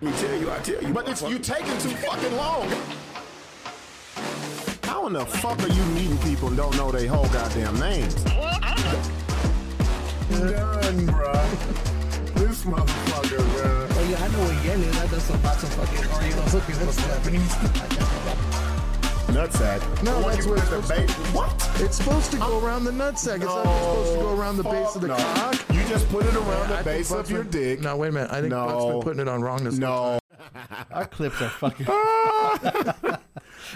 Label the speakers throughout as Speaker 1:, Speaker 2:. Speaker 1: me tell you, I tell you.
Speaker 2: But it's you taking too fucking long. How in the fuck are you meeting people and don't know they whole goddamn names?
Speaker 3: Well, I don't know.
Speaker 1: done, bro. This motherfucker, bro.
Speaker 4: Oh yeah, I know what Yen is. I done some lots of fucking E or you know hookers with Japanese.
Speaker 2: Nutsack.
Speaker 5: No, that's what it's
Speaker 2: the
Speaker 5: supposed
Speaker 2: bait. What?
Speaker 5: It's supposed to go around the nutsack. It's not just supposed to go around the base of the
Speaker 2: no.
Speaker 5: cock.
Speaker 2: You just put it around
Speaker 5: I
Speaker 2: the
Speaker 5: think
Speaker 2: base of
Speaker 5: Buckman-
Speaker 2: your dick.
Speaker 5: No, wait a minute. I think
Speaker 2: No.
Speaker 5: Buck's been putting it on wrong this
Speaker 2: No.
Speaker 4: Our clips are fucking.
Speaker 2: The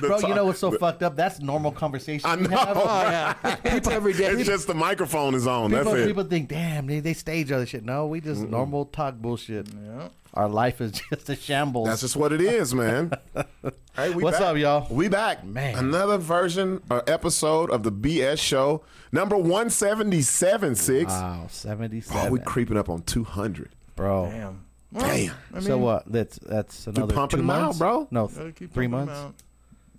Speaker 4: Bro, you know
Speaker 2: top-
Speaker 4: what's so fucked up? That's normal conversation.
Speaker 2: I
Speaker 4: we
Speaker 2: know.
Speaker 4: have.
Speaker 5: Oh, yeah.
Speaker 4: People every day.
Speaker 2: It's
Speaker 4: People,
Speaker 2: just the microphone is on. That's
Speaker 4: people,
Speaker 2: it.
Speaker 4: people think, damn, they, they stage other shit. No, we just normal talk bullshit. Our life is just a shambles.
Speaker 2: That's just what it is, man. hey, we
Speaker 4: What's
Speaker 2: back.
Speaker 4: up, y'all?
Speaker 2: We back,
Speaker 4: Man.
Speaker 2: Another version or episode of the BS show, number one seventy seven six.
Speaker 4: wow,
Speaker 2: Oh,
Speaker 4: 77.
Speaker 2: we creeping up on two hundred.
Speaker 4: bro.
Speaker 5: Damn.
Speaker 2: Damn.
Speaker 4: so what? that's that's another
Speaker 2: pumping
Speaker 4: two
Speaker 2: them out,
Speaker 4: months?
Speaker 2: bro.
Speaker 4: No,
Speaker 5: Gotta keep
Speaker 4: three
Speaker 5: pumping
Speaker 4: months.
Speaker 5: them out.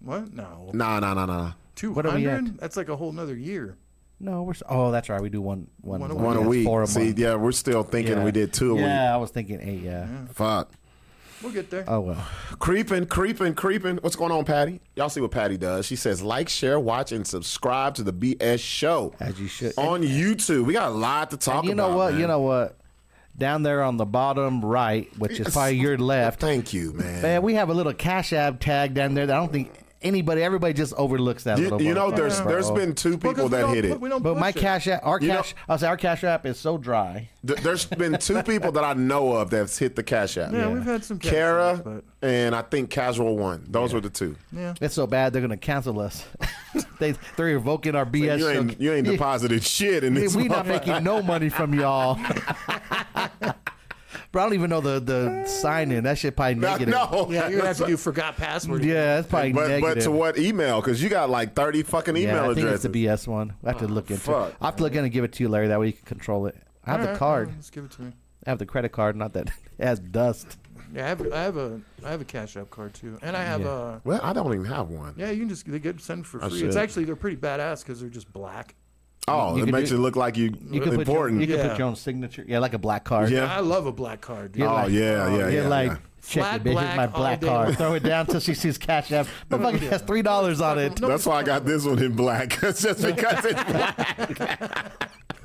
Speaker 5: What? No.
Speaker 2: Nah, nah, nah, nah.
Speaker 5: Two
Speaker 4: What are we at?
Speaker 5: hundred? That's like a whole nother year.
Speaker 4: No, we're. s Oh, that's right. We do one one
Speaker 5: One a
Speaker 4: a
Speaker 5: week.
Speaker 2: One a
Speaker 4: That's
Speaker 2: week.
Speaker 4: Four a
Speaker 2: See,
Speaker 4: month.
Speaker 2: yeah, we're still thinking we did two a
Speaker 4: Yeah, I was thinking eight. Yeah.
Speaker 2: week. Fuck.
Speaker 5: We'll get there.
Speaker 4: Oh well.
Speaker 2: Creeping, creeping, creeping. What's going on, Patty? Y'all see what Patty does. She says, like, share, watch, and subscribe to the BS show.
Speaker 4: As you should.
Speaker 2: On YouTube. We got a lot to talk
Speaker 4: you know
Speaker 2: about.
Speaker 4: what?
Speaker 2: man.
Speaker 4: You know what? Down there on the bottom right, which is
Speaker 2: Yes.
Speaker 4: probably your left,
Speaker 2: Thank you, man.
Speaker 4: man. We have a little Cash App tag down there that I don't think anybody, everybody just overlooks that.
Speaker 2: you,
Speaker 4: little
Speaker 2: you know,
Speaker 4: motherfucker,
Speaker 2: there's
Speaker 4: bro.
Speaker 2: there's been two
Speaker 5: Well, 'cause
Speaker 2: people
Speaker 5: we
Speaker 2: that
Speaker 5: don't
Speaker 2: hit
Speaker 5: put-
Speaker 2: it.
Speaker 5: We don't
Speaker 4: But my
Speaker 5: push it.
Speaker 4: Cash App, our
Speaker 2: You know-
Speaker 4: Cash, I'll say our Cash App is so dry.
Speaker 2: Th- There's been two people that I know of that's hit the cash app.
Speaker 5: Yeah, we've had some cash
Speaker 2: Kara
Speaker 5: apps, but
Speaker 2: and I think Casual One. Those were the two.
Speaker 5: yeah.
Speaker 4: It's so bad they're gonna cancel us. they they're revoking our BS.
Speaker 2: you ain't you ain't
Speaker 4: Yeah.
Speaker 2: deposited shit in this.
Speaker 4: we not
Speaker 2: motherfucker.
Speaker 4: making no money from y'all. Bro, I don't even know the the sign in. That shit probably negative.
Speaker 2: no.
Speaker 5: Yeah, you're gonna have to do forgot password.
Speaker 4: Yeah, that's probably
Speaker 2: But,
Speaker 4: negative.
Speaker 2: but to what email? Because you got like thirty fucking
Speaker 4: yeah,
Speaker 2: email
Speaker 4: I think
Speaker 2: addresses.
Speaker 4: it's the BS one. I have to look into.
Speaker 2: Oh, fuck,
Speaker 4: it. I have to look in and give it to you, Larry. That way you can control it. I have
Speaker 5: All
Speaker 4: the
Speaker 5: right,
Speaker 4: card.
Speaker 5: well, Let's give it to me.
Speaker 4: I have the credit card. Not that it has dust.
Speaker 5: Yeah, I have, I have a I have a Cash App card too, and I have
Speaker 4: Yeah.
Speaker 5: a
Speaker 2: well, I don't even have one.
Speaker 5: yeah. You can just they get send for
Speaker 2: I
Speaker 5: free. It's
Speaker 2: should.
Speaker 5: actually they're pretty badass because they're just black.
Speaker 2: Oh,
Speaker 4: You
Speaker 2: it
Speaker 4: can
Speaker 2: makes
Speaker 4: do-
Speaker 2: it look like you,
Speaker 4: You can
Speaker 2: important.
Speaker 4: put your, you can
Speaker 5: Yeah.
Speaker 4: put your own signature. Yeah, like a black card.
Speaker 2: Yeah.
Speaker 5: I love a black card. Dude.
Speaker 4: You're
Speaker 2: oh
Speaker 4: like-
Speaker 2: yeah, yeah,
Speaker 4: You're
Speaker 2: yeah.
Speaker 4: like,
Speaker 2: yeah.
Speaker 4: check
Speaker 5: Flat
Speaker 4: it, bitch. Here's my
Speaker 5: black all
Speaker 4: black
Speaker 5: day.
Speaker 4: card. Throw it down till she sees Cash App. Motherfucker has three dollars on it.
Speaker 5: No,
Speaker 2: That's why I got this one in black. It's just because it's black.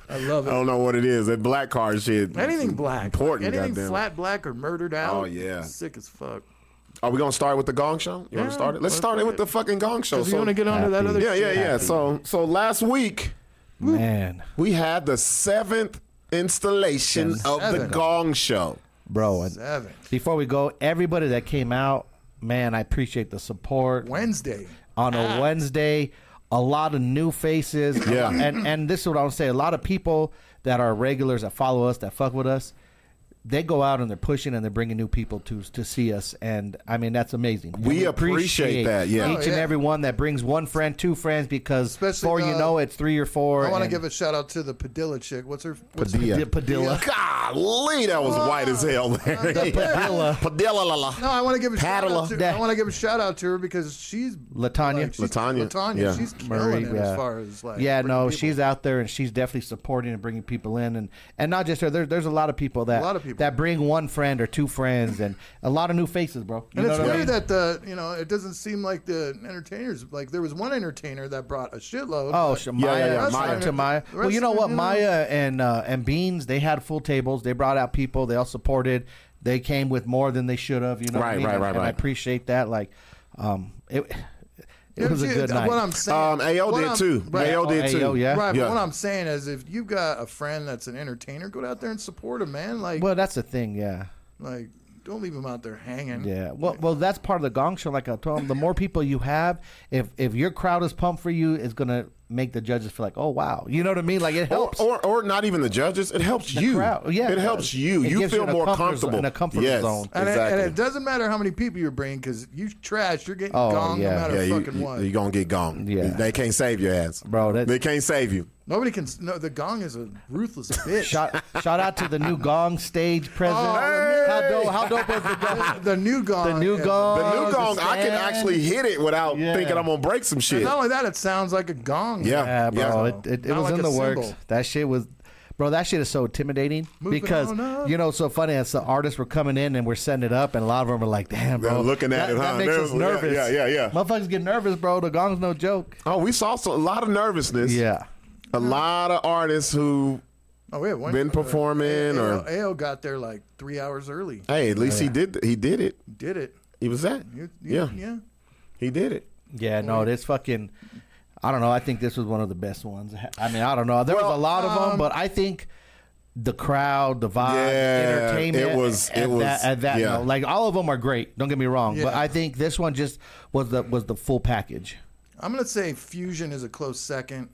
Speaker 5: I love
Speaker 2: I
Speaker 5: it.
Speaker 2: don't know what it is. That black card shit.
Speaker 5: Anything black,
Speaker 2: Important.
Speaker 5: Anything
Speaker 2: goddamn.
Speaker 5: flat black or murdered out.
Speaker 2: Oh, yeah.
Speaker 5: sick as fuck.
Speaker 2: Are we gonna start with the Gong Show? You
Speaker 5: Yeah,
Speaker 2: wanna start it? Let's
Speaker 5: let's
Speaker 2: start
Speaker 5: do
Speaker 2: it with
Speaker 5: it.
Speaker 2: the fucking Gong Show.
Speaker 5: Because you want to get onto that
Speaker 4: Happy.
Speaker 5: other.
Speaker 2: yeah, yeah,
Speaker 5: shit.
Speaker 2: yeah. So, so last week
Speaker 4: Man,
Speaker 2: we had the seventh installation of the
Speaker 5: Seven.
Speaker 2: Gong Show.
Speaker 4: bro, and
Speaker 5: Seven
Speaker 4: Before we go, everybody that came out, man, I appreciate the support.
Speaker 5: Wednesday. Ah.
Speaker 4: On a Wednesday, a lot of new faces.
Speaker 2: Yeah.
Speaker 4: And and this is what I would say. A lot of people that are regulars that follow us, that fuck with us, they go out and they're pushing and they're bringing new people to to see us. And I mean, that's amazing. And
Speaker 2: We appreciate that, yeah.
Speaker 4: Each
Speaker 2: Oh,
Speaker 4: and
Speaker 5: yeah.
Speaker 4: every one that brings one friend, two friends, because
Speaker 5: Especially,
Speaker 4: before you
Speaker 5: uh,
Speaker 4: know it, it's three or four.
Speaker 5: I want to
Speaker 4: and-
Speaker 5: give a shout out to the Padilla chick. What's her? What's
Speaker 2: Padilla.
Speaker 4: Yeah, Padilla.
Speaker 2: Golly, that was white as hell. Larry.
Speaker 4: Padilla.
Speaker 2: Padilla. la, la.
Speaker 5: No, I want to give a
Speaker 2: Padilla.
Speaker 5: shout out to.
Speaker 4: Yeah.
Speaker 5: I want to give a shout out to her because she's
Speaker 4: Latanya.
Speaker 5: Like, she's,
Speaker 2: Latanya,
Speaker 5: Latanya,
Speaker 2: yeah.
Speaker 5: she's killing
Speaker 4: Marie,
Speaker 5: it
Speaker 4: yeah.
Speaker 5: as far as like.
Speaker 4: yeah,
Speaker 5: bringing
Speaker 4: no,
Speaker 5: people.
Speaker 4: she's out there and she's definitely supporting and bringing people in, and and not just her. There's there's a lot of people that
Speaker 5: A lot of people.
Speaker 4: that bring one friend or two friends and a lot of new faces, bro. You
Speaker 5: And
Speaker 4: know
Speaker 5: it's
Speaker 4: what I
Speaker 5: weird
Speaker 4: mean?
Speaker 5: that the you know it doesn't seem like the entertainers like there was one entertainer that brought a shitload.
Speaker 4: Oh,
Speaker 5: but-
Speaker 4: Sh-
Speaker 2: yeah,
Speaker 4: Maya,
Speaker 2: yeah,
Speaker 4: shout
Speaker 2: Maya.
Speaker 4: out to Maya.
Speaker 5: The
Speaker 4: Well, you
Speaker 5: rest
Speaker 4: know
Speaker 5: of
Speaker 4: what,
Speaker 5: them,
Speaker 4: Maya and uh, and Beans, they had full tables. They brought out people. They all supported. They came with more than they should have. You know, what I
Speaker 2: Right,
Speaker 4: mean?
Speaker 2: right, right,
Speaker 4: And I
Speaker 2: right.
Speaker 4: appreciate that. Like, um, it it
Speaker 5: Yeah,
Speaker 4: was a
Speaker 5: she-
Speaker 4: good night.
Speaker 5: What I'm
Speaker 2: Um,
Speaker 5: saying,
Speaker 2: AO
Speaker 5: what
Speaker 2: did
Speaker 5: I'm-
Speaker 2: too.
Speaker 5: Right,
Speaker 2: AO did
Speaker 4: Oh,
Speaker 2: too.
Speaker 4: AO, yeah.
Speaker 5: Right,
Speaker 2: yeah.
Speaker 5: but what I'm saying is, if you've got a friend that's an entertainer, go out there and support him, man. Like,
Speaker 4: well, that's the thing, yeah.
Speaker 5: like, don't leave him out there hanging.
Speaker 4: Yeah. Well, well, that's part of the gong show. Like I told them, the more people you have, if if your crowd is pumped for you, it's gonna make the judges feel like, oh wow, you know what I mean? Like it
Speaker 2: or,
Speaker 4: helps.
Speaker 2: or, or not even the judges. It helps you.
Speaker 4: crowd. Yeah,
Speaker 2: it
Speaker 4: it
Speaker 2: helps
Speaker 4: does.
Speaker 2: you.
Speaker 4: It
Speaker 2: you
Speaker 4: gives
Speaker 2: feel
Speaker 4: you in a
Speaker 2: more
Speaker 4: comfort zone-
Speaker 2: comfortable
Speaker 4: in a comfort
Speaker 2: yes,
Speaker 4: zone.
Speaker 5: And, it,
Speaker 2: Exactly.
Speaker 5: and it doesn't matter how many people you bring because you trash, you're getting
Speaker 4: Oh,
Speaker 5: gone
Speaker 4: yeah.
Speaker 5: no matter
Speaker 2: yeah,
Speaker 5: fucking
Speaker 2: you,
Speaker 5: what.
Speaker 2: you, are gonna get gone.
Speaker 4: Yeah.
Speaker 2: they can't save your ass,
Speaker 4: Bro, that-
Speaker 2: they can't save you.
Speaker 5: Nobody can. s- No, the gong is a ruthless bitch.
Speaker 4: shout shout out to the new gong stage present.
Speaker 5: Oh,
Speaker 4: how dope! How dope is the gong?
Speaker 5: the, the new gong.
Speaker 4: The new
Speaker 5: is-
Speaker 4: gong.
Speaker 2: The new
Speaker 4: the
Speaker 2: gong, I can
Speaker 4: stand.
Speaker 2: actually hit it without
Speaker 4: Yeah.
Speaker 2: thinking I'm gonna break some shit.
Speaker 5: Not only that, it sounds like a gong.
Speaker 2: Yeah.
Speaker 4: Yeah,
Speaker 2: Yeah.
Speaker 4: bro. It, it, it
Speaker 5: Not
Speaker 4: was
Speaker 5: like
Speaker 4: in
Speaker 5: a
Speaker 4: the
Speaker 5: symbol.
Speaker 4: works. That shit was. Bro, that shit is so intimidating
Speaker 5: Moving
Speaker 4: because
Speaker 5: on up.
Speaker 4: you know it's so funny. As the artists were coming in and we're setting it up, and a lot of them are like, "Damn,
Speaker 2: They're
Speaker 4: bro,
Speaker 2: looking at
Speaker 4: Oh, that,
Speaker 2: it,
Speaker 4: that
Speaker 2: huh?
Speaker 4: makes
Speaker 2: They're-
Speaker 4: us
Speaker 2: yeah,
Speaker 4: nervous."
Speaker 2: yeah, yeah, yeah.
Speaker 4: Motherfuckers get nervous, bro. The gong's no joke.
Speaker 2: Oh, we saw so- a lot of nervousness.
Speaker 4: Yeah,
Speaker 2: a lot of artists who
Speaker 5: Oh, we have one.
Speaker 2: been performing
Speaker 5: AO,
Speaker 2: or
Speaker 5: AO got there like three hours early.
Speaker 2: hey, at least he did he did it.
Speaker 5: Did it.
Speaker 2: He was that.
Speaker 5: You- you-
Speaker 2: Yeah,
Speaker 5: Yeah.
Speaker 2: he did it.
Speaker 4: yeah. No, this fucking. I don't know. I think this was one of the best ones. I mean, I don't know. There was a lot of
Speaker 2: um,
Speaker 4: them, but I think the crowd, the vibe,
Speaker 2: Yeah,
Speaker 4: entertainment.
Speaker 2: it was-
Speaker 4: at
Speaker 2: it was-
Speaker 4: that, at that
Speaker 2: yeah.
Speaker 4: note. like all of them are great. Don't get me wrong, but
Speaker 5: Yeah.
Speaker 4: I think this one just was the was the full package.
Speaker 5: I'm going to say Fusion is a close second.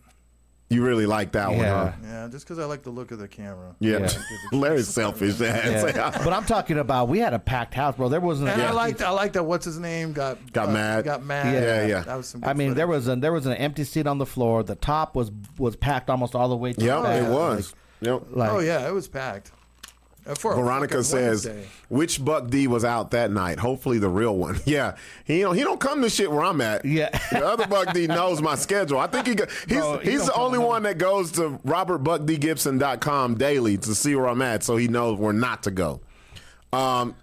Speaker 2: You really like that one,
Speaker 4: Yeah.
Speaker 2: huh?
Speaker 5: Yeah, just because I like the look of the camera.
Speaker 2: Yeah,
Speaker 4: Yeah.
Speaker 2: Larry's selfish ass.
Speaker 4: Yeah. but I'm talking about we had a packed house, bro. There wasn't.
Speaker 5: And
Speaker 4: a
Speaker 5: I liked I liked that what's his name got
Speaker 2: Got
Speaker 5: uh,
Speaker 2: mad.
Speaker 5: Got mad.
Speaker 4: Yeah. Yeah,
Speaker 2: yeah.
Speaker 5: That was some good
Speaker 4: I mean, there
Speaker 5: footage.
Speaker 4: was an there was an empty seat on the floor. The top was was packed almost all the way. To
Speaker 2: Yeah,
Speaker 4: the back.
Speaker 2: it was. Yep.
Speaker 4: Like,
Speaker 5: Oh yeah, it was packed. Uh, for a
Speaker 2: Veronica
Speaker 5: fucking
Speaker 2: says,
Speaker 5: Wednesday.
Speaker 2: "Which Buck D was out that night? Hopefully the real one. Yeah, he don't he don't come to shit where I'm at.
Speaker 4: Yeah.
Speaker 2: the other Buck D knows my schedule. I think he go, he's
Speaker 4: Bro, he
Speaker 2: he's
Speaker 4: don't
Speaker 2: the
Speaker 4: come
Speaker 2: only
Speaker 4: to
Speaker 2: one that goes to robertbuckdgibson.com daily to see where I'm at, so he knows where not to go. Um,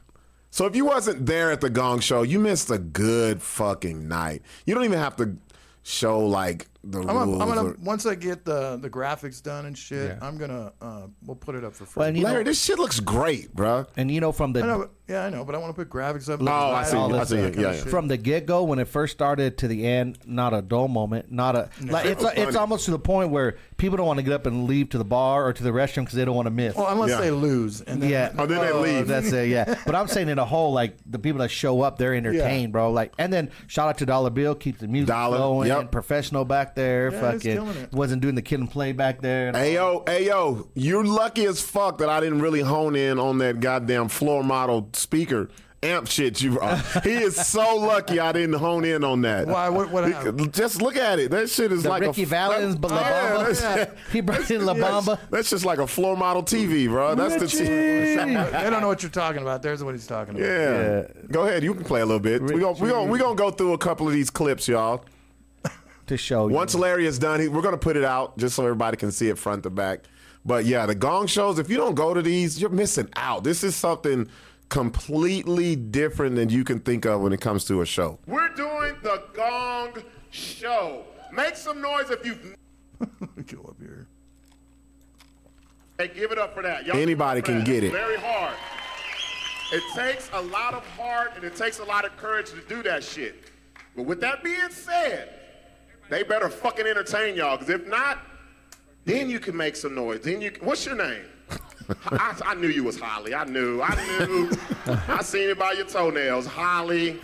Speaker 2: so if you wasn't there at the Gong Show, you missed a good fucking night. You don't even have to show like the
Speaker 5: I'm
Speaker 2: rules.
Speaker 5: gonna, I'm gonna
Speaker 2: or-
Speaker 5: once I get the the graphics done and shit,
Speaker 4: Yeah.
Speaker 5: I'm gonna uh, we'll put it up for free.
Speaker 4: Well, and you
Speaker 2: Larry,
Speaker 4: know,
Speaker 2: this shit looks great, bruh.
Speaker 4: and you know from
Speaker 5: I know,
Speaker 4: the
Speaker 5: but, yeah, I know, but I want to put graphics up.
Speaker 2: Oh, I see.
Speaker 4: all
Speaker 2: I
Speaker 4: this
Speaker 2: see.
Speaker 4: stuff
Speaker 2: Yeah, yeah.
Speaker 4: from the get go when it first started to the end, not a dull moment, not a like it's it's
Speaker 2: funny.
Speaker 4: almost to the point where people don't want to get up and leave to the bar or to the restroom because they don't want to miss.
Speaker 5: Well, unless
Speaker 2: Yeah.
Speaker 5: they lose, and then,
Speaker 4: yeah.
Speaker 2: Oh, then they leave.
Speaker 4: That's it. Yeah. But I'm saying in a whole, like the people that show up, they're entertained, bro. Like, and then shout out to Dollar Bill, keep the music
Speaker 2: Dollar,
Speaker 4: going.
Speaker 2: yep.
Speaker 4: Professional back there,
Speaker 5: Yeah, he's killing
Speaker 4: fucking
Speaker 5: it.
Speaker 4: wasn't doing the kid and play back there. and all
Speaker 2: Ayo, ayo, you're lucky as fuck that I didn't really hone in on that goddamn floor model speaker amp shit you are. he is so lucky I didn't hone in on that.
Speaker 5: Why? What- what
Speaker 2: He-
Speaker 5: happened?
Speaker 2: Just look at it. That shit is
Speaker 4: The
Speaker 2: like a
Speaker 4: Ricky
Speaker 2: f-
Speaker 4: Valens,
Speaker 2: that-
Speaker 4: La
Speaker 2: Yeah,
Speaker 4: Bamba.
Speaker 2: that's-
Speaker 4: he brought in La
Speaker 2: that's-
Speaker 4: Bamba.
Speaker 2: That's just like a floor model TV, bro. That's the TV.
Speaker 5: they don't know what you're talking about. There's what he's talking about.
Speaker 2: Yeah. Go ahead, you can play a little bit. We're gonna, we gonna, we gonna go through a couple of these clips, y'all.
Speaker 4: To show you.
Speaker 2: Once Larry is done, he, we're going to put it out just so everybody can see it front to back. But yeah, the gong shows, if you don't go to these, you're missing out. This is something completely different than you can think of when it comes to a show. We're doing the gong show. Make some noise if you've.
Speaker 5: Let me go up here.
Speaker 3: Hey, give it up for that. Y'all
Speaker 2: Anybody
Speaker 3: give up for
Speaker 2: can
Speaker 3: that.
Speaker 2: get it.
Speaker 3: Very hard. It takes a lot of heart and it takes a lot of courage to do that shit. But with that being said, they better fucking entertain y'all, because if not, then you can make some noise. Then you. What's your name? I, I knew you was Holly. I knew. I knew. I seen it by your toenails. Holly.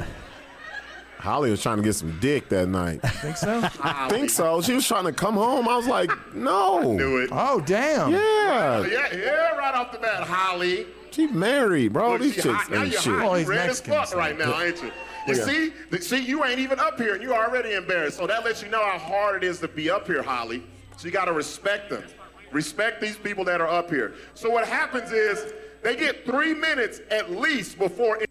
Speaker 2: Holly was trying to get some dick that night.
Speaker 5: Think so?
Speaker 2: I think so. She was trying to come home. I was like, no.
Speaker 3: Do it.
Speaker 5: oh, damn.
Speaker 2: Yeah.
Speaker 3: Yeah, yeah, right off the bat, Holly.
Speaker 2: She married, bro.
Speaker 3: Look,
Speaker 2: These
Speaker 3: she
Speaker 2: chicks
Speaker 3: hot. now
Speaker 2: ain't
Speaker 3: you're
Speaker 2: shit. Oh,
Speaker 3: hot.
Speaker 5: Oh,
Speaker 3: You
Speaker 5: he's
Speaker 3: red
Speaker 5: Mexican,
Speaker 3: as fuck
Speaker 5: so-
Speaker 3: right now, ain't you? You
Speaker 2: Yeah.
Speaker 3: see, Th- see, you ain't even up here, and you already embarrassed. So that lets you know how hard it is to be up here, Holly. So you got to respect them, respect these people that are up here. So what happens is they get three minutes at least before
Speaker 5: I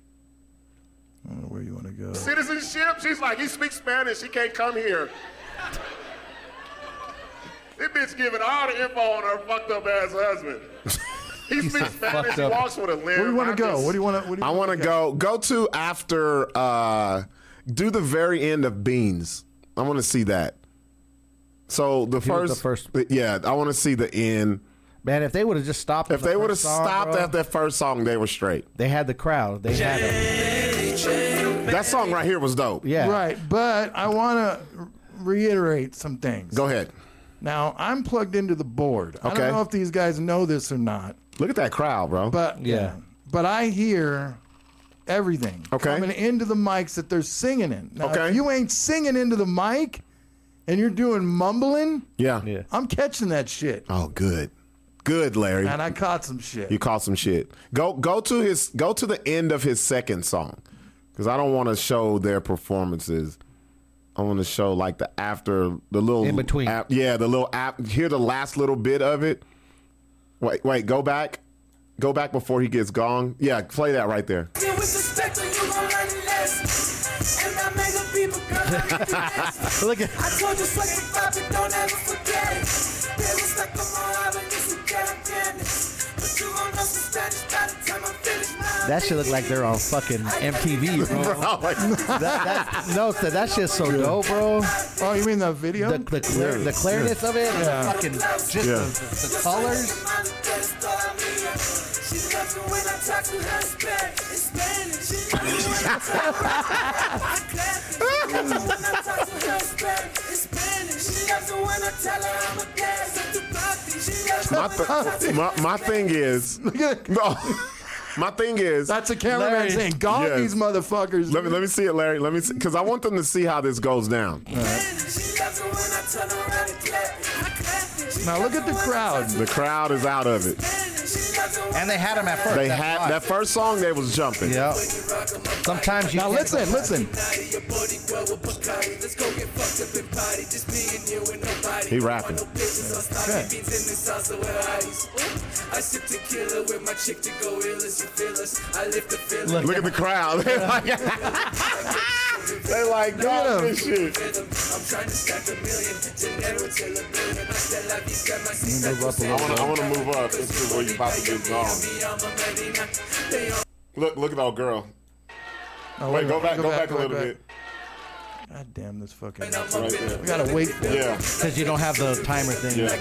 Speaker 5: don't know where you want to go.
Speaker 3: citizenship. She's like, he speaks Spanish. He can't come here. this bitch giving all the info on her fucked up ass husband. He speaks Spanish.
Speaker 4: fucked
Speaker 3: He
Speaker 4: up.
Speaker 3: walks with a limp.
Speaker 5: Where do you want
Speaker 3: I
Speaker 5: to go?
Speaker 3: just-
Speaker 5: What do you want to? What do you
Speaker 2: I want to go go to after uh do the very end of Beans. I want to see that. So the first,
Speaker 4: first-
Speaker 2: yeah, I want to see the end.
Speaker 4: Man, if they would have just stopped.
Speaker 2: If
Speaker 4: at the
Speaker 2: they would have
Speaker 4: first song,
Speaker 2: stopped
Speaker 4: bro,
Speaker 2: at that first song, they were straight.
Speaker 4: They had the crowd. They had it.
Speaker 2: That song right here was dope.
Speaker 4: Yeah.
Speaker 5: Right, but I want to reiterate some things.
Speaker 2: Go ahead.
Speaker 5: Now I'm plugged into the board. I
Speaker 2: Okay.
Speaker 5: don't know if these guys know this or not,
Speaker 2: Look at that crowd, bro.
Speaker 5: but
Speaker 4: Yeah.
Speaker 5: but I hear everything
Speaker 2: Okay.
Speaker 5: coming into the mics that they're singing in. Now,
Speaker 2: Okay.
Speaker 5: if you ain't singing into the mic, and you're doing mumbling,
Speaker 2: yeah.
Speaker 4: Yeah.
Speaker 5: I'm catching that shit,
Speaker 2: Oh, good. Good, Larry.
Speaker 5: and I caught some shit.
Speaker 2: You caught some shit. Go go to his go to the end of his second song because I don't want to show their performances. I want to show like the after the little
Speaker 4: In between.
Speaker 2: ap- yeah, the little app. Hear the last little bit of it. Wait, wait, go back, go back before he gets gong. Yeah, play that right there.
Speaker 6: Deal with respect or you gon' learn a lesson. And I make a people girl, I need to listen.
Speaker 4: Look at-
Speaker 6: I told you, suck it, pop it, don't ever forget it. Deal with respect or Muhammad, this is dead,
Speaker 4: That shit look like they're on fucking MTV, bro. that, that, no, so that shit's so dope, bro.
Speaker 5: Oh, you mean the video?
Speaker 4: The the, clear, the clearness of it, and the fucking just
Speaker 7: Yeah.
Speaker 4: the, the colors.
Speaker 7: My, th- my, my thing is, no, my thing is,
Speaker 5: That's a cameraman
Speaker 4: Larry.
Speaker 5: saying, "God,
Speaker 7: Yes.
Speaker 5: these motherfuckers."
Speaker 7: let me let me see it, Larry. Let me see, because I want them to see how this goes down.
Speaker 5: Now look at the crowd.
Speaker 7: The crowd is out of it.
Speaker 4: And they had 'em at first.
Speaker 7: They
Speaker 4: That's why.
Speaker 7: had that first song. They was jumping.
Speaker 4: Yeah. Sometimes you
Speaker 5: Now
Speaker 4: can't-
Speaker 5: listen, listen.
Speaker 7: He rapping. Look at the crowd. they like, they like dog this shit. I want to I wanna move up into where you about to get gone. Look, look at our girl.
Speaker 5: Oh,
Speaker 7: Wait, go
Speaker 5: minute,
Speaker 7: back, go back a little
Speaker 5: back.
Speaker 7: bit.
Speaker 5: God damn this fucking.
Speaker 7: Right there.
Speaker 5: We gotta wait. For it.
Speaker 7: Yeah,
Speaker 4: because you don't have the timer thing.
Speaker 7: yeah.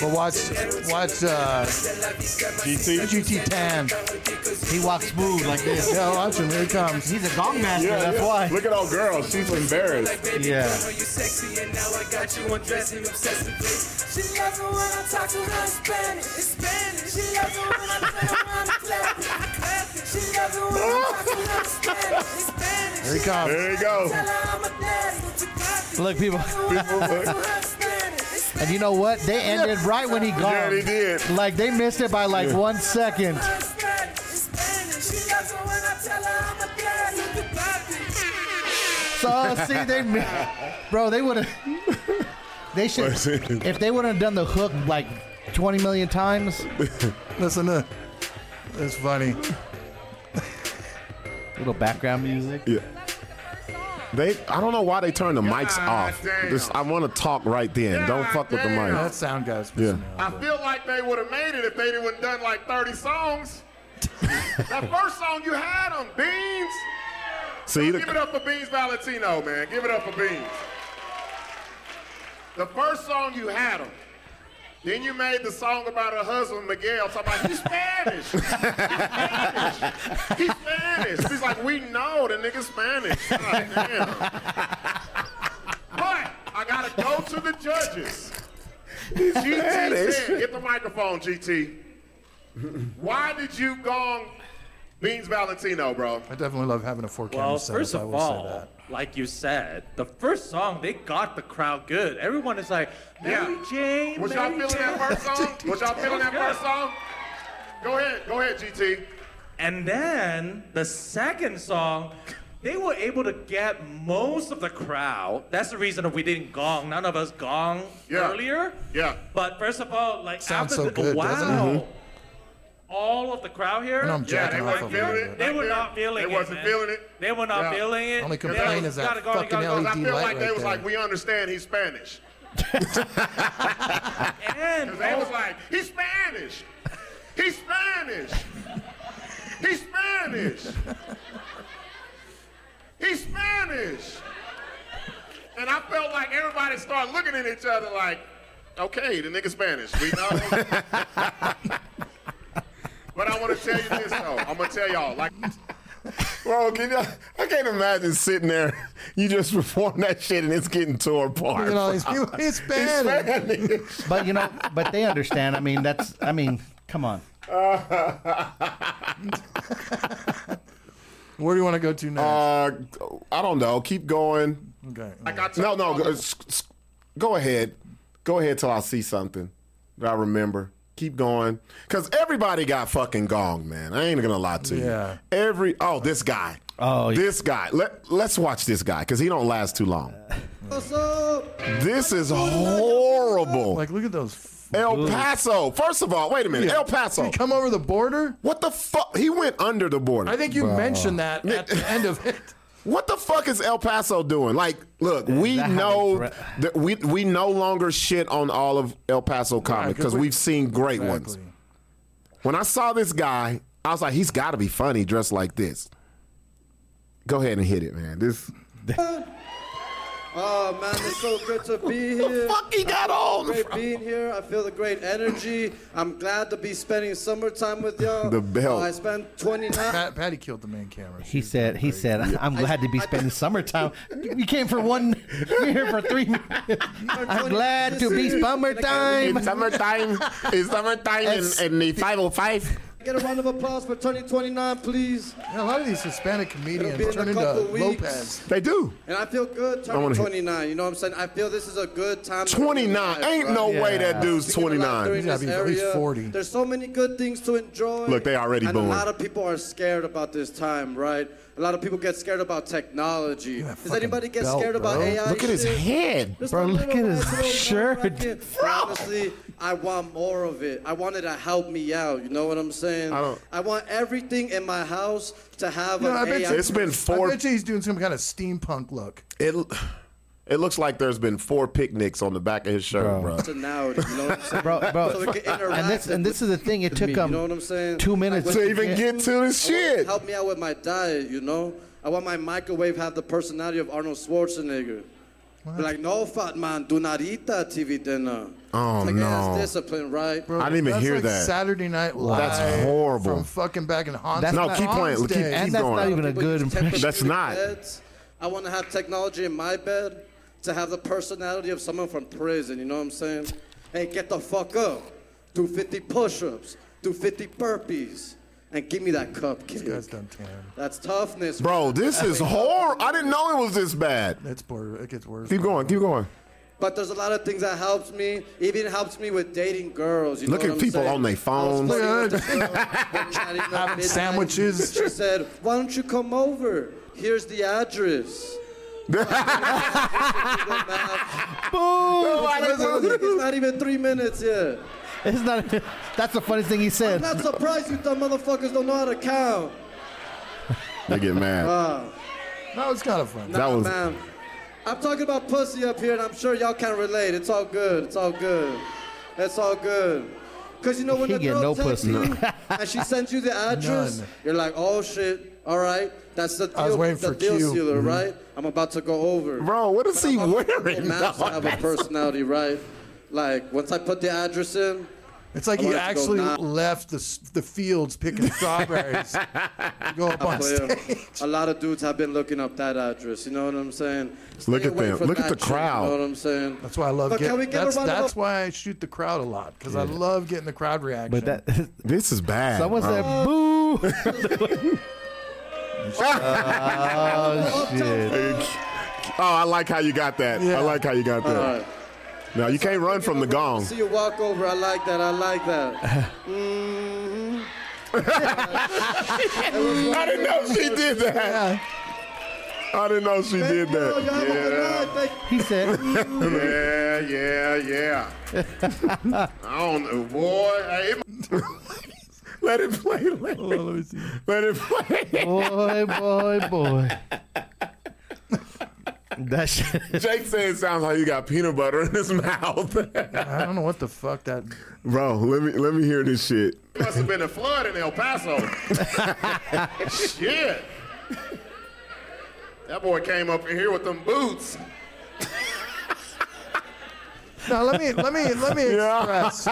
Speaker 5: But watch, watch uh,
Speaker 7: GT.
Speaker 5: GT Tan.
Speaker 4: He walks smooth like this.
Speaker 5: Yeah, watch him. Here he comes.
Speaker 4: He's a gong master.
Speaker 7: Yeah,
Speaker 4: that's
Speaker 7: yeah.
Speaker 4: why.
Speaker 7: Look at our girl. She's embarrassed.
Speaker 4: Yeah.
Speaker 5: Here he comes.
Speaker 7: There you go.
Speaker 4: Look, people.
Speaker 7: People, look.
Speaker 4: And you know what? They ended right when he gone.
Speaker 7: Yeah, they did.
Speaker 4: Like they missed it by like one second. So see, they, mi- bro, they would have. They should. If they wouldn't have done the hook like 20 million times,
Speaker 5: Listen to. That's funny.
Speaker 4: little background music.
Speaker 7: Yeah. They, I don't know why they turned the mics
Speaker 2: God
Speaker 7: off.
Speaker 2: damn.
Speaker 7: Just, I want to talk right then. don't
Speaker 2: God
Speaker 7: fuck with the mic.
Speaker 2: damn.
Speaker 5: That sound guy's.
Speaker 7: Yeah.
Speaker 2: I feel like they would have made it if they would have done like 30 songs. that first song you had on Beans.
Speaker 7: See,
Speaker 2: Give it
Speaker 7: the,
Speaker 2: up for Beans Valentino, man. Give it up for Beans. The first song you had him. Then you made the song about her husband Miguel talking about he's Spanish. He's Spanish. He's Spanish. He's like, we know the nigga's Spanish. God damn. But I gotta go to the judges. GT said, get the microphone, GT. Why did you gong Beans Valentino, bro?
Speaker 5: I definitely love having a four camera
Speaker 8: Well,
Speaker 5: setup.
Speaker 8: first
Speaker 5: I
Speaker 8: of
Speaker 5: will say
Speaker 8: all,
Speaker 5: that.
Speaker 8: like you said, the first song they got the crowd good. Everyone is like, Mary
Speaker 2: Yeah.
Speaker 8: Jane,
Speaker 2: Was y'all
Speaker 8: Mary
Speaker 2: feeling
Speaker 8: Jane.
Speaker 2: that first song? Was y'all feeling that first song? Go ahead, go ahead, GT.
Speaker 8: And then the second song, they were able to get most of the crowd. That's the reason we didn't gong. None of us gong
Speaker 2: Yeah.
Speaker 8: earlier.
Speaker 2: Yeah.
Speaker 8: But first of all, like
Speaker 5: Sounds
Speaker 8: after
Speaker 5: so
Speaker 8: the
Speaker 5: good,
Speaker 8: wow,
Speaker 5: doesn't it? Mm-hmm.
Speaker 8: all of the crowd here.
Speaker 5: And I'm
Speaker 2: Yeah,
Speaker 5: jacking
Speaker 2: they
Speaker 5: off
Speaker 2: weren't
Speaker 5: over
Speaker 2: feeling
Speaker 5: here.
Speaker 2: it.
Speaker 8: They were
Speaker 2: Right
Speaker 8: not
Speaker 2: there.
Speaker 8: feeling
Speaker 2: They
Speaker 8: it.
Speaker 2: wasn't
Speaker 8: man.
Speaker 2: feeling it.
Speaker 8: They were not
Speaker 2: Yeah.
Speaker 8: feling it.
Speaker 5: Only
Speaker 8: They're
Speaker 5: complaint
Speaker 8: like,
Speaker 5: is that
Speaker 8: gotta go,
Speaker 5: fucking
Speaker 8: gotta go, E
Speaker 5: LED
Speaker 2: I
Speaker 8: gotta
Speaker 2: feel
Speaker 5: light
Speaker 2: like they
Speaker 5: right
Speaker 2: was
Speaker 5: there.
Speaker 2: like, we understand he's Spanish.
Speaker 8: go. And
Speaker 2: They was like, he's Spanish. He's Spanish. He's Spanish. He's Spanish. And I felt like everybody started looking at each other like, okay, the nigga Spanish. We know. but I want to tell you this though. I'm gonna tell y'all like.
Speaker 7: bro, can you, I can't imagine sitting there. You just perform that shit and it's getting torn apart.
Speaker 5: Look at all these people. It's bad.
Speaker 4: But you know, but they understand. I mean, that's. I mean, come on.
Speaker 5: Where do you want to go to next?
Speaker 7: Uh, I don't know. Keep going.
Speaker 5: okay.
Speaker 2: Like I
Speaker 7: No,
Speaker 2: told
Speaker 7: no.
Speaker 2: y'all-
Speaker 7: Go, s- s- go ahead. Go ahead till I see something that I remember. Keep going, cause everybody got fucking gong, man. I ain't gonna lie to you.
Speaker 5: Yeah.
Speaker 7: Every oh, this guy.
Speaker 4: Oh, yeah.
Speaker 7: this guy. Let Let's watch this guy, cause he don't last too long. This is horrible.
Speaker 5: Like, look at those. F-
Speaker 7: El Paso. First of all, wait a minute. El Paso.
Speaker 5: You come over the border?
Speaker 7: What the fuck? He went under the border.
Speaker 5: I think you mentioned that at the end of it.
Speaker 7: What the fuck is El Paso doing? Like, look, we
Speaker 4: that how
Speaker 7: know
Speaker 4: they dre-
Speaker 7: that we we no longer shit on all of El Paso comic
Speaker 5: 'cause
Speaker 7: because
Speaker 5: we-
Speaker 7: we've seen great ones.
Speaker 2: When I saw this guy, I was like, he's got to be funny dressed like this. Go ahead and hit it, man. This
Speaker 9: Oh man, it's so good to be here.
Speaker 2: fuck he got on.
Speaker 9: Great being here. I feel the great energy. I'm glad to be spending summertime with y'all.
Speaker 2: The belt.
Speaker 9: I spent 29.
Speaker 5: Pat, Patty killed the main camera.
Speaker 4: He said, "He said, I'm glad to be spending summertime. You came for one, you're here for three. minutes. I'm glad to be summertime.
Speaker 2: It's summertime. It's summertime
Speaker 4: It's-
Speaker 2: in, in the 505.
Speaker 9: Get a round of applause for Tony 29, please.
Speaker 5: a lot of these Hispanic
Speaker 9: It'll be in
Speaker 5: comedians
Speaker 9: a
Speaker 5: turn into
Speaker 9: couple weeks.
Speaker 5: Lopez.
Speaker 2: They do.
Speaker 9: And I feel good
Speaker 2: wanna
Speaker 9: turning
Speaker 2: hear-
Speaker 9: 29. You know what I'm saying? I feel this is a good time. to be
Speaker 2: 29.
Speaker 9: alive,
Speaker 2: Ain't
Speaker 9: right?
Speaker 2: no way that
Speaker 4: Yeah.
Speaker 2: dude's
Speaker 9: Being alive
Speaker 2: 29.
Speaker 9: during
Speaker 5: He's gotta
Speaker 9: this
Speaker 5: be at least
Speaker 9: area,
Speaker 5: 40.
Speaker 9: There's so many good things to enjoy.
Speaker 2: Look, they already
Speaker 9: and
Speaker 2: booing.
Speaker 9: a lot of people are scared about this time, right? A lot of people get scared about technology.
Speaker 5: that
Speaker 9: Does anybody
Speaker 5: fucking
Speaker 9: get
Speaker 5: belt,
Speaker 9: scared about
Speaker 5: bro.
Speaker 9: AI?
Speaker 2: Look at his
Speaker 9: shit?
Speaker 2: head.
Speaker 9: Just a
Speaker 4: Bro, look
Speaker 9: little
Speaker 4: at his
Speaker 9: nice little
Speaker 4: shirt.
Speaker 9: back here. Honestly, I want more of it. I want it to help me out. You know what I'm saying?
Speaker 2: I don't-
Speaker 9: want everything in my house to have
Speaker 5: No,
Speaker 9: an
Speaker 5: I bet
Speaker 9: AI.
Speaker 5: you-
Speaker 2: It's been
Speaker 5: I
Speaker 2: four.
Speaker 5: bet you he's doing some kind of steampunk look.
Speaker 2: It it looks like there's been four picnics on the back of his shirt, bro.
Speaker 4: Bro.
Speaker 9: personality, you know what I'm saying?
Speaker 4: Bro, bro.
Speaker 9: So it can interact
Speaker 4: And this, and this is the thing. It
Speaker 9: me,
Speaker 4: took
Speaker 9: you
Speaker 4: um
Speaker 9: know what I'm saying?
Speaker 4: two minutes
Speaker 2: To even get to the shit.
Speaker 9: Help me out with my diet, you know? I want my microwave have the personality of Arnold Schwarzenegger. Be like, no, fat man, do not eat that TV dinner.
Speaker 2: Oh,
Speaker 9: it's like, yeah,
Speaker 2: no.
Speaker 9: It's discipline, right?
Speaker 5: Bro,
Speaker 2: I didn't even
Speaker 5: that's
Speaker 2: hear
Speaker 5: like
Speaker 2: that.
Speaker 5: Saturday Night Live.
Speaker 2: That's horrible.
Speaker 5: From fucking back in Hans.
Speaker 4: That's
Speaker 2: No,
Speaker 4: not-
Speaker 2: keep playing. Keep,
Speaker 5: Days.
Speaker 2: keep
Speaker 4: And that's not
Speaker 2: going.
Speaker 4: even a
Speaker 9: People
Speaker 4: good
Speaker 9: use
Speaker 4: impression.
Speaker 2: That's not.
Speaker 9: Beds. I want to have technology in my bed to have the personality of someone from prison. You know what I'm saying? Hey, get the fuck up. Do 50 push-ups. Do 50 burpees. And give me that
Speaker 5: That's
Speaker 9: cupcake.
Speaker 5: done tan.
Speaker 9: That's toughness.
Speaker 2: Bro, this is horrible. I didn't know it was this bad.
Speaker 5: That's border. It gets worse.
Speaker 2: Keep going. Keep going.
Speaker 9: But there's a lot of things that helps me. Even helps me with dating girls. You
Speaker 2: Look
Speaker 9: know
Speaker 2: at
Speaker 9: what I'm
Speaker 2: people
Speaker 9: saying?
Speaker 2: on their
Speaker 9: I was
Speaker 2: phones.
Speaker 9: flirting with the girl. We're chatting up midnight.
Speaker 5: sandwiches.
Speaker 9: She said, "Why don't you come over? Here's the address." Google Maps. it's not even three minutes yet.
Speaker 4: It's not. That's the funniest thing he
Speaker 9: I'm
Speaker 4: said.
Speaker 9: not surprised you dumb motherfuckers don't know how to count.
Speaker 2: They get
Speaker 5: Uh,
Speaker 2: mad.
Speaker 5: No, it's kind of fun.
Speaker 2: That was
Speaker 9: Uh, Man, I'm talking about pussy up here, and I'm sure y'all can relate. It's all good. It's all good. It's all good. Cause you know when
Speaker 4: He
Speaker 9: the
Speaker 4: get
Speaker 9: girl
Speaker 4: no
Speaker 9: texts
Speaker 4: pussy.
Speaker 9: you and she sends you the address,
Speaker 5: None.
Speaker 9: you're like, oh shit, all right, that's the deal,
Speaker 5: I was waiting
Speaker 9: the
Speaker 5: for
Speaker 9: deal
Speaker 5: Q. Mm-hmm.
Speaker 9: sealer, right? I'm about to go over.
Speaker 2: Bro, what is he wearing?
Speaker 9: Maps
Speaker 2: dog?
Speaker 9: have a personality, right? Like once I put the address in,
Speaker 5: It's like
Speaker 9: I
Speaker 5: he
Speaker 9: wanted to go
Speaker 5: actually
Speaker 9: nine.
Speaker 5: left the s- the fields picking strawberries. to go up on
Speaker 9: Player.
Speaker 5: stage.
Speaker 9: A lot of dudes have been looking up that address. You know what I'm saying? Stay
Speaker 2: Look at
Speaker 9: away
Speaker 2: them.
Speaker 9: from
Speaker 2: Look at
Speaker 9: that
Speaker 2: the
Speaker 9: shit,
Speaker 2: crowd.
Speaker 9: You know what I'm saying?
Speaker 5: That's why I love
Speaker 9: But can we
Speaker 5: getting.
Speaker 9: get a
Speaker 5: That's,
Speaker 9: round of
Speaker 5: that's
Speaker 9: applause?
Speaker 5: why I shoot the crowd a lot because I love getting the crowd reaction.
Speaker 4: But that
Speaker 2: This is bad.
Speaker 4: someone
Speaker 2: bro.
Speaker 4: said, "Boo."
Speaker 2: Oh, I like how you got that. I like how you got that.
Speaker 9: All right.
Speaker 2: Now you can't run from the gong.
Speaker 9: See you walk over. I like that. I like that. Mm-hmm.
Speaker 2: I didn't know she did that. I didn't know she did
Speaker 9: Oh, y'all
Speaker 2: that.
Speaker 9: have a good night. Thank
Speaker 4: He said,
Speaker 3: Yeah, yeah, yeah. I don't know, boy. Hey, it
Speaker 2: Let it play. Let it,
Speaker 5: Oh, let me see.
Speaker 2: let it play.
Speaker 4: "Boy, boy, boy." That shit.
Speaker 2: Jake said it sounds like you got peanut butter in his mouth.
Speaker 5: I don't know what the fuck that.
Speaker 2: Bro, let me let me hear this shit.
Speaker 3: must have been a flood in El Paso. Shit. That boy came up in here with them boots.
Speaker 5: Now let me let me let me
Speaker 2: Yeah.
Speaker 5: express.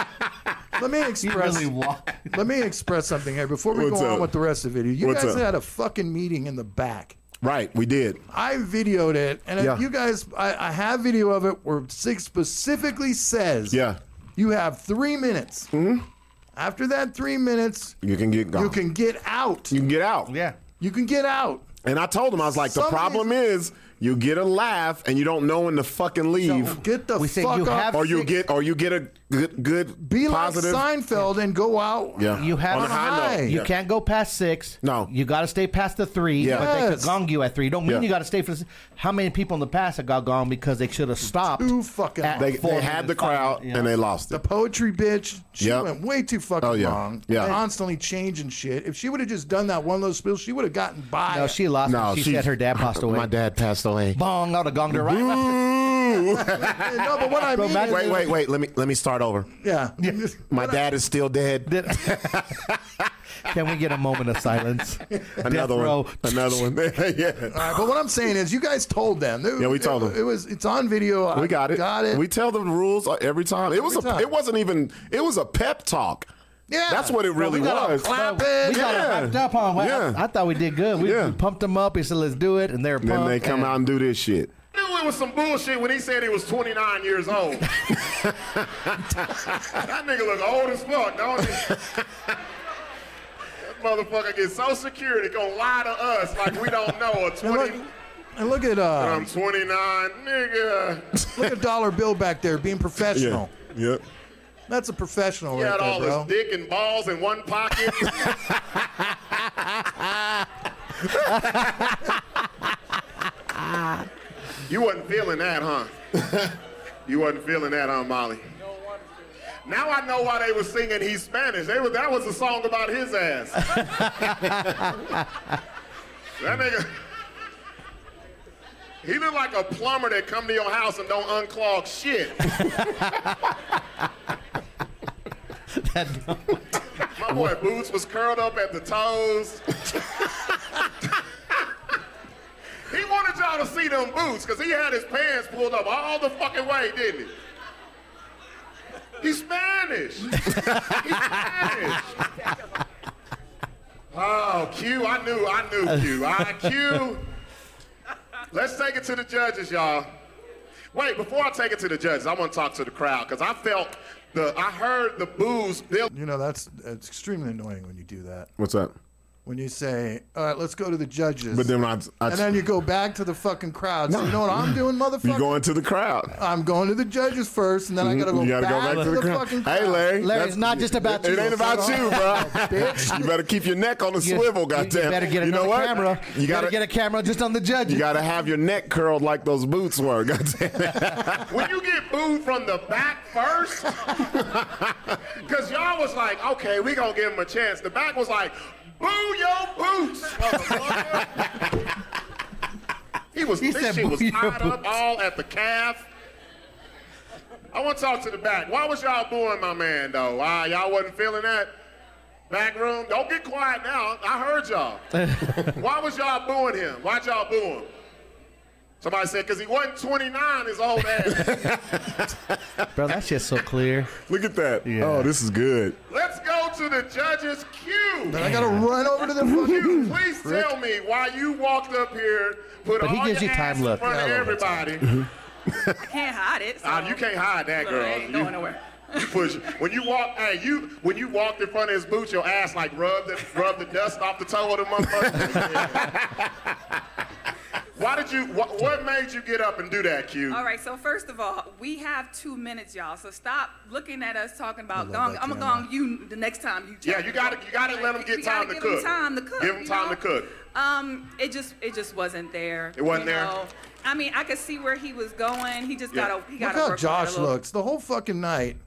Speaker 5: Let me express. Let me express something here before we
Speaker 2: What's
Speaker 5: go
Speaker 2: up?
Speaker 5: on with the rest of the video. You
Speaker 2: What's
Speaker 5: guys
Speaker 2: up?
Speaker 5: had a fucking meeting in the back.
Speaker 2: Right, we did.
Speaker 5: I videoed it, and if
Speaker 2: Yeah.
Speaker 5: you guys, I, I have video of it where six specifically says,
Speaker 2: Yeah.
Speaker 5: you have three minutes. Mm-hmm. After that three minutes,
Speaker 2: You can get gone.
Speaker 5: you can get out.
Speaker 2: you can get out.
Speaker 4: Yeah.
Speaker 5: You can get out.
Speaker 2: And I told him I was like, the
Speaker 5: Somebody-
Speaker 2: problem is you get a laugh and you don't know when to fucking leave.
Speaker 5: Get the
Speaker 4: We said
Speaker 5: fuck
Speaker 4: you
Speaker 5: off.
Speaker 4: have-
Speaker 2: or you get or you get a good good
Speaker 5: Be
Speaker 2: positive.
Speaker 5: like Seinfeld and go out.
Speaker 2: yeah.
Speaker 4: You have-
Speaker 2: on a
Speaker 4: On a
Speaker 2: high, note.
Speaker 5: high.
Speaker 4: You
Speaker 2: Yeah.
Speaker 4: can't go past six.
Speaker 2: No.
Speaker 4: You got to stay past the three.
Speaker 2: Yeah.
Speaker 4: But they could
Speaker 5: Yes.
Speaker 4: gong you at three. Don't mean
Speaker 2: Yeah.
Speaker 4: you got to stay for the. How many people in the past have got gone because they should have stopped?
Speaker 5: Too fucking
Speaker 4: at
Speaker 2: They,
Speaker 4: four
Speaker 2: they had
Speaker 4: minutes,
Speaker 2: the
Speaker 4: five
Speaker 2: crowd
Speaker 4: minutes, yeah.
Speaker 2: and they lost
Speaker 5: The
Speaker 2: it.
Speaker 5: poetry bitch, she
Speaker 2: Yep.
Speaker 5: went way too fucking
Speaker 2: Oh, yeah.
Speaker 5: long.
Speaker 2: Yeah.
Speaker 5: Constantly changing shit. If she would have just done that one of those spills, she would have gotten by.
Speaker 4: No, she lost.
Speaker 2: No,
Speaker 4: it. She
Speaker 2: she's-
Speaker 4: said her dad passed away.
Speaker 2: My dad passed away.
Speaker 4: Bong out of gong to right.
Speaker 2: Ooh,
Speaker 10: Ooh.
Speaker 5: no, but what I mean is,
Speaker 10: wait, wait, wait. Let me let me start over.
Speaker 5: yeah,
Speaker 10: My dad is still dead.
Speaker 4: Can we get a moment of silence? Death
Speaker 10: Another one.
Speaker 4: row.
Speaker 10: Another one. yeah.
Speaker 5: All right, but what I'm saying is, you guys told them. It-
Speaker 10: Yeah, we told
Speaker 5: it-
Speaker 10: them.
Speaker 5: It was it's on video. I
Speaker 10: We got it.
Speaker 5: Got it.
Speaker 10: We tell them the rules uh, every time. It was
Speaker 5: Every
Speaker 10: a.
Speaker 5: time.
Speaker 10: It wasn't even. It was a pep talk.
Speaker 5: Yeah.
Speaker 10: That's what it
Speaker 5: Well,
Speaker 10: really
Speaker 5: we got all
Speaker 10: was.
Speaker 5: clapping.
Speaker 4: We got
Speaker 10: Yeah.
Speaker 4: it hyped up on. Well,
Speaker 10: Yeah.
Speaker 4: I, I thought we did good. We,
Speaker 10: Yeah.
Speaker 4: we pumped them up. He said, "Let's do it," and they're pumped.
Speaker 10: Then they come
Speaker 4: and-
Speaker 10: out and do this shit.
Speaker 2: knew it was some bullshit when he said he was 29 years old. that
Speaker 5: Mm-hmm.
Speaker 2: nigga look old as fuck, don't he? that motherfucker gets so secure they gonna lie to us like we don't know. A
Speaker 5: And
Speaker 2: 20,
Speaker 5: look, and look at uh,
Speaker 2: I'm 29, nigga.
Speaker 5: look at Dollar Bill back there being professional.
Speaker 10: Yep.
Speaker 5: That's a professional
Speaker 2: He
Speaker 5: right
Speaker 2: had
Speaker 5: there,
Speaker 2: all
Speaker 5: bro.
Speaker 2: his dick and balls in one pocket. you wasn't feeling that, huh? You wasn't feeling that, huh, Molly? Now I know why they were singing "He's Spanish." They were, that was a song about his ass. that nigga, he looked like a plumber that come to your house and don't unclog shit. My boy Boots was curled up at the toes. he wanted y'all to see them boots because he had his pants pulled up all the fucking way, didn't he? He's Spanish. He's Spanish. Oh, Q, I knew, I knew Q. I Q. Let's take it to the judges, y'all. Wait, before I take it to the judges, I want to talk to the crowd because I felt the, I heard the booze build.
Speaker 5: You know, that's it's extremely annoying when you do that.
Speaker 10: What's up?
Speaker 5: When you say, "All right, let's go to the judges,"
Speaker 10: But then I, I
Speaker 5: and then you go back to the fucking crowd. So you know what I'm doing, motherfucker?
Speaker 10: you go into the crowd.
Speaker 5: I'm going to the judges first, and then I gotta go,
Speaker 10: Mm-hmm. you gotta
Speaker 5: back,
Speaker 10: go back to the, crowd.
Speaker 5: fucking crowd.
Speaker 10: Hey, Larry.
Speaker 4: Larry, it's not just about
Speaker 10: it,
Speaker 4: you.
Speaker 10: It ain't about you, bro. you better keep your neck on the
Speaker 4: You-
Speaker 10: swivel,
Speaker 4: you-
Speaker 10: goddamn.
Speaker 4: You better get another
Speaker 10: know what?
Speaker 4: camera.
Speaker 10: You gotta,
Speaker 4: get a camera just on the judges.
Speaker 10: you gotta have your neck curled like those boots were, goddamn.
Speaker 2: when you get booed from the back first, because y'all was like, okay, we gonna give him a chance. The back was like, boo your boots, motherfucker. he was,
Speaker 4: He
Speaker 2: this
Speaker 4: said,
Speaker 2: shit was
Speaker 4: "Boo your
Speaker 2: tied up
Speaker 4: boots."
Speaker 2: all at the calf. I want to talk to the back. Why was y'all booing my man though? Why y'all wasn't feeling that? Back room, don't get quiet now. I heard y'all. Why was y'all booing him? Why'd y'all boo him? Somebody said, because he wasn't 29, his old ass.
Speaker 4: Bro, that shit's so clear.
Speaker 10: Look at that.
Speaker 4: Yeah.
Speaker 10: Oh, this is good.
Speaker 2: Let's go to the judges' queue.
Speaker 5: I gotta run over to the fucking.
Speaker 2: You, Please tell me why you walked up here, put
Speaker 4: But
Speaker 2: all
Speaker 4: he gives
Speaker 2: your
Speaker 4: you time
Speaker 2: ass in
Speaker 4: left.
Speaker 2: front of
Speaker 4: Yeah, I love
Speaker 2: everybody.
Speaker 11: Can't hide it. So.
Speaker 2: Ah, you can't hide that,
Speaker 11: So
Speaker 2: girl.
Speaker 11: I ain't
Speaker 2: You-
Speaker 11: going nowhere.
Speaker 2: you push. When you walk, hey, you when you walked in front of his boots, your ass like rubbed the, rubbed the dust off the toe of the motherfucker. why did you? What, what made you get up and do that, Q?
Speaker 11: All right, so first of all, we have two minutes, y'all. So stop looking at us talking about gong. I'm gonna gong you the next time you.
Speaker 2: Yeah,
Speaker 11: try.
Speaker 2: you gotta you gotta let him
Speaker 11: We
Speaker 2: get time
Speaker 11: gotta
Speaker 2: to
Speaker 11: give 'em
Speaker 2: cook.
Speaker 11: time to cook,
Speaker 2: Give him
Speaker 11: you
Speaker 2: time
Speaker 11: know?
Speaker 2: to cook.
Speaker 11: Um, it just it just wasn't there.
Speaker 2: It wasn't
Speaker 11: you
Speaker 2: there?
Speaker 11: know? I mean, I could see where he was going. He just
Speaker 2: Yeah.
Speaker 11: gotta he
Speaker 5: Look
Speaker 11: gotta work
Speaker 5: how
Speaker 11: on it a
Speaker 5: Josh
Speaker 11: little.
Speaker 5: looks the whole fucking night.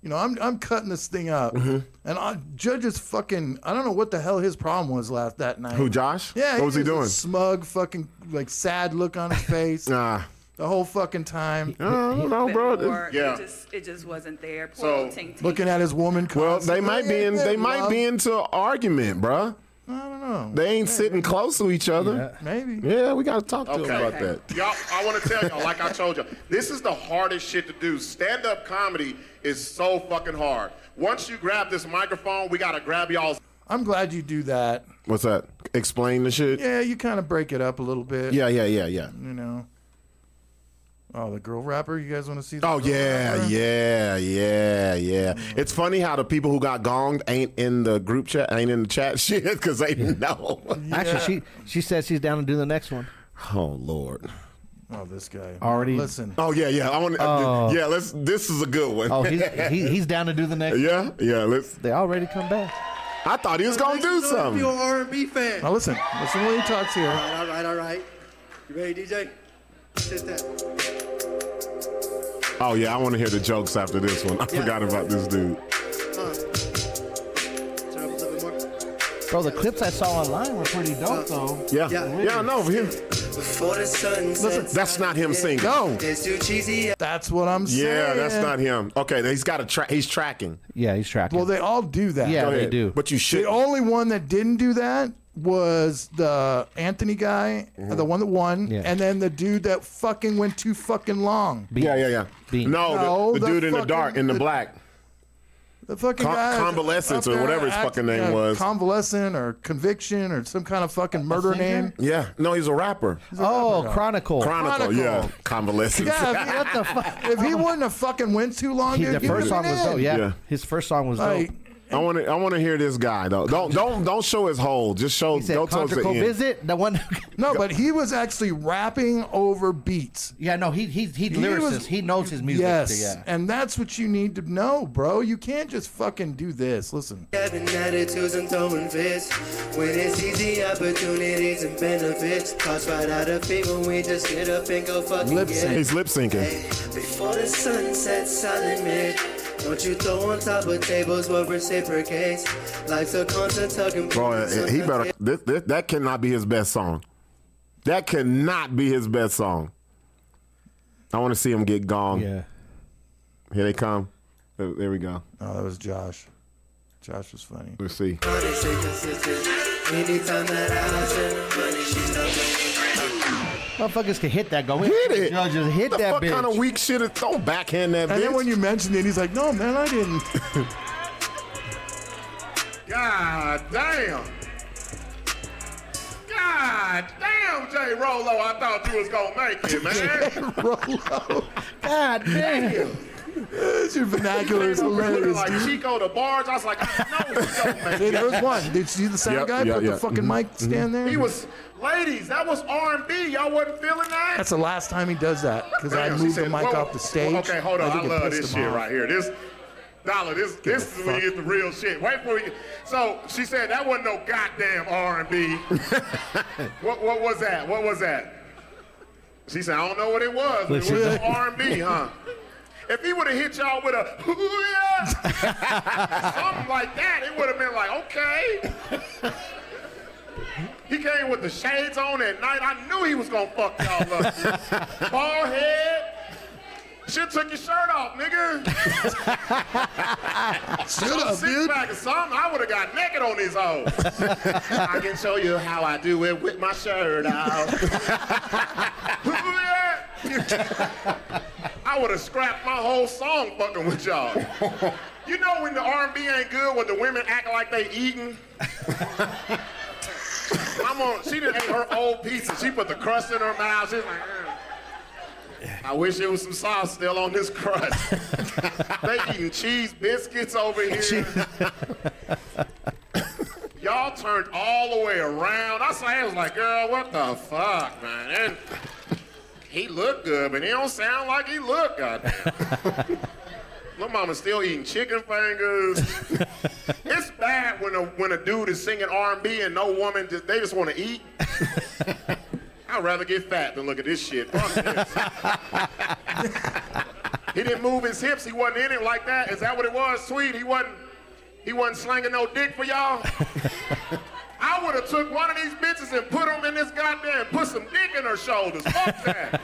Speaker 5: You know, I'm I'm cutting this thing up,
Speaker 10: Mm-hmm.
Speaker 5: and I, judges fucking I don't know what the hell his problem was last that night.
Speaker 10: Who, Josh?
Speaker 5: Yeah,
Speaker 10: What was he
Speaker 5: a
Speaker 10: doing?
Speaker 5: smug, fucking like sad look on his face
Speaker 10: Nah.
Speaker 5: the whole fucking time,
Speaker 10: I don't know,
Speaker 11: bit
Speaker 10: bro.
Speaker 11: more.
Speaker 2: Yeah.
Speaker 11: It just it just wasn't there. Poor
Speaker 2: So-
Speaker 11: little Ting Ting.
Speaker 5: looking at his woman.
Speaker 10: Well,
Speaker 5: constantly.
Speaker 10: they might be in. They might be into an argument, bruh.
Speaker 5: I don't know.
Speaker 10: They ain't sitting close to each other.
Speaker 5: Maybe.
Speaker 10: Yeah, we gotta talk to 'em
Speaker 2: Okay.
Speaker 10: about that.
Speaker 2: Y'all, I want to tell y'all, like I told y'all, this is the hardest shit to do. Stand up comedy is so fucking hard. Once you grab this microphone, we gotta grab y'all's.
Speaker 5: I'm glad you do that.
Speaker 10: What's that? Explain the shit.
Speaker 5: Yeah, you kind of break it up a little bit.
Speaker 10: Yeah, yeah, yeah, yeah.
Speaker 5: You know. Oh, the girl rapper. You guys want to see? The
Speaker 10: Oh
Speaker 5: girl
Speaker 10: yeah,
Speaker 5: rapper?
Speaker 10: yeah, yeah, yeah. It's funny how the people who got gonged ain't in the group chat, ain't in the chat shit because they know.
Speaker 4: Actually, she she says she's down to do the next one.
Speaker 10: Oh Lord.
Speaker 5: Oh, this guy.
Speaker 4: Already-
Speaker 5: Listen.
Speaker 10: Oh yeah, yeah. I want.
Speaker 4: Oh.
Speaker 10: Yeah, let's. This is a good one.
Speaker 4: Oh, he's he, he's down to do the next.
Speaker 10: yeah, yeah. Let's.
Speaker 4: They already come back.
Speaker 10: I thought he was gonna do
Speaker 6: If you're
Speaker 10: something.
Speaker 6: an R&B fan.
Speaker 5: Now listen. Listen when he talks here.
Speaker 6: All right, all right. You ready, DJ? Sit down.
Speaker 10: Oh yeah, I want to hear the jokes after this one. I forgot about this dude.
Speaker 6: Uh, turn up a little bit more.
Speaker 4: Bro, the clips I saw online were pretty dope though.
Speaker 10: Yeah,
Speaker 6: Yeah.
Speaker 10: yeah. I know. Him.
Speaker 6: Before the sun sets.
Speaker 10: That's not him singing.
Speaker 5: Go.
Speaker 6: It's too cheesy.
Speaker 5: That's what I'm saying.
Speaker 10: Yeah, that's not him. Okay, he's got a track. He's tracking.
Speaker 4: Yeah, he's tracking.
Speaker 5: Well, they all do that.
Speaker 4: Yeah.
Speaker 10: Go
Speaker 4: they
Speaker 10: ahead.
Speaker 4: do.
Speaker 10: But you
Speaker 5: The
Speaker 10: should.
Speaker 5: only one that didn't do that was the Anthony guy,
Speaker 10: Mm-hmm.
Speaker 5: the one that won,
Speaker 4: Yeah.
Speaker 5: and then the dude that fucking went too fucking long.
Speaker 10: yeah, yeah, yeah.
Speaker 4: Beans.
Speaker 10: No, the-
Speaker 5: No,
Speaker 10: the,
Speaker 5: the
Speaker 10: dude in the
Speaker 5: fucking-
Speaker 10: dark, in the,
Speaker 5: the-
Speaker 10: black.
Speaker 5: The fucking
Speaker 10: Con-
Speaker 5: guy,
Speaker 10: Convalescence
Speaker 5: up
Speaker 10: or
Speaker 5: there
Speaker 10: whatever his
Speaker 5: act-
Speaker 10: fucking name
Speaker 5: yeah,
Speaker 10: was.
Speaker 5: convalescent or conviction or some kind of fucking murder
Speaker 4: singer?
Speaker 5: name.
Speaker 10: Yeah. No, he's a rapper.
Speaker 4: oh, Chronicle.
Speaker 10: Chronicle,
Speaker 5: Chronicle.
Speaker 10: Yeah. Convalescence.
Speaker 5: Yeah, if, what the fuck? If he wouldn't have fucking went too long,
Speaker 4: He-
Speaker 5: dude,
Speaker 4: the
Speaker 5: he
Speaker 4: first
Speaker 5: would've
Speaker 4: song
Speaker 5: been
Speaker 4: was
Speaker 5: in.
Speaker 4: dope. Yeah,
Speaker 10: Yeah.
Speaker 4: his first song was dope.
Speaker 5: Like,
Speaker 10: I want to. I want to hear this guy though. Don't don't don't show his whole. Just show.
Speaker 4: he said,
Speaker 10: go towards the
Speaker 4: "Conjugal
Speaker 10: end.
Speaker 4: visit." The one.
Speaker 5: no, but he was actually rapping over beats.
Speaker 4: yeah, no, he he he, lyricist.
Speaker 5: was-
Speaker 4: he knows his music.
Speaker 5: yes,
Speaker 4: so yeah.
Speaker 5: and that's what you need to know, bro. You can't just fucking do this. Listen,
Speaker 6: Having attitudes and throwing fists. When it's easy, opportunities and benefits. Tossed right out of people, we just get up and go fucking
Speaker 5: Lip
Speaker 6: get
Speaker 5: sync.
Speaker 6: it.
Speaker 10: He's lip syncing.
Speaker 6: Before the sun sets solid mid. Don't you throw on top of tables what reciprocates. Life's a constant tugging.
Speaker 10: Bro, he better. This, this, that cannot be his best song. That cannot be his best song. I want to see him get gong.
Speaker 4: Yeah.
Speaker 10: Here they come. There, there we go.
Speaker 5: oh, that was Josh. Josh was funny.
Speaker 10: Let's see.
Speaker 6: Money, stay consistent. Anytime that I send money, she's not
Speaker 4: Motherfuckers can hit that. Go
Speaker 10: Hit it.
Speaker 4: Judges hit
Speaker 10: the
Speaker 4: that
Speaker 10: fuck
Speaker 4: bitch.
Speaker 10: kind of weak shit is? Don't backhand
Speaker 5: And
Speaker 10: that bitch.
Speaker 5: then when you mentioned it, he's like, "No, man, I didn't."
Speaker 2: God damn. God damn, J. Rolo, I thought you was gonna make it, man.
Speaker 5: Rolo,
Speaker 4: God damn.
Speaker 5: That's your vernacular is hilarious.
Speaker 2: like
Speaker 5: dude.
Speaker 2: Chico the Barge, I was like, "Ah." I know he's gonna make
Speaker 5: Hey,
Speaker 2: it.
Speaker 5: there was one. Did you see the sound
Speaker 10: Yep,
Speaker 5: guy
Speaker 10: yeah,
Speaker 5: put
Speaker 10: yeah.
Speaker 5: the fucking
Speaker 2: Mm-hmm.
Speaker 5: mic stand there?
Speaker 2: He was, ladies, that was R&B. Y'all wasn't feeling that?
Speaker 5: That's the last time he does that because I
Speaker 2: Damn, she
Speaker 5: moved the
Speaker 2: said,
Speaker 5: mic
Speaker 2: whoa,
Speaker 5: off the stage.
Speaker 2: whoa, Okay, hold on.
Speaker 5: I
Speaker 2: I,
Speaker 5: think it
Speaker 2: love
Speaker 5: pissed
Speaker 2: this
Speaker 5: him
Speaker 2: shit
Speaker 5: off.
Speaker 2: right here. This dollar, this this is when you get the real shit. Wait for you. So she said that wasn't no goddamn R and B. What what was that? What was that? She said, I don't know what it was. but It was R and B, huh? If he would have hit y'all with a "Ooh, yeah," something like that, it would have been like, okay. He came with the shades on at night. I knew he was gonna fuck y'all up. Bald head. Shit took your shirt off, nigga.
Speaker 5: Shut up,
Speaker 2: Six
Speaker 5: dude.
Speaker 2: pack or something. I would have got naked on these hoes. I can show you how I do it with my shirt out. I would have scrapped my whole song fucking with y'all. You know when the R&B ain't good, when the women act like they eating. I'm on. She didn't ate her old pizza. She put the crust in her mouth. She's like. "Mm." I wish there was some sauce still on this crust. they eating cheese biscuits over here. Y'all turned all the way around. I saw. I was like, girl, what the fuck, man? And he looked good, but he don't sound like he looked. Goddamn. Little mama still eating chicken fingers. it's bad when a when a dude is singing R&B and no woman just, they just want to eat. I'd rather get fat than look at this shit. Fuck this.
Speaker 5: Mm-hmm.
Speaker 2: He didn't move his hips. He wasn't in it like that. Is that what it was, sweet? He wasn't. He wasn't slinging no dick for y'all. I would have took one of these bitches and put them in this goddamn, put some dick in her shoulders. Fuck that.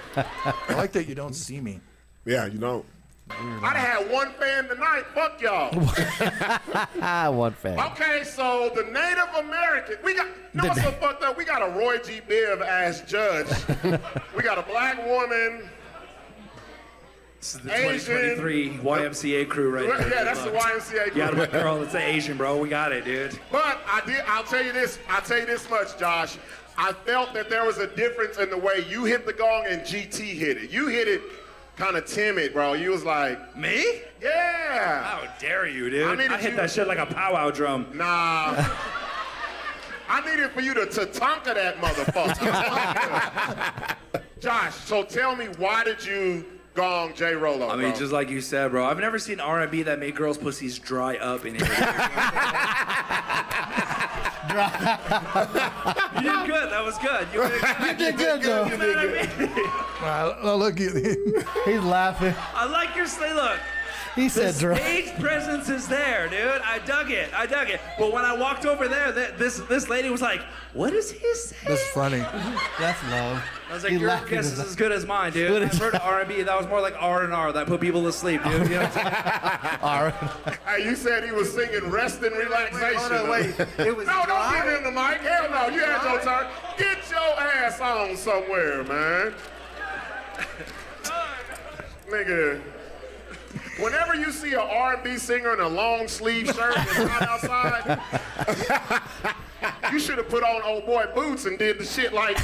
Speaker 5: I like that you don't see me.
Speaker 10: yeah, you know.
Speaker 2: I'd have had one fan tonight. Fuck y'all.
Speaker 4: Ah, one fan.
Speaker 2: Okay, so the Native American, we got, you know what's so fucked up? We got a Roy G. Biv ass judge. we got a black woman.
Speaker 3: This is the
Speaker 2: Asian.
Speaker 3: 2023 YMCA crew right
Speaker 2: Yeah,
Speaker 3: here.
Speaker 2: that's the
Speaker 3: Look.
Speaker 2: YMCA
Speaker 3: Yeah,
Speaker 2: crew.
Speaker 3: but girl, it's the Asian, bro. We got it, dude.
Speaker 2: But I did. I'll tell you this. I'll tell you this much, Josh. I felt that there was a difference in the way you hit the gong and GT hit it. You hit it kind of timid, bro. You was like,
Speaker 3: Me?
Speaker 2: yeah,
Speaker 3: How dare you, dude?
Speaker 2: I
Speaker 3: I,
Speaker 2: needed
Speaker 3: hit
Speaker 2: you-
Speaker 3: that shit like a powwow drum.
Speaker 2: nah. I needed for you to tatanka that motherfucker. Josh, so tell me, why did you gong J Rolo?
Speaker 3: I mean,
Speaker 2: bro?
Speaker 3: just like you said, bro. I've never seen R&B that made girls' pussies dry up in here. you did good. That was good. You did good.
Speaker 4: You did good though.
Speaker 3: You know what I mean?
Speaker 5: Well, look, you,
Speaker 4: He's laughing.
Speaker 3: I like your say. Look,
Speaker 4: He said
Speaker 3: the
Speaker 4: drunk.
Speaker 3: stage presence is there, dude. I dug it. I dug it. But when I walked over there, th- this this lady was like, "What is he saying?"
Speaker 5: That's funny.
Speaker 7: That's low.
Speaker 3: I was like,
Speaker 4: He
Speaker 3: "Your
Speaker 4: laughed
Speaker 3: guess
Speaker 4: at
Speaker 3: is
Speaker 4: his-
Speaker 3: as good as mine, dude." I've heard R&B. That was more like R and R that put people to sleep, dude. You know what I'm saying?
Speaker 2: Hey, you said he was singing rest and relaxation.
Speaker 7: It was
Speaker 2: No, don't
Speaker 7: dry.
Speaker 2: give him the mic. Hell no, you had your turn. Get your ass on somewhere, man. Nigga. Whenever you see an R&B singer in a long sleeve shirt and it's hot outside, you should have put on old boy boots and did the shit like.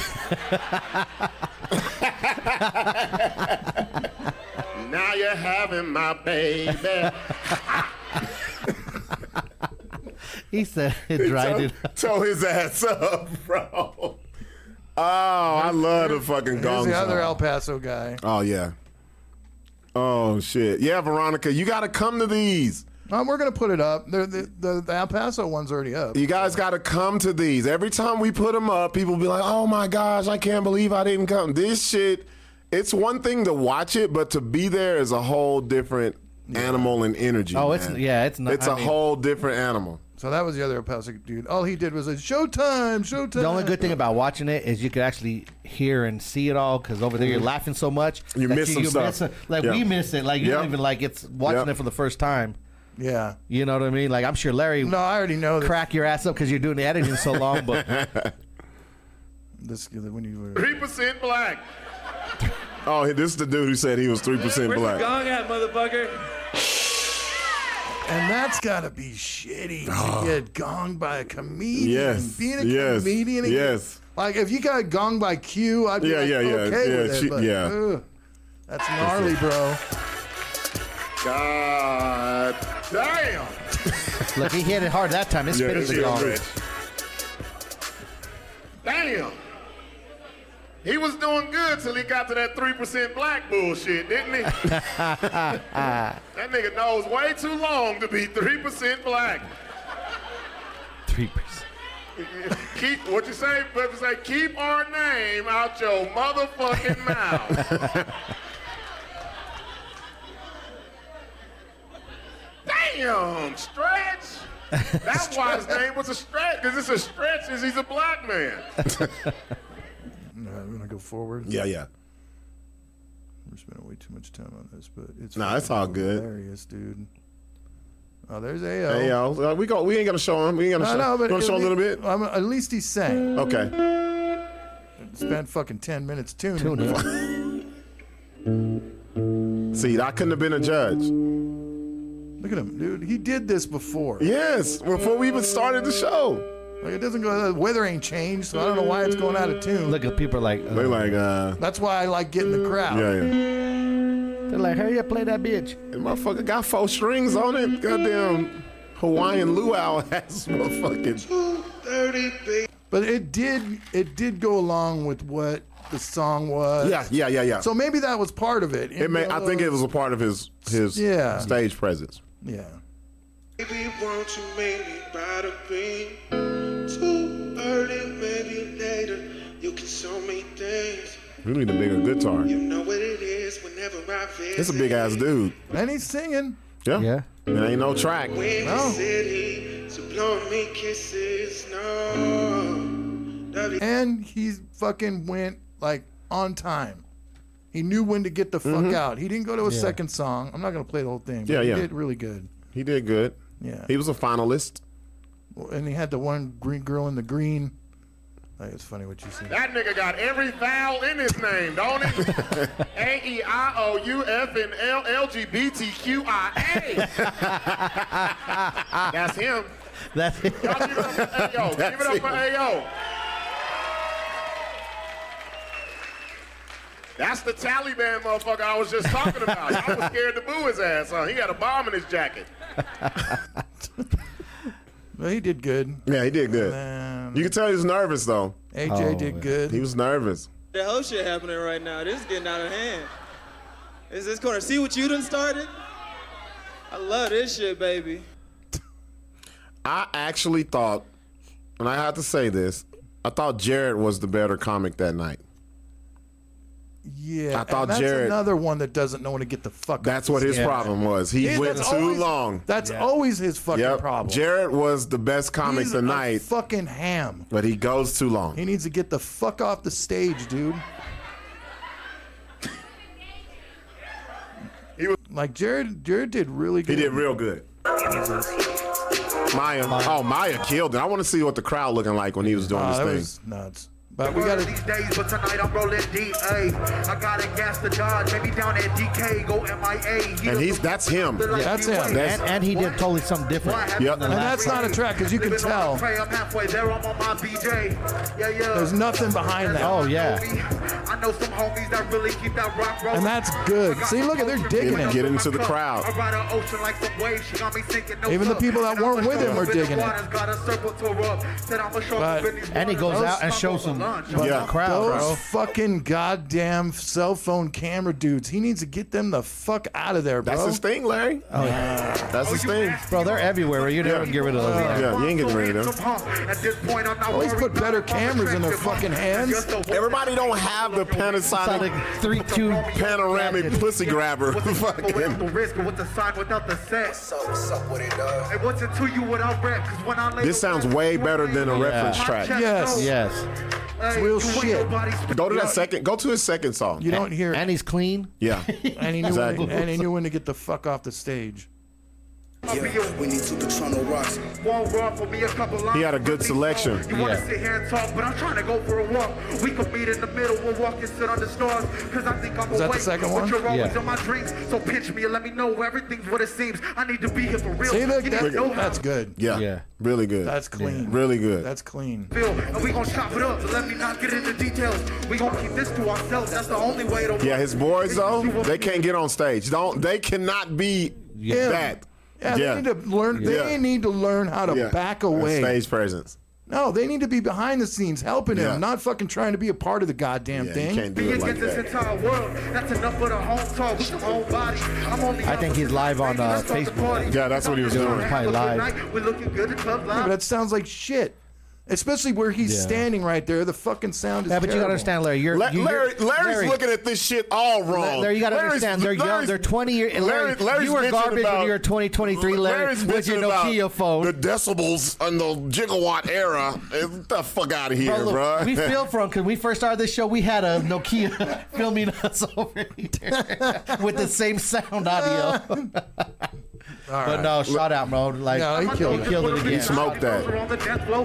Speaker 2: now you're having my baby.
Speaker 4: He said it dried it. up.
Speaker 10: Toe his ass up, bro. Oh, I love the fucking
Speaker 5: Here's
Speaker 10: gong
Speaker 5: the other
Speaker 10: show.
Speaker 5: El Paso guy.
Speaker 10: Oh yeah. Oh shit. Yeah, Veronica, you gotta come to these.
Speaker 5: Um, we're gonna put it up. They're- The, the, the El Paso one's already up.
Speaker 10: You guys gotta come to these. Every time we put them up, people be like, "Oh my gosh, I can't believe I didn't come." This shit. It's one thing to watch it, but to be there is a whole different animal and energy.
Speaker 4: Oh, it's-
Speaker 10: man.
Speaker 4: yeah, it's not-
Speaker 10: It's
Speaker 4: I
Speaker 10: a
Speaker 4: mean-
Speaker 10: whole different animal.
Speaker 5: So that was the other El Paso dude. All he did was a showtime, showtime.
Speaker 4: The only good thing about watching it is you could actually hear and see it all because over there
Speaker 5: Mm-hmm.
Speaker 4: you're laughing so much.
Speaker 10: You
Speaker 4: that
Speaker 10: miss some stuff.
Speaker 4: miss it. like
Speaker 10: Yeah.
Speaker 4: we miss it. Like you
Speaker 10: Yep.
Speaker 4: don't even like it's watching
Speaker 10: Yep.
Speaker 4: it for the first time.
Speaker 5: Yeah.
Speaker 4: You know what I mean? Like I'm sure Larry
Speaker 5: No, I already know that
Speaker 4: crack your ass up because you're doing the editing so long. But
Speaker 5: this when you were.
Speaker 2: Three percent black.
Speaker 10: Oh, this is the dude who said he was three percent
Speaker 3: Where's the
Speaker 10: black.
Speaker 3: gong at, motherfucker?
Speaker 5: And that's gotta be shitty to get gonged by a comedian.
Speaker 10: Ah. Yes.
Speaker 5: Being a
Speaker 10: Yes.
Speaker 5: comedian. and-
Speaker 10: Yes.
Speaker 5: Like if you got gonged by Q, I'd be
Speaker 10: Yeah,
Speaker 5: like,
Speaker 10: yeah, yeah,
Speaker 5: okay
Speaker 10: yeah,
Speaker 5: with it.
Speaker 10: she-
Speaker 5: but,
Speaker 10: yeah.
Speaker 5: ugh, that's gnarly, bro.
Speaker 2: God damn.
Speaker 4: look, he hit it hard that time. It spit
Speaker 10: Yeah,
Speaker 4: in the
Speaker 10: yeah,
Speaker 4: gong.
Speaker 10: right.
Speaker 2: Damn. He was doing good till he got to that 3% black bullshit, didn't he? that nigga knows way too long to be 3% black.
Speaker 4: Three percent.
Speaker 2: Keep what you say, but you say keep our name out your motherfucking mouth. Damn, stretch. That's why his name was a stretch, because it's a stretch is he's a black man.
Speaker 5: No, I'm gonna go forward.
Speaker 10: Yeah, yeah.
Speaker 5: We're spending way too much time on this, but it's
Speaker 10: Nah, it's
Speaker 5: fucking
Speaker 10: all good.
Speaker 5: Hilarious, dude. Oh, there's AO.
Speaker 10: Hey yo, uh, we go. We ain't gonna show him. We ain't gonna
Speaker 5: I
Speaker 10: show.
Speaker 5: know, but
Speaker 10: you wanna
Speaker 5: at
Speaker 10: show a little
Speaker 5: least-
Speaker 10: bit?
Speaker 5: I'm, at least he sang.
Speaker 10: Okay.
Speaker 5: Spent fucking ten minutes tuning.
Speaker 10: See, I couldn't have been a judge.
Speaker 5: Look at him, dude. He did this before.
Speaker 10: Yes, before we even started the show.
Speaker 5: Like it doesn't go. The weather ain't changed, so I don't know why it's going out of tune.
Speaker 4: Look, at people are like uh,
Speaker 10: They like, uh,
Speaker 5: That's why I like getting the crowd.
Speaker 10: yeah, yeah.
Speaker 4: they're like, hurry up, play that bitch.
Speaker 10: The motherfucker got four strings on it. Goddamn Hawaiian luau ass motherfucking.
Speaker 5: But it did. It did go along with what the song was.
Speaker 10: Yeah, yeah, yeah, yeah.
Speaker 5: So maybe that was part of it.
Speaker 10: it may. I think it was a part of his his
Speaker 5: Yeah.
Speaker 10: stage presence.
Speaker 5: Yeah.
Speaker 12: Baby, won't you make me buy the green? Too early, maybe later. You can show me things.
Speaker 10: We need a bigger guitar.
Speaker 12: You know what it is whenever I visit.
Speaker 10: It's a big ass dude.
Speaker 5: And he's singing.
Speaker 10: Yeah.
Speaker 4: Yeah.
Speaker 10: It ain't no track.
Speaker 12: In the
Speaker 5: No.
Speaker 12: city, so blow me kisses. No. Love you.
Speaker 5: and he fucking went like on time. He knew when to get the fuck
Speaker 2: Mm-hmm.
Speaker 5: out. He didn't go to a second song. I'm not gonna play the whole thing. But
Speaker 10: Yeah,
Speaker 5: he
Speaker 10: yeah.
Speaker 5: Did really good.
Speaker 10: He did good.
Speaker 5: Yeah.
Speaker 10: He was a finalist.
Speaker 5: and he had the one green girl in the green. Like, it's funny what you said.
Speaker 2: That nigga got every vowel in his name, don't he? A E I O U F and L L G B T Q I A. That's him.
Speaker 4: That's it.
Speaker 2: Y'all give it up for AO. Give it up for AO. That's the Taliban motherfucker I was just talking about. I was scared to boo his ass on. He got a bomb in his jacket.
Speaker 5: But he did good.
Speaker 10: Yeah, he did good.
Speaker 5: Um,
Speaker 10: You can tell he was nervous though.
Speaker 5: AJ
Speaker 4: Oh,
Speaker 5: did
Speaker 4: man.
Speaker 5: good.
Speaker 10: He was nervous.
Speaker 7: That whole shit happening right now. This is getting out of hand. Is this corner? See what you done started? I love this shit, baby.
Speaker 10: I actually thought, and I have to say this, I thought Jared was the better comic that night.
Speaker 5: Yeah,
Speaker 2: I thought
Speaker 5: and that's
Speaker 2: Jared-
Speaker 5: another one that doesn't know when to get the fuck. up
Speaker 2: That's
Speaker 5: to
Speaker 2: what his
Speaker 5: speed.
Speaker 2: problem was. He
Speaker 5: Yeah,
Speaker 2: went
Speaker 5: that's
Speaker 2: too
Speaker 5: always-
Speaker 2: long.
Speaker 5: That's always his fucking
Speaker 2: Yep.
Speaker 5: problem.
Speaker 2: Jared was the best comic
Speaker 5: He's a
Speaker 2: tonight,
Speaker 5: fucking ham.
Speaker 2: but he goes too long.
Speaker 5: He needs to get the fuck off the stage, dude.
Speaker 3: He was
Speaker 5: like Jared. Jared did really
Speaker 2: He
Speaker 5: good.
Speaker 2: did real good. Maya. Oh, Maya killed it. I want to see what the crowd looking like when he was doing
Speaker 5: Oh,
Speaker 2: this
Speaker 5: that
Speaker 2: thing.
Speaker 5: was nuts. But we gotta.
Speaker 10: these days, but tonight I'm rolling DA. I gotta gas the Dodge, maybe down at DK, go MIA.
Speaker 2: And he's that's him.
Speaker 5: That's him.
Speaker 2: That's-
Speaker 4: and, and he did totally something different.
Speaker 2: Yep.
Speaker 5: And that's not a track, because you can tell
Speaker 10: Pray, I'm halfway there, I'm on my BJ. Yeah, yeah.
Speaker 5: there's nothing behind that.
Speaker 4: Oh yeah.
Speaker 10: I know some homies that really keep that rock rolling.
Speaker 5: And that's good. See, look at they're digging
Speaker 2: Get,
Speaker 5: it.
Speaker 2: get into the crowd.
Speaker 10: I ride an ocean like some waves. She got me thinking no
Speaker 5: Even the
Speaker 10: love.
Speaker 5: people that
Speaker 10: And I
Speaker 5: weren't
Speaker 10: went
Speaker 5: with him
Speaker 10: up
Speaker 5: were
Speaker 10: in the
Speaker 5: digging it.
Speaker 10: waters, Got a circle to rub. Said I'm a shark
Speaker 5: But-
Speaker 10: up in these
Speaker 4: And he
Speaker 10: waters.
Speaker 4: goes out and
Speaker 10: Stumble
Speaker 4: shows
Speaker 10: for
Speaker 4: some
Speaker 10: lunch.
Speaker 4: but
Speaker 2: Yeah.
Speaker 4: the crowd,
Speaker 5: Those
Speaker 4: bro.
Speaker 5: fucking goddamn cell phone camera dudes. He needs to get them the fuck out of there, bro.
Speaker 2: That's his thing, Larry. Oh yeah. That's his thing.
Speaker 4: Bro, they're everywhere. You never get rid of those.
Speaker 2: Yeah, you ain't getting rid of them.
Speaker 10: At this point, I'm not
Speaker 5: Always
Speaker 10: worried
Speaker 5: put
Speaker 10: about
Speaker 5: better
Speaker 10: it. I'm
Speaker 5: cameras in their fucking
Speaker 10: attractive. It's
Speaker 5: hands.
Speaker 10: just a woman.
Speaker 2: Everybody don't have the
Speaker 4: Sonic
Speaker 2: Panasonic
Speaker 4: three two
Speaker 2: panoramic pussy grabber.
Speaker 10: What's the fuck without
Speaker 2: Fucking.
Speaker 10: the risk and what's the sign without the sex?
Speaker 6: So what's up with it, uh? dog?
Speaker 10: And what's it to you without rap? 'Cause when I lay
Speaker 2: This
Speaker 10: the
Speaker 2: sounds
Speaker 10: rap,
Speaker 2: way
Speaker 10: you
Speaker 2: better than a
Speaker 10: ain't
Speaker 2: reference
Speaker 10: my
Speaker 2: track.
Speaker 10: chest
Speaker 5: Yes.
Speaker 10: knows.
Speaker 4: Yes.
Speaker 10: Hey,
Speaker 5: real
Speaker 10: you ain't
Speaker 5: shit.
Speaker 10: nobody's-
Speaker 2: Go to that second. Go to his second song.
Speaker 5: You don't hear
Speaker 4: And
Speaker 5: it.
Speaker 4: he's clean.
Speaker 2: Yeah.
Speaker 5: And he knew
Speaker 2: Exactly.
Speaker 5: when, and he knew when to get the fuck off the stage.
Speaker 10: Yeah.
Speaker 6: We need two Patronal rocks.
Speaker 10: One run for me, a couple lines.
Speaker 2: had a good selection.
Speaker 10: You wanna
Speaker 4: Yeah.
Speaker 10: sit here and talk, but I'm trying to go for a walk. We could meet in the middle, we'll walk and sit under stars. Cause I think I'm
Speaker 5: Is that the
Speaker 10: awake.
Speaker 5: second
Speaker 10: but
Speaker 5: one?
Speaker 10: you're always
Speaker 4: Yeah.
Speaker 10: in my dreams. So pinch me and let me know everything's what it seems. I need to be here for real.
Speaker 5: See, look,
Speaker 10: You need to
Speaker 5: that,
Speaker 10: know how
Speaker 5: that's good.
Speaker 2: Yeah.
Speaker 4: Yeah.
Speaker 2: Really good.
Speaker 5: That's clean.
Speaker 2: Really good.
Speaker 5: That's clean.
Speaker 10: I feel. And we gon' chop it up. Let me not get into details. We gon' keep this to ourselves. That's the only way to
Speaker 2: Yeah, his boys though, they can't get on stage. Don't they cannot be
Speaker 5: Yeah.
Speaker 2: that.
Speaker 5: Yeah,
Speaker 2: Yeah.
Speaker 5: they need to learn. They
Speaker 2: Yeah.
Speaker 5: need to learn how to
Speaker 2: Yeah.
Speaker 5: back away.
Speaker 2: Stage presence.
Speaker 5: No, they need to be behind the scenes helping
Speaker 2: Yeah.
Speaker 5: him, not fucking trying to be a part of the goddamn
Speaker 2: Yeah, you
Speaker 5: thing.
Speaker 2: can't
Speaker 10: Be
Speaker 2: do it like
Speaker 10: against this
Speaker 2: that.
Speaker 10: entire world. That's enough for the home talk. We some home bodies. I'm only
Speaker 4: I think he's live on, uh,
Speaker 10: Let's start the
Speaker 4: Facebook.
Speaker 10: party.
Speaker 2: Yeah, that's what he was
Speaker 10: Have a
Speaker 2: doing.
Speaker 10: good
Speaker 4: Probably live.
Speaker 10: night. We're looking good. The club
Speaker 5: Yeah,
Speaker 10: live.
Speaker 5: but that sounds like shit. Especially where he's
Speaker 4: Yeah.
Speaker 5: standing right there, the fucking sound is.
Speaker 4: Yeah, but you gotta
Speaker 5: terrible.
Speaker 4: understand, Larry. You're,
Speaker 2: La-
Speaker 4: you,
Speaker 2: Larry,
Speaker 4: you're-
Speaker 2: Larry's
Speaker 4: Larry,
Speaker 2: looking at this shit all wrong.
Speaker 4: Larry, you gotta
Speaker 2: Larry's-
Speaker 4: understand. They're young.
Speaker 2: Larry's-
Speaker 4: They're 20 years. Larry,
Speaker 2: Larry's
Speaker 4: you were
Speaker 2: bitching
Speaker 4: garbage
Speaker 2: about-
Speaker 4: when you were 2023, Larry,
Speaker 2: Larry's
Speaker 4: with your
Speaker 2: bitching about
Speaker 4: Nokia phone.
Speaker 2: The decibels on the gigawatt era. Eh, Get the fuck out of here,
Speaker 4: Bro,
Speaker 2: bro.
Speaker 4: look, we feel for him because we first started this show. We had a Nokia filming us over here with the same
Speaker 10: Uh,
Speaker 4: sound audio. But no, shout out, bro. Like
Speaker 5: No, he
Speaker 4: he
Speaker 5: killed
Speaker 4: killed,
Speaker 5: it.
Speaker 4: it
Speaker 2: He
Speaker 4: again.
Speaker 2: smoked that.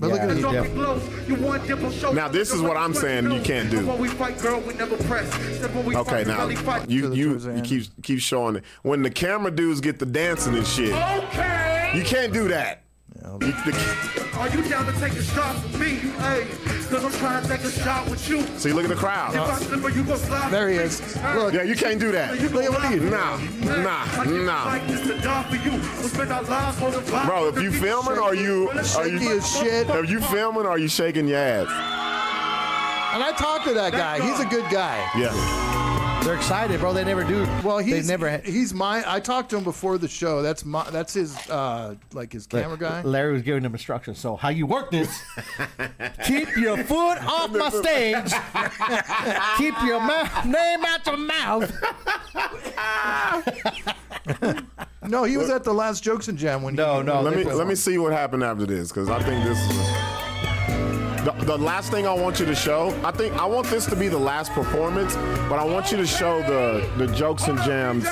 Speaker 5: But look
Speaker 4: Yeah,
Speaker 5: at
Speaker 4: he
Speaker 5: him.
Speaker 4: did.
Speaker 10: Now
Speaker 2: Now, this is what I'm saying you can't do. Okay, now you
Speaker 5: the
Speaker 2: you
Speaker 5: towards the
Speaker 2: you
Speaker 5: end.
Speaker 2: keep keep showing it. When the camera dudes get the dancing and shit,
Speaker 10: Okay.
Speaker 2: you can't do that. You- the-
Speaker 10: Are you down to take a shot with me? Hey, cause I'm trying to take a shot with you. If
Speaker 2: see, look at the
Speaker 10: I
Speaker 2: crowd.
Speaker 10: slip, you gon' slide.
Speaker 5: There he is. Look.
Speaker 2: Yeah, you can't do that.
Speaker 5: Look at what he-
Speaker 2: Nah, nah, nah. Bro,
Speaker 10: Bro,
Speaker 2: if you filming, are you are
Speaker 5: Shaky
Speaker 2: you
Speaker 5: as shit.
Speaker 2: If you filming, are you shaking your ass?
Speaker 5: And I talked to that guy. He's a good guy.
Speaker 2: Yeah,
Speaker 4: They're excited, bro. They never do.
Speaker 5: Well,
Speaker 4: they
Speaker 5: he's
Speaker 4: never. had-
Speaker 5: he's my. I talked to him before the show. That's my. That's his. Uh, like his camera guy.
Speaker 4: Larry was giving them instructions. So how you work this? keep your foot off my stage. keep your mouth, name out your mouth.
Speaker 5: No, he was at the last Jokes and Jam when.
Speaker 4: No,
Speaker 5: he,
Speaker 4: no.
Speaker 2: let
Speaker 4: they
Speaker 2: me
Speaker 4: put-
Speaker 2: let me see what happened after this because I think this is the, the last thing I want you to show. I think I want this to be the last performance, but I want you to show the the jokes and jams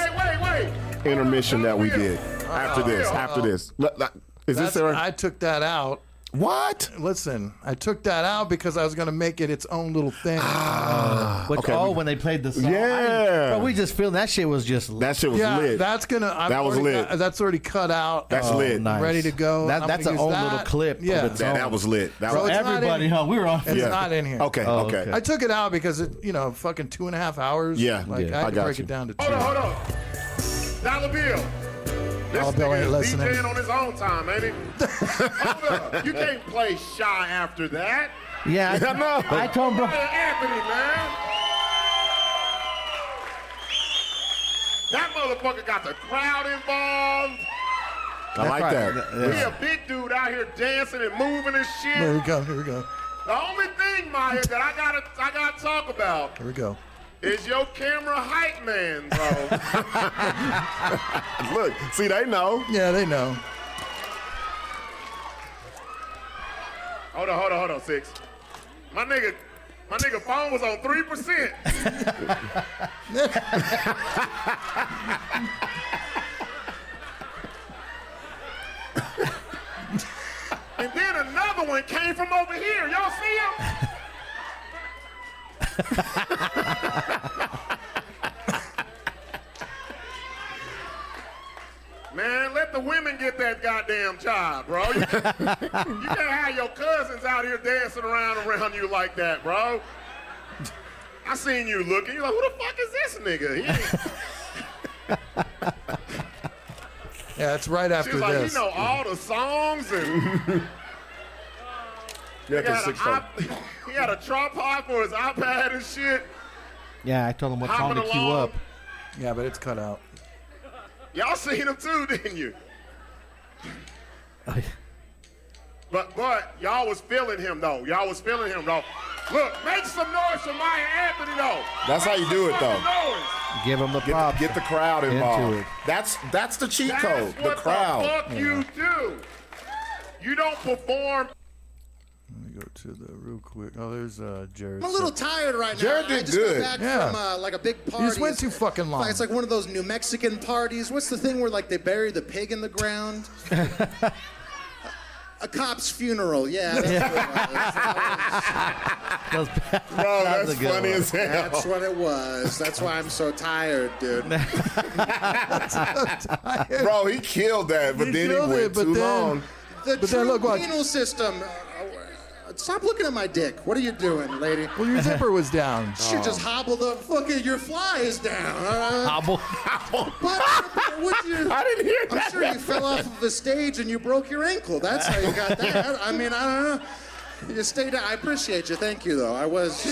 Speaker 2: intermission that we did after this. After this, Let- let- is this
Speaker 5: That's,
Speaker 2: there?
Speaker 5: I took that out.
Speaker 2: What?
Speaker 5: Listen, I took that out because I was gonna make it its own little thing.
Speaker 4: Which,
Speaker 2: Okay,
Speaker 4: oh,
Speaker 2: we-
Speaker 4: when they played the song. I
Speaker 2: Yeah.
Speaker 4: didn't- Bro, we just feeling that shit was just.
Speaker 2: That shit was
Speaker 5: yeah,
Speaker 2: lit.
Speaker 5: that's gonna. I've
Speaker 2: That was
Speaker 5: already
Speaker 2: lit.
Speaker 5: got- that's already cut out.
Speaker 2: That's lit.
Speaker 4: nice.
Speaker 5: Ready to go.
Speaker 4: That-
Speaker 5: I'm
Speaker 4: that's
Speaker 5: gonna
Speaker 4: a
Speaker 5: use
Speaker 4: own little
Speaker 5: that.
Speaker 4: clip of
Speaker 5: Yeah.
Speaker 4: its
Speaker 2: that,
Speaker 4: own.
Speaker 2: that was lit. That
Speaker 5: Bro,
Speaker 2: was
Speaker 5: it's not
Speaker 4: everybody,
Speaker 5: in-
Speaker 4: huh? We were on.
Speaker 5: It's not in here.
Speaker 2: Okay,
Speaker 4: Oh,
Speaker 2: okay.
Speaker 4: okay.
Speaker 5: I took it out because it, you know, fucking two and a half hours.
Speaker 2: Yeah,
Speaker 5: like
Speaker 2: yeah,
Speaker 5: I, had
Speaker 2: I
Speaker 5: to
Speaker 2: got
Speaker 5: break
Speaker 2: you.
Speaker 5: it down to two.
Speaker 3: Hold on, hold on. Dollar Bill. This
Speaker 5: Dollar Bill
Speaker 3: nigga
Speaker 5: ain't
Speaker 3: is
Speaker 5: listening.
Speaker 3: DJing on his own time, ain't he? hold up. You can't play Shy after that.
Speaker 4: Yeah,
Speaker 2: I know.
Speaker 4: I told him,
Speaker 3: Hey,
Speaker 4: bro.
Speaker 3: Anthony, man. That motherfucker got the crowd involved.
Speaker 2: I like
Speaker 4: right.
Speaker 2: that.
Speaker 4: Yeah.
Speaker 3: He a big dude out here dancing and moving and
Speaker 5: Here
Speaker 3: shit.
Speaker 5: we go. Here we go.
Speaker 3: The only thing, Maya, that I gotta I gotta talk about
Speaker 5: Here we go.
Speaker 2: is your camera hype man, bro.
Speaker 7: Look, see, they know.
Speaker 5: Yeah, they know.
Speaker 2: Hold on, hold on, hold on, six. My nigga, my nigga phone was on three percent. and then another one came from over here. Y'all see him? Man, let the women get that goddamn job, bro. You, you can't have your cousins out here dancing around around you like that, bro. I seen you looking. You're like, who the fuck is this nigga? He ain't-
Speaker 5: Yeah, it's right after
Speaker 2: She's like,
Speaker 5: this.
Speaker 2: you know all the songs and.
Speaker 7: You
Speaker 2: he, had a op- he had a tripod for his iPad and shit.
Speaker 4: Yeah, I told him what song
Speaker 2: Hopping
Speaker 4: to queue
Speaker 2: along.
Speaker 4: up.
Speaker 5: Yeah, but it's cut out.
Speaker 2: Y'all seen him too, didn't you? but but y'all was feeling him though. Y'all was feeling him though. Look, make some noise for Maya Anthony though.
Speaker 7: That's how you do it, though.
Speaker 4: Give them the
Speaker 7: get, props. Get the crowd
Speaker 4: Into
Speaker 7: involved.
Speaker 4: it.
Speaker 7: That's that's the cheat
Speaker 2: That's
Speaker 7: code.
Speaker 2: what
Speaker 7: The crowd.
Speaker 2: fuck you do. You don't perform.
Speaker 5: Let me go to the real quick. Oh, there's uh, Jared.
Speaker 10: I'm a little tired right now.
Speaker 5: Jared
Speaker 10: I
Speaker 5: did
Speaker 10: just
Speaker 5: good.
Speaker 10: Got back
Speaker 5: Yeah.
Speaker 10: from uh, like a big party.
Speaker 5: You just went too fucking long.
Speaker 10: It's like one of those New Mexican parties. What's the thing where like they bury the pig in the ground? a, a cop's funeral. Yeah. That's what it was.
Speaker 7: Bro, that's funny as hell.
Speaker 10: That's what it was. That's why I'm so tired, dude.
Speaker 7: Bro, he killed that, but
Speaker 10: He
Speaker 7: then he
Speaker 10: killed
Speaker 7: went
Speaker 10: it, but
Speaker 7: too
Speaker 10: then-
Speaker 7: long.
Speaker 10: The
Speaker 5: But
Speaker 10: true
Speaker 5: then look what-
Speaker 10: penal system. uh, Stop looking at my dick. What are you doing, lady?
Speaker 5: Well, your zipper was down.
Speaker 10: She just hobbled up. Fucking your fly is down. Uh,
Speaker 4: Hobble.
Speaker 10: But would you? I didn't hear that. I'm sure you fell off of the stage and you broke your ankle. That's how you got that. I mean, I don't know. You stayed. I appreciate you. Thank you, though. I was,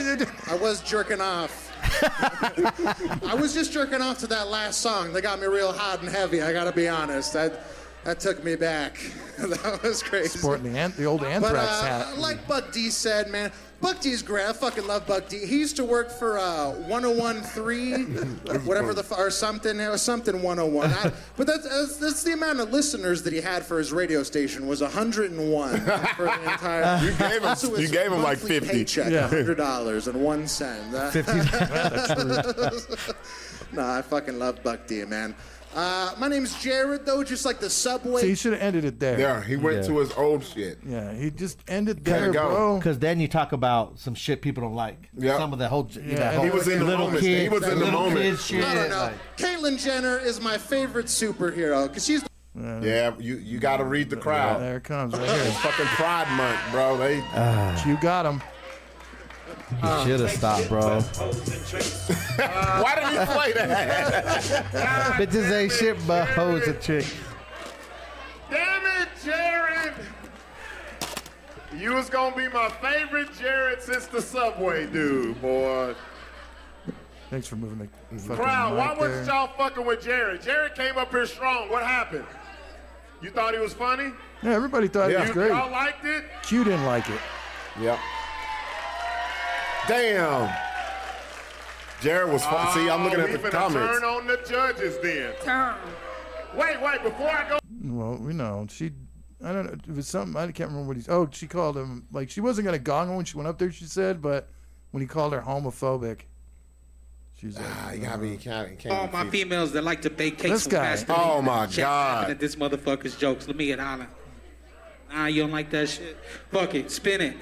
Speaker 10: I was jerking off. I was just jerking off to that last song. They got me real hot and heavy. I gotta be honest. That, that took me back. that was crazy.
Speaker 5: Sporting the, an- the old anthrax
Speaker 10: But, uh,
Speaker 5: hat.
Speaker 10: Like Buck D said, man, Buck D's great. I fucking love Buck D. He used to work for uh, 1013, whatever the f- or something or something 101. I, but that's, that's that's the amount of listeners that he had for his radio station was 101 for the entire.
Speaker 7: You gave him-
Speaker 10: That's what
Speaker 7: you
Speaker 10: his
Speaker 7: gave him like
Speaker 10: monthly
Speaker 7: 50.
Speaker 10: Paycheck,
Speaker 7: Yeah.
Speaker 10: hundred dollars and one cent. no, I fucking love Buck D, man. Uh, my name's Jared, though, just like the subway.
Speaker 5: See, you should have ended it there.
Speaker 4: Yeah, he went Yeah. to
Speaker 7: his old shit.
Speaker 5: Yeah, he just ended there, bro.
Speaker 4: Because then you talk about some shit people don't like.
Speaker 5: Yeah.
Speaker 4: Some of the whole.
Speaker 5: Yeah.
Speaker 4: that whole
Speaker 5: He was in the
Speaker 4: little
Speaker 5: moment.
Speaker 4: Kids,
Speaker 5: He was in the
Speaker 4: little
Speaker 5: moment.
Speaker 4: Kid shit,
Speaker 10: I don't know.
Speaker 4: like-
Speaker 10: Caitlyn Jenner is my favorite superhero because she's.
Speaker 7: Yeah, you, you got to read the crowd.
Speaker 5: There it comes right here.
Speaker 7: It's fucking Pride Month, bro. They
Speaker 5: you got him. Ah.
Speaker 4: You should have stopped, bro.
Speaker 7: Why did he play that?
Speaker 4: Bitches ain't shit but hoes and chick.
Speaker 2: Damn it, Jared! You was gonna be my favorite Jared since the subway, dude, boy.
Speaker 5: Thanks for moving the fucking
Speaker 2: Crowd, why
Speaker 5: mic there.
Speaker 2: wasn't y'all fucking with Jared? Jared came up here strong. What happened? You thought he was funny?
Speaker 5: Yeah, everybody thought it was
Speaker 2: You-
Speaker 5: great.
Speaker 2: Y'all liked it?
Speaker 5: Q didn't like it.
Speaker 7: Yep. Damn. Jared was fun. See, I'm looking
Speaker 2: Oh,
Speaker 7: at
Speaker 2: we
Speaker 7: the
Speaker 2: finna
Speaker 7: comments.
Speaker 2: Turn on the judges then. Turn. Wait, wait, before I go
Speaker 5: Well, we know she. I don't know. It was something. I can't remember what he. Oh, she called him like she wasn't gonna gong him when she went up there. She said, but when he called her homophobic, she's like,
Speaker 7: you gotta be counting.
Speaker 13: All my females that like to bake
Speaker 5: This
Speaker 13: cakes with
Speaker 5: guy.
Speaker 13: pastry.
Speaker 5: Oh, my
Speaker 13: Check
Speaker 5: God.
Speaker 13: laughing At this motherfucker's jokes. Let me get holler. Nah, you don't like that shit. Fuck it, spin it.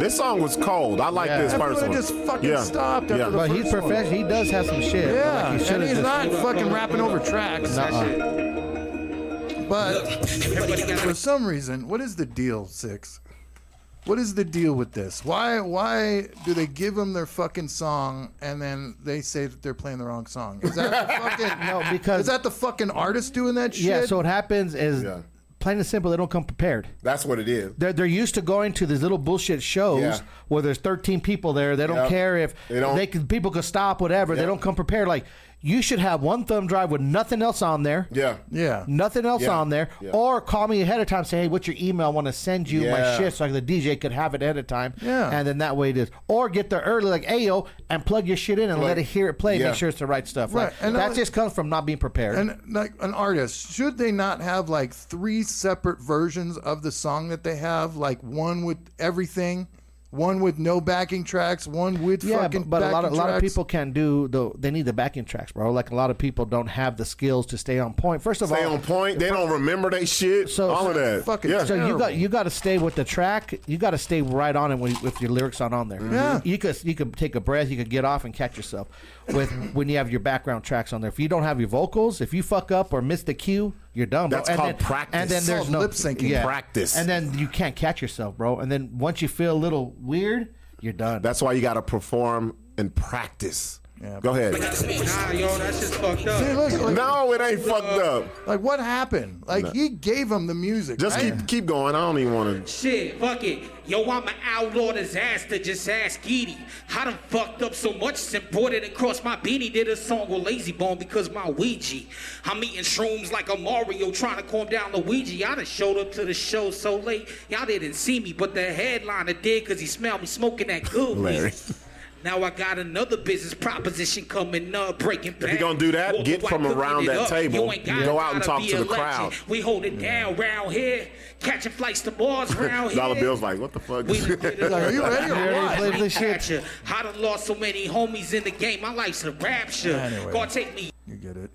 Speaker 7: This song was cold. I like
Speaker 13: Yeah.
Speaker 7: this
Speaker 13: Everyone
Speaker 7: first one.
Speaker 13: just fucking stopped
Speaker 4: after the But he's first one. professional. He does have some shit. Yeah, Like, he should've and he's just- not fucking rapping over tracks. Nuh-uh.
Speaker 5: But for some reason, what is the deal, Six? What is the deal with this? Why why do they give them their fucking song and then they say that they're playing the wrong song? Is that the fucking
Speaker 4: no? Because
Speaker 5: Ah, is that the fucking artist doing that shit?
Speaker 4: Yeah, so what happens is, plain and simple, they don't come prepared.
Speaker 7: That's what it is.
Speaker 4: They're, they're used to going to these little bullshit shows
Speaker 7: Yeah.
Speaker 4: where there's 13 people there. They don't
Speaker 7: Yep.
Speaker 4: care if
Speaker 7: They
Speaker 4: they,
Speaker 7: don't-
Speaker 4: can, people can stop, whatever. They don't come prepared. Like, you should have one thumb drive with nothing else on there.
Speaker 2: Yeah.
Speaker 5: Yeah.
Speaker 4: Nothing else
Speaker 5: Yeah.
Speaker 4: on there.
Speaker 5: Yeah.
Speaker 4: Or call me ahead of time. Say, hey, what's your email? I want to send you my
Speaker 5: Yeah.
Speaker 4: shit so the DJ could have it ahead of time.
Speaker 5: Yeah.
Speaker 4: And then that way it is. Or get there early, like Ayo, and plug your shit in and
Speaker 5: Like-
Speaker 4: let it hear it play.
Speaker 5: Yeah.
Speaker 4: Make sure it's the right stuff.
Speaker 5: Right,
Speaker 4: Like,
Speaker 5: and
Speaker 4: that
Speaker 5: I-
Speaker 4: just comes from not being prepared.
Speaker 5: And like an artist, should they not have like three separate versions of the song that they have? Like one with everything, one with no backing tracks, one with
Speaker 4: yeah,
Speaker 5: fucking
Speaker 4: but, but a lot of
Speaker 5: backing
Speaker 4: a lot of
Speaker 5: tracks.
Speaker 4: people can't do the they need the backing tracks, bro. Like a lot of people don't have the skills to stay on point. First of
Speaker 2: Stay
Speaker 4: all,
Speaker 2: on point. They don't remember they shit. all of that. yeah.
Speaker 4: So you got you got to stay with the track. You got to stay right on it when, with your lyrics not on there.
Speaker 2: Mm-hmm.
Speaker 5: Yeah.
Speaker 4: You could you could take a breath. You could get off and catch yourself with when you have your background tracks on there. If you don't have your vocals, if you fuck up or miss the cue, you're done.
Speaker 2: That's
Speaker 4: bro.
Speaker 2: called
Speaker 4: then,
Speaker 2: practice.
Speaker 4: And then
Speaker 2: It's
Speaker 4: there's
Speaker 2: called
Speaker 4: no
Speaker 2: lip syncing. Practice.
Speaker 4: And then you can't catch yourself, bro. And then once you feel a little weird, you're done.
Speaker 2: That's why you got to perform and practice. Go ahead.
Speaker 13: Nah, yo, that shit's fucked up.
Speaker 5: See, look, like-
Speaker 2: No, it ain't fucked up.
Speaker 5: Like what happened? Like
Speaker 2: No.
Speaker 5: he gave him the music.
Speaker 2: Just
Speaker 5: right?
Speaker 2: keep keep going. I don't even want to.
Speaker 13: Shit, fuck it. Yo, I'm an outlaw disaster, just ask Edie. I done fucked up so much, it's imported and crossed my beanie. Did a song with Lazy Bone because my Ouija. I'm eating shrooms like a Mario trying to calm down Luigi. I done showed up to the show so late, y'all didn't see me, but the headliner did because he smelled me smoking that good
Speaker 2: Larry.
Speaker 13: weed. Now I got another business proposition coming up, breaking back.
Speaker 2: If you're gonna do that,
Speaker 13: Walking
Speaker 2: get
Speaker 13: while
Speaker 2: from
Speaker 13: cooking
Speaker 2: around
Speaker 13: it
Speaker 2: that
Speaker 13: up.
Speaker 2: table.
Speaker 13: You ain't gotta
Speaker 2: Go out and
Speaker 13: gotta
Speaker 2: talk
Speaker 13: be
Speaker 2: to the
Speaker 13: election.
Speaker 2: crowd.
Speaker 13: We hold it down round here, catching flights to bars round here.
Speaker 2: Dollar Bill's like, what the fuck?
Speaker 13: Like Thatcher. I done lost so many homies in the game. My life's a rapture.
Speaker 4: Anyway.
Speaker 13: God take me.
Speaker 5: You get it.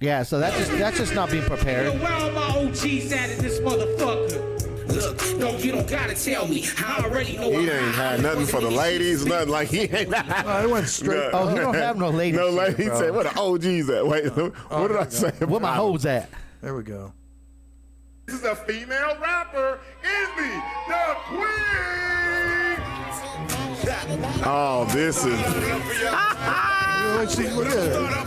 Speaker 4: Yeah, so that's just that's just not being
Speaker 13: Yo,
Speaker 4: prepared.
Speaker 13: where all my OGs at in this motherfucker? Look, no, you don't gotta tell me. I already know.
Speaker 2: He
Speaker 13: I'm
Speaker 2: ain't had nothing for the ladies, nothing like he ain't. I
Speaker 5: went straight.
Speaker 4: Oh, he don't have no ladies
Speaker 2: No
Speaker 4: here,
Speaker 2: ladies.
Speaker 4: bro.
Speaker 2: Said, where the OGs at? Wait, what did I say?
Speaker 4: Where my hoes at?
Speaker 5: There we go.
Speaker 3: This is a female rapper, Izzy, the queen.
Speaker 2: Oh, this is.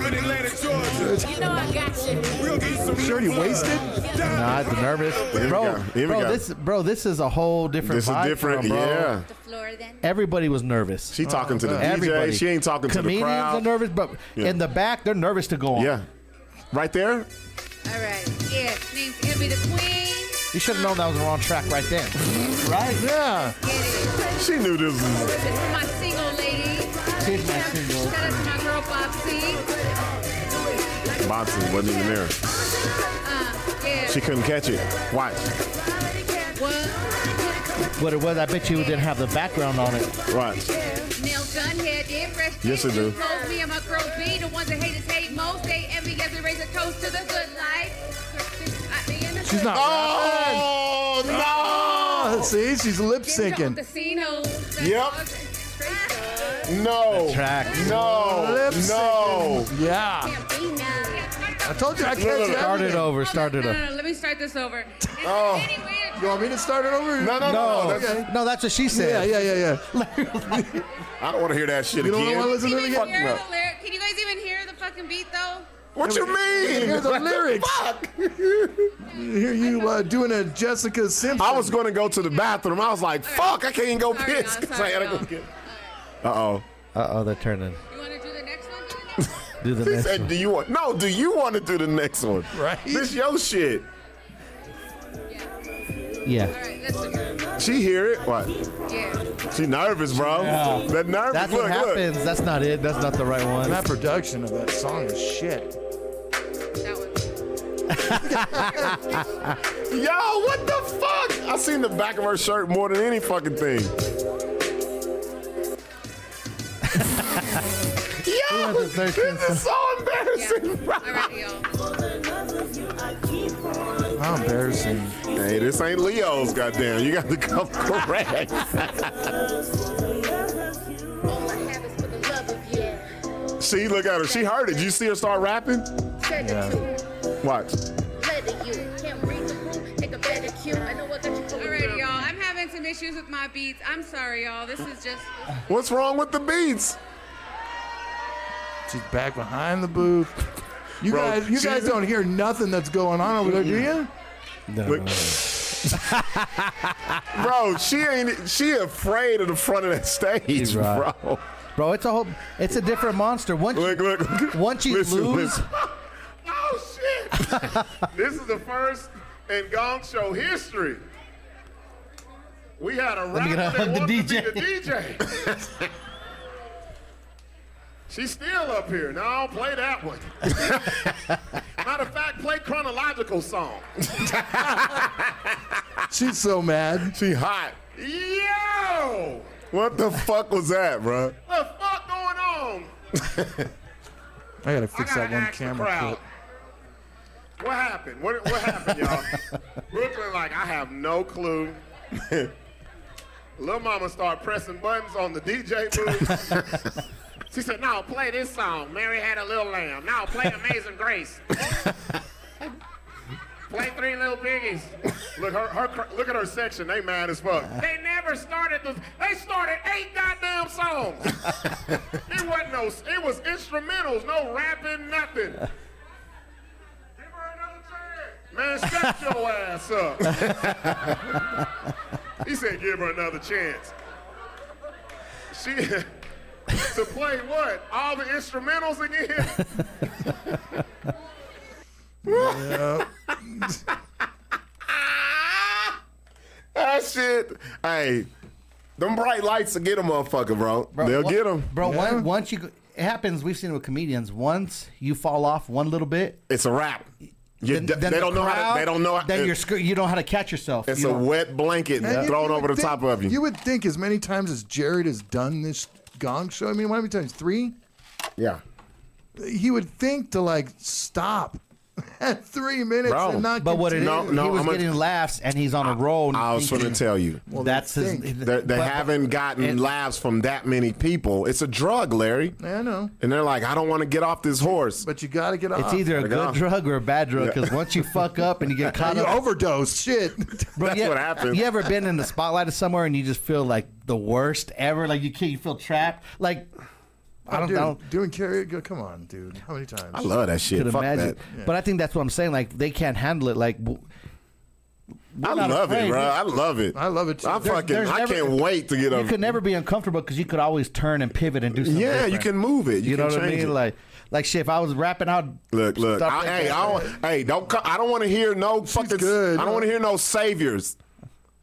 Speaker 1: You know I got you. We'll get some
Speaker 5: Sure, he wasted.
Speaker 4: Nah, it's nervous,
Speaker 2: we
Speaker 4: bro.
Speaker 2: go. Here we
Speaker 4: Bro,
Speaker 2: go.
Speaker 4: this bro, this is a whole different.
Speaker 2: This is
Speaker 4: vibe
Speaker 2: different,
Speaker 4: for 'em, bro.
Speaker 2: yeah.
Speaker 4: Everybody was nervous.
Speaker 2: She talking to the DJ. She ain't talking to the
Speaker 4: Comedians
Speaker 2: crowd.
Speaker 4: are nervous, but
Speaker 2: Yeah.
Speaker 4: in the back, they're nervous to go on.
Speaker 2: Yeah, right there.
Speaker 14: All right. Yeah, name's Emmy the Queen.
Speaker 4: You should have known that was the wrong track right then. right?
Speaker 5: Yeah.
Speaker 2: She knew this was.
Speaker 14: This is my single lady.
Speaker 4: She's my
Speaker 14: Shout out-
Speaker 4: single.
Speaker 14: Shout out to my girl Bobsy.
Speaker 2: Bobson wasn't even there.
Speaker 14: Uh, yeah.
Speaker 2: She couldn't catch it. Watch.
Speaker 4: What it was, I bet you didn't have the background on it.
Speaker 2: Right.
Speaker 14: Neil Gunhead, Dead Fresh.
Speaker 4: Yes, it do.
Speaker 14: Most me and my girl B, the ones that hate us hate most. They envy us and raise a toast to the good life. I mean, the
Speaker 5: She's not
Speaker 2: Oh
Speaker 5: rapping. no! Ah, See, she's lip syncing.
Speaker 14: Casino.
Speaker 2: Yep. No. No. No.
Speaker 5: Yeah. I told you I can't do
Speaker 4: Start it
Speaker 5: everything.
Speaker 4: over. Start it
Speaker 14: No,
Speaker 4: over.
Speaker 14: no, no, let me start this over.
Speaker 2: Oh.
Speaker 5: You want me to start it over?
Speaker 4: that's, Oh, no, that's what she said.
Speaker 5: Yeah, yeah, yeah, yeah.
Speaker 2: I don't want to hear that shit
Speaker 5: You don't
Speaker 2: again.
Speaker 5: wanna listen
Speaker 14: Can you, even
Speaker 2: Fuck
Speaker 14: hear
Speaker 2: no.
Speaker 14: the lyric? Can you guys even hear the fucking beat though?
Speaker 2: What you mean?
Speaker 5: Hear the
Speaker 2: What
Speaker 5: lyrics.
Speaker 2: fuck?
Speaker 5: Hear you uh, doing a Jessica Simpson.
Speaker 2: I was going to go to the bathroom. I was like, fuck, I can't even go
Speaker 14: Sorry,
Speaker 2: piss.
Speaker 14: y'all.
Speaker 2: 'cause
Speaker 14: Sorry,
Speaker 2: I gotta go
Speaker 14: y'all.
Speaker 2: get. Uh oh.
Speaker 4: Uh oh, they're turning.
Speaker 14: You want to do the next one?
Speaker 4: Do the
Speaker 2: He
Speaker 4: next
Speaker 2: said,
Speaker 4: one.
Speaker 2: "Do you want? No, do you want to do the next one?
Speaker 5: Right?
Speaker 2: This your shit.
Speaker 4: Yeah.
Speaker 2: She hear it? What? She nervous, bro. That nervous.
Speaker 4: That's
Speaker 2: look,
Speaker 4: what
Speaker 2: look.
Speaker 4: happens. That's not it. That's not the right one.
Speaker 5: That production of that song is shit.
Speaker 2: Yo, what the fuck? I seen the back of her shirt more than any fucking thing. Yo, this is so embarrassing, bro.
Speaker 5: How embarrassing.
Speaker 2: Hey, this ain't Leo's, goddamn. You got to come correct. See, look at her. She heard it. You see her start rapping? Watch.
Speaker 14: Alrighty, y'all. I'm having some issues with my beats. I'm sorry, y'all. This is just.
Speaker 2: What's wrong with the beats?
Speaker 5: She's back behind the booth. You
Speaker 2: Bro,
Speaker 5: guys, you
Speaker 2: she's
Speaker 5: guys
Speaker 2: in-
Speaker 5: don't hear nothing that's going on over there, do you?
Speaker 2: Look. bro, she ain't. She afraid of the front of that stage,
Speaker 4: right.
Speaker 2: bro.
Speaker 4: Bro, it's a whole. It's a different monster. Once you, once you
Speaker 2: Listen,
Speaker 4: lose,
Speaker 2: listen.
Speaker 3: Oh shit! this is the first in Gong Show history. We had a
Speaker 4: Let me
Speaker 3: rapper
Speaker 4: get
Speaker 3: that
Speaker 4: a hug the
Speaker 3: wanted
Speaker 4: DJ.
Speaker 3: to be the DJ. She's still up here. No, I don't play that one. Matter of fact, play chronological song.
Speaker 5: She's so mad.
Speaker 2: She hot.
Speaker 3: Yo!
Speaker 2: What the fuck was that, bro?
Speaker 3: What the fuck going on?
Speaker 5: I gotta fix
Speaker 3: I
Speaker 5: that
Speaker 3: gotta
Speaker 5: one
Speaker 3: ask the
Speaker 5: camera
Speaker 3: crowd.
Speaker 5: clip.
Speaker 3: What happened? What, what happened, y'all? Brooklyn, like, I have no clue. Little mama started pressing buttons on the DJ booth. she said, "No, play this song. Mary had a little lamb. Now play Amazing Grace. play Three Little Biggies." Look her, her, cr- look at her section. They mad as fuck. They never started the. They started eight goddamn songs. it wasn't no. It was instrumentals, no rapping, nothing. Give her another chance, man. Shut your ass up. He said, give her another chance. She to play what? All the instrumentals again?
Speaker 2: That Ah, shit. Hey, them bright lights will get a motherfucker, bro. They'll
Speaker 4: one-
Speaker 2: get him,
Speaker 4: Bro, one, once you. go- It happens. We've seen it with comedians. Once you fall off one little bit,
Speaker 2: it's a wrap. You- they don't know how to- they don't know how-
Speaker 4: Then you're screwed. You don't know how to catch yourself.
Speaker 2: It's
Speaker 4: You
Speaker 2: a
Speaker 4: don't-
Speaker 2: wet blanket
Speaker 5: And you-
Speaker 2: thrown
Speaker 5: you
Speaker 2: over the
Speaker 5: would think-
Speaker 2: top of you.
Speaker 5: You would think as many times as Jared has done this gong show. I mean, how many times? Three.
Speaker 2: Yeah.
Speaker 5: He would think to like stop at three minutes and not.
Speaker 4: but what it is,
Speaker 5: continue.
Speaker 4: he was getting laughs and he's on a roll. and
Speaker 2: I was
Speaker 4: thinking-
Speaker 2: going to tell you.
Speaker 4: Well, That's they his- think.
Speaker 2: They, they
Speaker 4: but-
Speaker 2: haven't gotten
Speaker 4: and-
Speaker 2: laughs from that many people. It's a drug, Larry.
Speaker 5: Yeah, I know.
Speaker 2: And they're like, I don't want to get off this horse.
Speaker 5: But you got to get
Speaker 4: It's either a good drug or a bad drug
Speaker 2: uh, Yeah.
Speaker 4: because once you fuck up and you get caught
Speaker 5: You
Speaker 4: up,
Speaker 5: overdose. Shit.
Speaker 4: Bro,
Speaker 2: That's
Speaker 4: you-
Speaker 2: what happens.
Speaker 4: You ever been in the spotlight of somewhere and you just feel like the worst ever? Like you can't, you feel trapped. Like I don't
Speaker 5: Dude,
Speaker 4: know.
Speaker 5: Doing karaoke. Come on, dude. How many times?
Speaker 2: I love that shit.
Speaker 4: Could
Speaker 2: Fuck
Speaker 4: imagine.
Speaker 2: that.
Speaker 4: But I think that's what I'm saying. Like they can't handle it. Like w-
Speaker 2: I
Speaker 4: we're not
Speaker 2: love it,
Speaker 4: afraid.
Speaker 2: bro. I love it.
Speaker 5: I love it too.
Speaker 2: I
Speaker 4: There's-
Speaker 2: fucking.
Speaker 4: there's
Speaker 2: I
Speaker 4: never-
Speaker 2: can't wait to get
Speaker 4: You
Speaker 2: up.
Speaker 4: could never be uncomfortable because you could always turn and pivot and do something.
Speaker 2: Yeah, you
Speaker 4: different.
Speaker 2: can move it. You
Speaker 4: know
Speaker 2: can
Speaker 4: what I
Speaker 2: change
Speaker 4: mean?
Speaker 2: it.
Speaker 4: Like, like shit. If I was rapping out,
Speaker 2: Look, look.
Speaker 4: Stop
Speaker 2: I,
Speaker 4: that
Speaker 2: hey,
Speaker 4: shit.
Speaker 2: I don't. Hey, don't. co- I don't want to hear no fucking. I don't want to hear no saviors.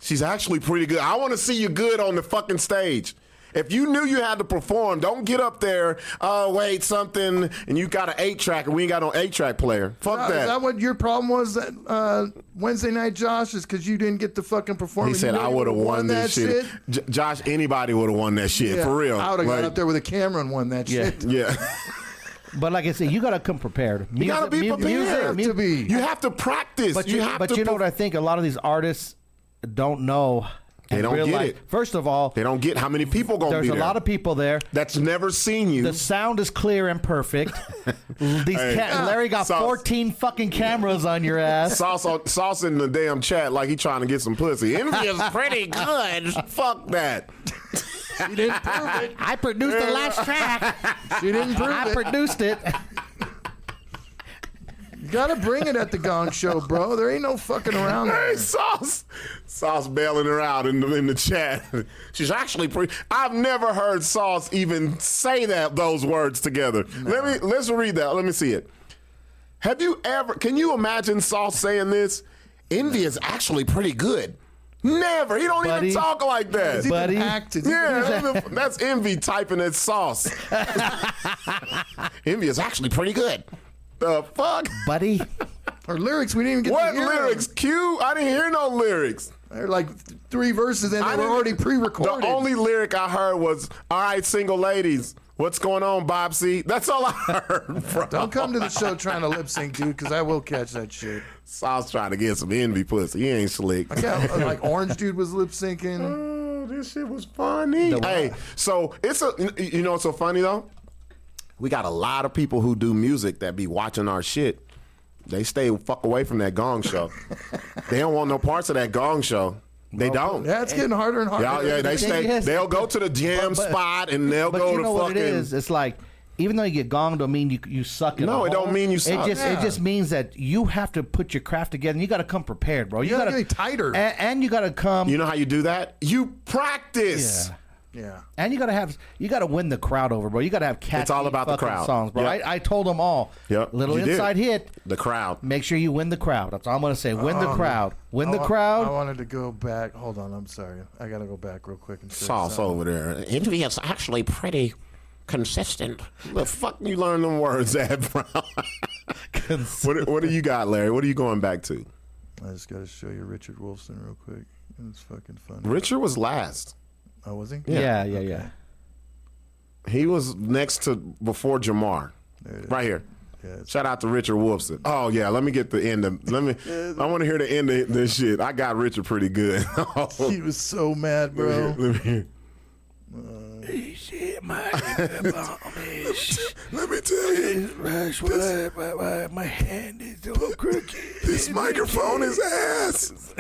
Speaker 2: She's actually pretty good. I want to see you good on the fucking stage. If you knew you had to perform, don't get up there. Oh wait, something, and you got an eight track, and we ain't got no eight track player. Fuck
Speaker 5: Is
Speaker 2: that.
Speaker 5: that what your problem was that uh, Wednesday night, Josh? Is because you didn't get the fucking
Speaker 2: He
Speaker 5: performance.
Speaker 2: said
Speaker 5: You know
Speaker 2: I
Speaker 5: you
Speaker 2: would have
Speaker 5: would've
Speaker 2: won, this
Speaker 5: that
Speaker 2: shit. J- Josh, anybody would have won that shit
Speaker 5: Yeah,
Speaker 2: for real.
Speaker 5: I would have
Speaker 2: Like,
Speaker 5: gone up there with a camera and won that
Speaker 2: Yeah.
Speaker 5: shit.
Speaker 2: yeah.
Speaker 4: but like I said, you gotta come prepared.
Speaker 2: You gotta be
Speaker 4: mu-
Speaker 2: prepared
Speaker 4: mu-
Speaker 2: to be. You have to practice.
Speaker 4: But
Speaker 2: you,
Speaker 4: you,
Speaker 2: have
Speaker 4: but
Speaker 2: to.
Speaker 4: you know what I think? A lot of these artists don't know.
Speaker 2: They
Speaker 4: and
Speaker 2: don't get
Speaker 4: realize-
Speaker 2: it.
Speaker 4: First of all,
Speaker 2: they don't get how many people gonna
Speaker 4: There's
Speaker 2: be
Speaker 4: a
Speaker 2: there.
Speaker 4: lot of people there.
Speaker 2: That's never seen you.
Speaker 4: The sound is clear and perfect. These
Speaker 2: Hey.
Speaker 4: ca- Larry got
Speaker 2: Sauce.
Speaker 4: 14 fucking cameras on your ass.
Speaker 2: Sauce, on- sauce in the damn chat like he trying to get some pussy. Envy is pretty good. Fuck that.
Speaker 5: She didn't prove it.
Speaker 4: I produced the last track.
Speaker 5: She didn't prove
Speaker 4: I
Speaker 5: it.
Speaker 4: produced it.
Speaker 5: You gotta bring it at the Gong Show, bro. There ain't no fucking around.
Speaker 2: Hey,
Speaker 5: There.
Speaker 2: sauce, sauce bailing her out in the in the chat. She's actually pretty. I've never heard sauce even say that those words together. Let me let's read that. Let me see it. Have you ever? Can you imagine sauce saying this? Envy is actually pretty good. Never. He don't
Speaker 4: Buddy.
Speaker 2: even talk like that.
Speaker 5: He's even
Speaker 4: buddy.
Speaker 5: acted.
Speaker 2: Yeah, that's- that's envy typing at sauce. envy is actually pretty good. The fuck?
Speaker 4: Buddy.
Speaker 5: Her lyrics, we didn't even get
Speaker 2: What
Speaker 5: to hear 'em.
Speaker 2: lyrics? Q? I didn't hear no lyrics.
Speaker 5: They're like th- three verses and
Speaker 2: I
Speaker 5: they were
Speaker 2: didn't-
Speaker 5: already pre-recorded.
Speaker 2: The only lyric I heard was, "All right, single ladies, what's going on, Bobsy?" That's all I heard. Bro.
Speaker 5: Don't come to the show trying to lip sync, dude, because I will catch that shit.
Speaker 2: Sauce trying to get some envy pussy. He ain't slick.
Speaker 5: I got, uh, like Orange Dude was lip syncing.
Speaker 2: Oh, this shit was funny. Hey, so it's a you know what's so funny though? We got a lot of people who do music that be watching our shit. They stay fuck away from that gong show. they don't want no parts of that gong show. They don't.
Speaker 5: Yeah, it's getting harder and harder.
Speaker 2: Y'all- yeah, they
Speaker 4: Yes.
Speaker 2: stay. They'll go to the jam
Speaker 4: But- but-
Speaker 2: spot and they'll
Speaker 4: but
Speaker 2: go
Speaker 4: you
Speaker 2: to
Speaker 4: know
Speaker 2: fucking.
Speaker 4: what it is? It's like even though you get gonged, don't mean you you suck. at
Speaker 10: No,
Speaker 4: all.
Speaker 10: it don't mean you
Speaker 4: It
Speaker 10: suck.
Speaker 4: just
Speaker 10: Yeah.
Speaker 4: it just means that you have to put your craft together. and You got to come prepared,
Speaker 2: Oh,
Speaker 4: bro. You,
Speaker 10: You
Speaker 4: got
Speaker 10: gotta
Speaker 4: to
Speaker 10: get tighter.
Speaker 4: and, and you got to come.
Speaker 10: You know how you do that? You practice.
Speaker 5: Yeah.
Speaker 4: And you gotta have you gotta win the crowd over, bro. You gotta have catchy
Speaker 10: It's all about the
Speaker 4: fucking
Speaker 10: crowd.
Speaker 4: songs, bro.
Speaker 10: Yep.
Speaker 4: I, I told them all.
Speaker 10: Yep.
Speaker 4: Little
Speaker 10: you did.
Speaker 4: inside hit.
Speaker 10: The crowd.
Speaker 4: Make sure you win the crowd. That's all I'm gonna say. Win the
Speaker 5: Oh,
Speaker 4: crowd. Win
Speaker 5: I
Speaker 4: the
Speaker 5: wa-
Speaker 4: crowd.
Speaker 5: I wanted to go back. Hold on, I'm sorry. I gotta go back real quick and search
Speaker 10: Sauce
Speaker 5: something.
Speaker 10: over there. Envy is actually pretty consistent. The fuck you learn them words at, bro? what, what do you got, Larry? What are you going back to?
Speaker 5: I just gotta show you Richard Wolfson real quick. It's fucking funny.
Speaker 10: Richard was last.
Speaker 5: Oh, was he?
Speaker 4: Yeah, yeah, yeah.
Speaker 10: He was next to before Jamar. Right here. Shout out to Richard Wolfson. Oh yeah, let me get the end of let me I want to hear the end of this shit. I got Richard pretty good.
Speaker 5: He was so mad, bro.
Speaker 10: Let me hear.
Speaker 5: Let me tell you,
Speaker 4: my hand is all crooked.
Speaker 5: this microphone is ass.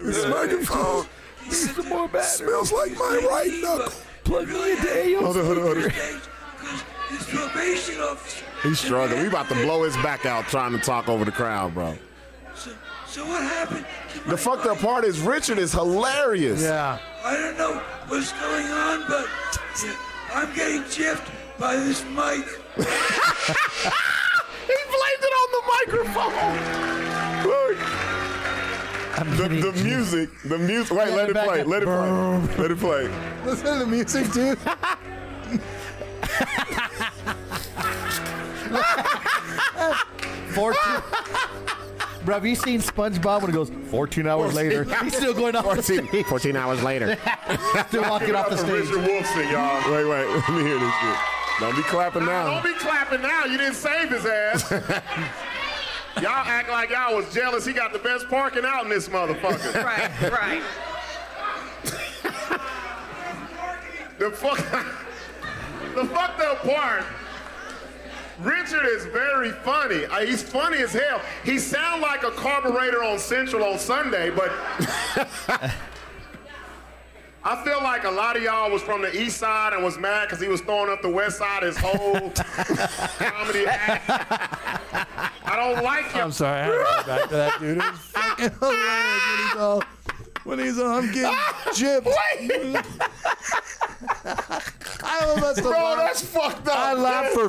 Speaker 7: This microphone smells like my right knuckle.
Speaker 4: Plug it in.
Speaker 10: Hold on, hold on, hold on.
Speaker 7: He's probation officer.
Speaker 10: He's struggling. We about to blow his back out trying to talk over the crowd, bro.
Speaker 7: So, so what happened?
Speaker 10: The fucked up part is Richard is hilarious.
Speaker 5: Yeah.
Speaker 7: I don't know what's going on, but I'm getting gypped by this mic.
Speaker 10: He blamed it on the microphone. Look. The, the music, the music. Wait, let it
Speaker 5: back
Speaker 10: play.
Speaker 5: up.
Speaker 10: Let it play. Let it play.
Speaker 5: Listen to the music, dude.
Speaker 4: Fourteen. bro, have you seen SpongeBob when it goes 14 hours later? He's still going off the stage.
Speaker 10: 14 hours later.
Speaker 4: still walking off the
Speaker 2: Give it up
Speaker 4: stage.
Speaker 2: for Richard Wolfson, y'all.
Speaker 10: Wait, wait. Let me hear this shit. Don't be clapping
Speaker 2: Don't
Speaker 10: now.
Speaker 2: be clapping now. You didn't save his ass. y'all act like y'all was jealous. He got the best parking out in this motherfucker.
Speaker 11: right, right.
Speaker 2: The fuck. the fucked up part. Richard is very funny. Uh, he's funny as hell. He sound like a carburetor on Central on Sunday, but I feel like a lot of y'all was from the East Side and was mad because he was throwing up the West Side his whole comedy act. I don't like you.
Speaker 5: I'm sorry. I had to go back to that, dude. It was fucking hilarious when he's all, when he's all, I'm getting gypped.
Speaker 10: Mm-hmm.
Speaker 5: I must have
Speaker 7: Bro,
Speaker 5: laughed.
Speaker 7: that's fucked up.
Speaker 5: I laughed for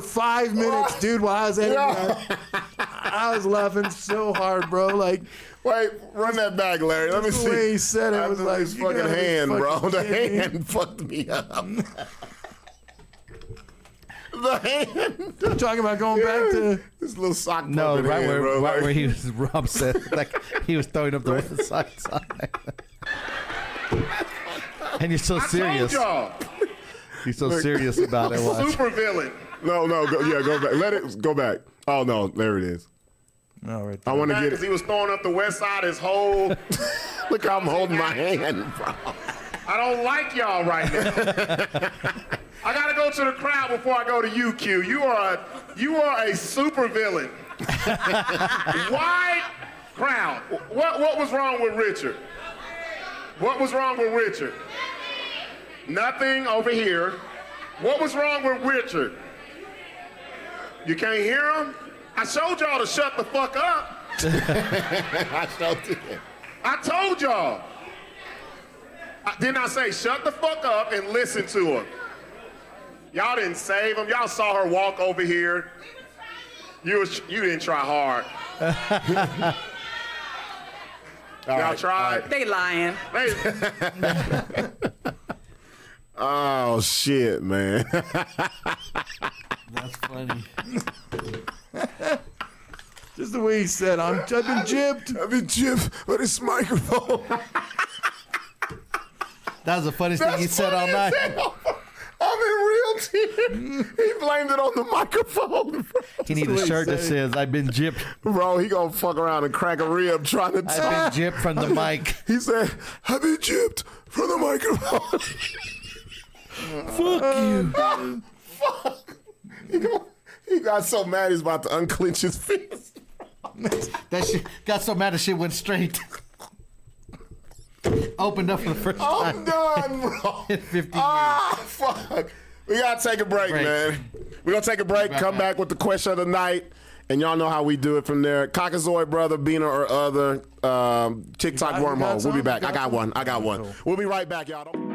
Speaker 5: five minutes, dude, while I was editing. that. I was laughing so hard, bro. Like,
Speaker 10: wait, run that back, Larry. Let me
Speaker 5: the
Speaker 10: see.
Speaker 5: way he said it
Speaker 10: I
Speaker 5: was
Speaker 10: just-
Speaker 5: like
Speaker 10: his
Speaker 5: you gotta
Speaker 10: fucking
Speaker 5: be
Speaker 10: hand, bro.
Speaker 5: fucking
Speaker 10: The
Speaker 5: kidding me.
Speaker 10: hand fucked me up. the hand.
Speaker 5: I'm talking about going back to
Speaker 10: this little sock.
Speaker 4: No,
Speaker 10: puppet
Speaker 4: Oh, right
Speaker 10: hand,
Speaker 4: where
Speaker 10: bro.
Speaker 4: right
Speaker 10: Like-
Speaker 4: where he was Rob said like he was throwing up the one side side. and you're so serious.
Speaker 2: Y'all,
Speaker 4: You're so
Speaker 10: Look.
Speaker 4: serious about it. Watch.
Speaker 2: super villain.
Speaker 10: No, no, go, yeah, go back. Let it go back. Oh no, there it is.
Speaker 5: No, Oh, right.
Speaker 10: I want to get
Speaker 2: Because
Speaker 10: it.
Speaker 2: he was throwing up the West Side his whole.
Speaker 10: Look, how I'm holding my hand, bro.
Speaker 2: I don't like y'all right now. I gotta go to the crowd before I go to you, Q. You are a you are a super villain. Wide crowd. What what was wrong with Richard? What was wrong with Richard? Nothing over here. What was wrong with Richard? You can't hear him? I showed y'all to shut the fuck up.
Speaker 10: I showed you.
Speaker 2: I told y'all. I, didn't I say shut the fuck up and listen to him? Y'all didn't save him. Y'all saw her walk over here. You was, you didn't try hard. y'all tried.
Speaker 11: They lying.
Speaker 10: Oh shit, man.
Speaker 4: That's funny.
Speaker 5: Just the way he said, I'm, I've been gypped.
Speaker 10: I've been gypped by this microphone.
Speaker 4: That was the funniest thing you said all
Speaker 10: funny as
Speaker 4: night.
Speaker 10: hell. I'm in real tears. He blamed it on the microphone. bro.
Speaker 4: He needs a shirt that says "I've been gypped."
Speaker 10: Bro, he gonna fuck around and crack a rib trying to
Speaker 4: I've
Speaker 10: talk.
Speaker 4: been gypped from the mic.
Speaker 10: He said, I've been gypped from the microphone.
Speaker 4: Fuck you.
Speaker 10: Fuck. He go- He got so mad he's about to unclench his fist.
Speaker 4: That shit got so mad that shit went straight. Opened up for the first
Speaker 10: I'm
Speaker 4: time.
Speaker 10: done, bro.
Speaker 4: in 50 years.
Speaker 10: Ah, fuck. We gotta take a break,
Speaker 4: Break.
Speaker 10: man.
Speaker 2: We're going to take a break, come back with the question of the night, and y'all know how we do it from there. Cockazoid brother, Beaner or other, um, TikTok
Speaker 15: got- you got
Speaker 2: wormhole. We'll be
Speaker 15: some?
Speaker 2: back.
Speaker 15: You
Speaker 2: I
Speaker 15: got
Speaker 2: got
Speaker 15: some?
Speaker 2: one. I got one.
Speaker 15: Cool.
Speaker 2: We'll be right back, y'all. Don't-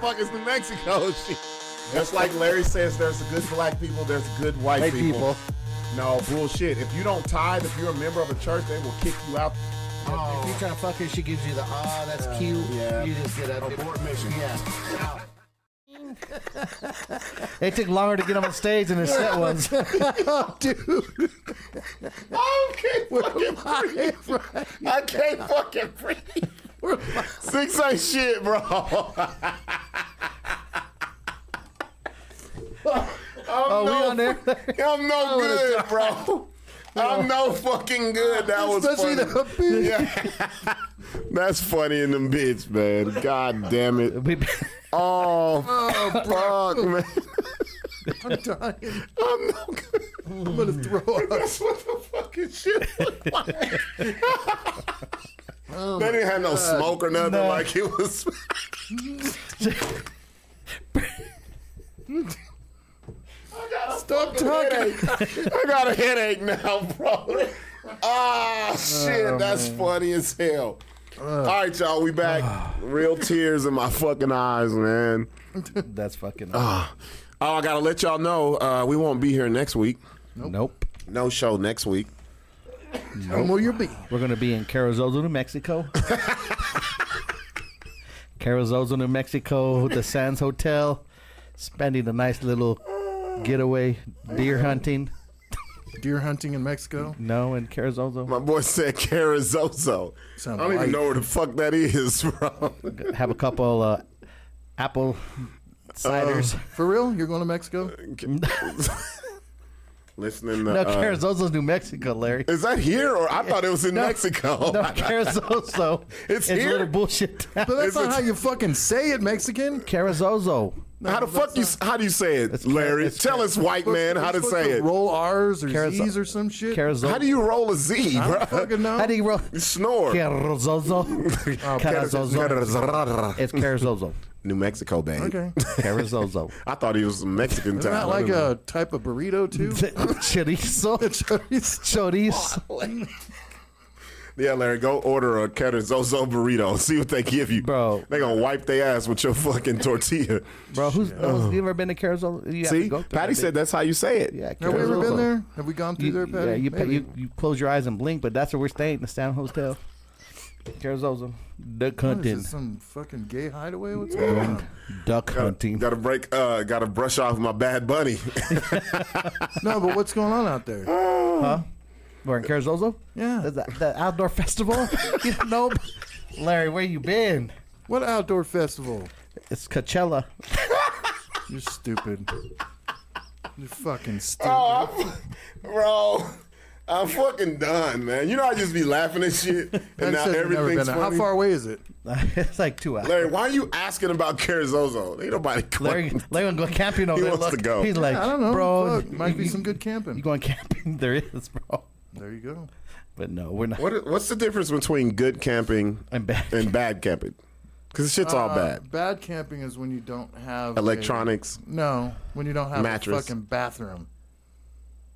Speaker 2: black is New Mexico. She- Just like Larry says, there's good black people, there's good white
Speaker 4: White
Speaker 2: people.
Speaker 4: people.
Speaker 2: No bullshit. If you don't tithe, if you're a member of a church, they will kick you out.
Speaker 15: Oh.
Speaker 4: If you're trying to fuck her, she gives you the ah, that's
Speaker 2: Yeah,
Speaker 4: cute.
Speaker 2: yeah.
Speaker 4: You just get up.
Speaker 2: Abort mission.
Speaker 4: Yeah. it took longer to get him on stage than his set was.
Speaker 5: dude.
Speaker 2: I can't fucking breathe. I can't fucking breathe. Six ain't shit, bro.
Speaker 4: Oh,
Speaker 2: I'm
Speaker 4: we
Speaker 2: no
Speaker 4: on there?
Speaker 2: fuck- I'm no good, bro. I'm no fucking good. That was
Speaker 5: Especially
Speaker 2: funny.
Speaker 5: the bitch.
Speaker 2: That's funny in them bitch, man. God damn it. Oh,
Speaker 5: Oh,
Speaker 2: fuck, man.
Speaker 5: I'm dying. I'm no good. I'm gonna throw up.
Speaker 2: That's what the fucking shit looked like.
Speaker 5: Oh
Speaker 2: they
Speaker 5: my
Speaker 2: didn't have no
Speaker 5: God.
Speaker 2: smoke or nothing.
Speaker 5: No.
Speaker 2: Like it was.
Speaker 5: Stop talking.
Speaker 2: I got a headache now, bro. Ah, shit.
Speaker 5: Oh,
Speaker 2: that's
Speaker 5: man.
Speaker 2: funny as hell. All right, y'all. We
Speaker 4: Ah.
Speaker 2: back. Real tears in my fucking eyes, man.
Speaker 4: That's fucking.
Speaker 2: Ah. Oh, I gotta let y'all know uh, we won't be here next week.
Speaker 4: Nope. nope.
Speaker 2: No show next week.
Speaker 4: Nope.
Speaker 5: will you be?
Speaker 4: We're gonna be in Carrizozo, New Mexico. Carrizozo, New Mexico, the Sands Hotel, spending a nice little getaway deer hunting.
Speaker 5: Deer hunting in Mexico.
Speaker 4: No, in Carrizozo.
Speaker 2: My boy said Carrizozo. I
Speaker 5: Sound
Speaker 2: don't even
Speaker 5: white.
Speaker 2: know where the fuck that is, bro.
Speaker 4: Have a couple uh, apple ciders.
Speaker 2: Uh.
Speaker 5: For real? You're going to Mexico?
Speaker 2: Listening to
Speaker 4: no,
Speaker 2: uh,
Speaker 4: Carrizozo's New Mexico, Larry.
Speaker 2: Is that here or I thought it was in
Speaker 4: No.
Speaker 2: Mexico?
Speaker 4: No, Carrizozo.
Speaker 2: It's
Speaker 4: it's a
Speaker 2: here?
Speaker 4: little bullshit. town.
Speaker 5: But that's
Speaker 2: Is
Speaker 5: not
Speaker 2: it-
Speaker 5: how you fucking say it, Mexican.
Speaker 4: Carrizozo.
Speaker 2: how the fuck you how do you say it, Larry? Tell us, white man, how to
Speaker 5: We're supposed
Speaker 2: say it.
Speaker 5: Roll R's or
Speaker 4: Carrizo-
Speaker 5: Z's or some shit.
Speaker 4: Carrizozo.
Speaker 2: How do you roll a Z,
Speaker 5: I
Speaker 2: bro?
Speaker 5: don't fucking know. Oh,
Speaker 4: How do you roll?
Speaker 2: You snore.
Speaker 4: Carrizozo. Carrizozo.
Speaker 2: Carrizozo.
Speaker 4: It's Carrizozo.
Speaker 2: New Mexico, babe.
Speaker 5: Okay.
Speaker 4: Carrizozo.
Speaker 2: I thought he was from Mexican
Speaker 5: Isn't
Speaker 2: town.
Speaker 5: that like a type of burrito too?
Speaker 4: Chorizo. Chorizo.
Speaker 2: yeah, Larry, go order a Carrizozo burrito. See what they give you,
Speaker 4: Bro.
Speaker 2: They gonna wipe their ass with your fucking tortilla. Uh,
Speaker 4: Bro, who's, who's Oh, you ever been to Carrizozo? You have to
Speaker 2: See,
Speaker 4: go through
Speaker 2: Patty
Speaker 4: that
Speaker 2: said
Speaker 4: bit.
Speaker 2: that's how you say it.
Speaker 4: Yeah,
Speaker 5: Have we ever
Speaker 4: Carrizozo.
Speaker 5: been there? Have we gone through there,
Speaker 4: You, yeah,
Speaker 5: Patty?
Speaker 4: you, pa-
Speaker 5: Maybe.
Speaker 4: you you close your eyes and blink, but that's where we're staying, the Sound Hotel. Carrizozo. Duck
Speaker 5: What is
Speaker 4: hunting.
Speaker 5: this, some fucking gay hideaway? What's going on?
Speaker 4: Duck
Speaker 2: Gotta,
Speaker 4: hunting.
Speaker 2: gotta break. Uh, gotta brush off my bad bunny.
Speaker 5: No, but what's going on out there?
Speaker 2: Oh.
Speaker 4: We're in Carrizozo?
Speaker 5: Yeah.
Speaker 4: There's that, that outdoor festival? you don't know? Larry, where you been?
Speaker 5: What outdoor festival?
Speaker 4: It's Coachella.
Speaker 5: You're stupid. You're fucking stupid.
Speaker 2: Oh, I'm, bro, I'm fucking done, man. You know I just be laughing at shit, and
Speaker 5: Patty
Speaker 2: now
Speaker 5: says they've never
Speaker 2: everything's
Speaker 5: been there.
Speaker 2: funny.
Speaker 5: How far away is it?
Speaker 4: it's like two hours.
Speaker 2: Larry, why are you asking about Carrizozo? Ain't nobody.
Speaker 4: Larry,
Speaker 2: going-
Speaker 4: Larry gonna go camping over
Speaker 2: He
Speaker 4: there.
Speaker 2: wants to
Speaker 4: look.
Speaker 2: go.
Speaker 4: He's like,
Speaker 5: I don't know.
Speaker 4: bro,
Speaker 5: Fuck, might be
Speaker 4: you-
Speaker 5: some good camping.
Speaker 4: You going camping? There is, bro.
Speaker 5: There you go.
Speaker 4: But no, we're not.
Speaker 2: What, what's the difference between good camping
Speaker 4: And bad.
Speaker 2: and bad camping? Because shit's all
Speaker 5: Uh,
Speaker 2: bad.
Speaker 5: Bad camping is when you don't have a-
Speaker 2: Electronics.
Speaker 5: no, when you don't have
Speaker 2: Mattress.
Speaker 5: a fucking bathroom.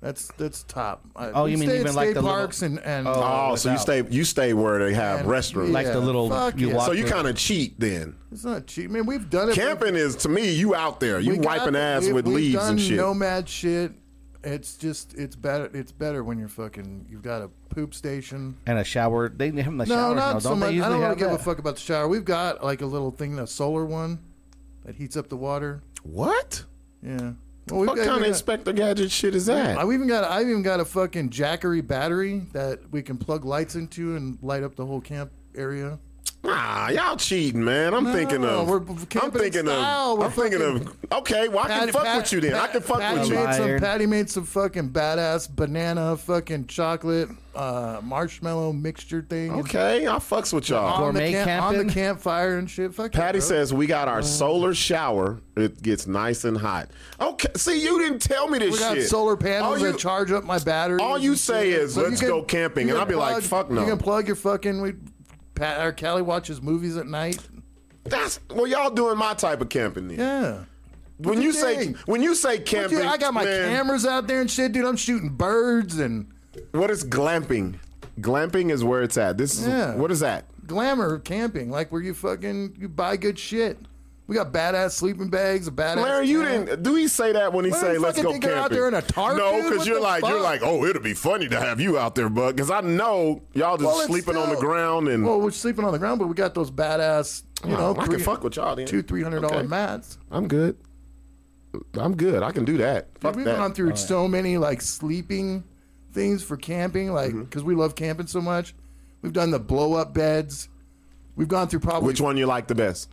Speaker 5: That's that's top. I-
Speaker 4: Oh,
Speaker 5: we
Speaker 4: you mean
Speaker 5: stay at
Speaker 4: even like
Speaker 5: state
Speaker 4: the little-
Speaker 5: parks and and
Speaker 2: Oh,
Speaker 4: Oh,
Speaker 2: so you
Speaker 4: without.
Speaker 2: stay you stay where they have
Speaker 5: and-
Speaker 2: restrooms.
Speaker 4: Like the little-
Speaker 5: fuck
Speaker 4: you
Speaker 5: yeah.
Speaker 4: walk-
Speaker 2: so you kind of cheat then.
Speaker 5: It's not cheap, man. We've done it.
Speaker 2: Camping is to me you out there you
Speaker 5: We got-
Speaker 2: wiping ass
Speaker 5: we-
Speaker 2: with
Speaker 5: we've
Speaker 2: leaves
Speaker 5: done
Speaker 2: and shit.
Speaker 5: Nomad shit. It's just it's better. It's better when you're fucking. You've got a poop station.
Speaker 4: And a shower. They have the
Speaker 5: No,
Speaker 4: shower.
Speaker 5: not
Speaker 4: no,
Speaker 5: so
Speaker 4: don't
Speaker 5: much.
Speaker 4: They
Speaker 5: I
Speaker 4: usually
Speaker 5: don't
Speaker 4: have
Speaker 5: give a
Speaker 4: that?
Speaker 5: fuck about the shower. We've got like a little thing, the solar one, that heats up the water.
Speaker 2: what?
Speaker 5: Yeah. Well, we've
Speaker 2: What
Speaker 5: got-
Speaker 2: kind of
Speaker 5: we got-
Speaker 2: Inspector Gadget shit is that?
Speaker 5: I've even got I've even got a fucking Jackery battery that we can plug lights into and light up the whole camp area.
Speaker 2: Nah, y'all cheating, man. I'm
Speaker 5: No,
Speaker 2: thinking of.
Speaker 5: we're
Speaker 2: I'm
Speaker 5: camping
Speaker 2: thinking
Speaker 5: style.
Speaker 2: of.
Speaker 5: We're
Speaker 2: I'm thinking of. Okay, well I can
Speaker 5: Patty-
Speaker 2: fuck
Speaker 5: Pat-
Speaker 2: with you then. I
Speaker 5: Pat-
Speaker 2: can fuck
Speaker 5: Patty
Speaker 2: with you.
Speaker 5: Made some,
Speaker 4: Liar.
Speaker 5: Patty made some fucking badass banana fucking chocolate uh, marshmallow mixture thing.
Speaker 2: Okay, I fucks with y'all.
Speaker 5: On Uh. the,
Speaker 4: Gourmet
Speaker 5: camp, on the
Speaker 4: camping?
Speaker 5: campfire and shit. Fuck
Speaker 2: Patty
Speaker 5: yeah, bro.
Speaker 2: says we got our solar shower. It gets nice and hot. Okay, see you didn't tell me this
Speaker 5: We got
Speaker 2: shit.
Speaker 5: solar
Speaker 2: All
Speaker 5: panels
Speaker 2: you-
Speaker 5: that charge up my battery.
Speaker 2: all you say is, "Let's go camping," and I'll be like, "Fuck no."
Speaker 5: You can plug your fucking. We, Pat or Kelly watches movies at night.
Speaker 2: That's well, y'all doing my type of camping then.
Speaker 5: Yeah.
Speaker 2: when
Speaker 5: you
Speaker 2: you say
Speaker 5: think?
Speaker 2: when you say camping,
Speaker 5: Dude, I got my
Speaker 2: man,
Speaker 5: cameras out there and shit, dude. I'm shooting birds and
Speaker 2: What is glamping? Glamping is where it's at. This is
Speaker 5: Yeah.
Speaker 2: what is that?
Speaker 5: glamour camping, like where you fucking you buy good shit. We got badass sleeping bags, a badass.
Speaker 2: Larry, you
Speaker 5: tent.
Speaker 2: didn't. Do he say that when he
Speaker 5: Larry,
Speaker 2: say "Let's
Speaker 5: fucking
Speaker 2: go
Speaker 5: think
Speaker 2: camping"?
Speaker 5: they're out there in a tarp,
Speaker 2: No,
Speaker 5: dude?
Speaker 2: because
Speaker 5: What
Speaker 2: you're
Speaker 5: the
Speaker 2: like you're
Speaker 5: fuck?
Speaker 2: like, oh, it'll be funny to have you out there, bud. Because I know y'all just
Speaker 5: Well, it's
Speaker 2: sleeping on the
Speaker 5: still-
Speaker 2: ground and
Speaker 5: well, we're sleeping on the ground, but we got those badass, you
Speaker 2: Oh,
Speaker 5: know,
Speaker 2: I can fuck with y'all then.
Speaker 5: two three hundred dollar
Speaker 2: Okay.
Speaker 5: mats.
Speaker 2: I'm good. I'm good. I can do that. Fuck
Speaker 5: We've
Speaker 2: that.
Speaker 5: gone through so many like sleeping things for camping, like
Speaker 2: Mm-hmm.
Speaker 5: because we love camping so much. We've done the blow up beds. We've gone through probably
Speaker 2: Which one you like the best?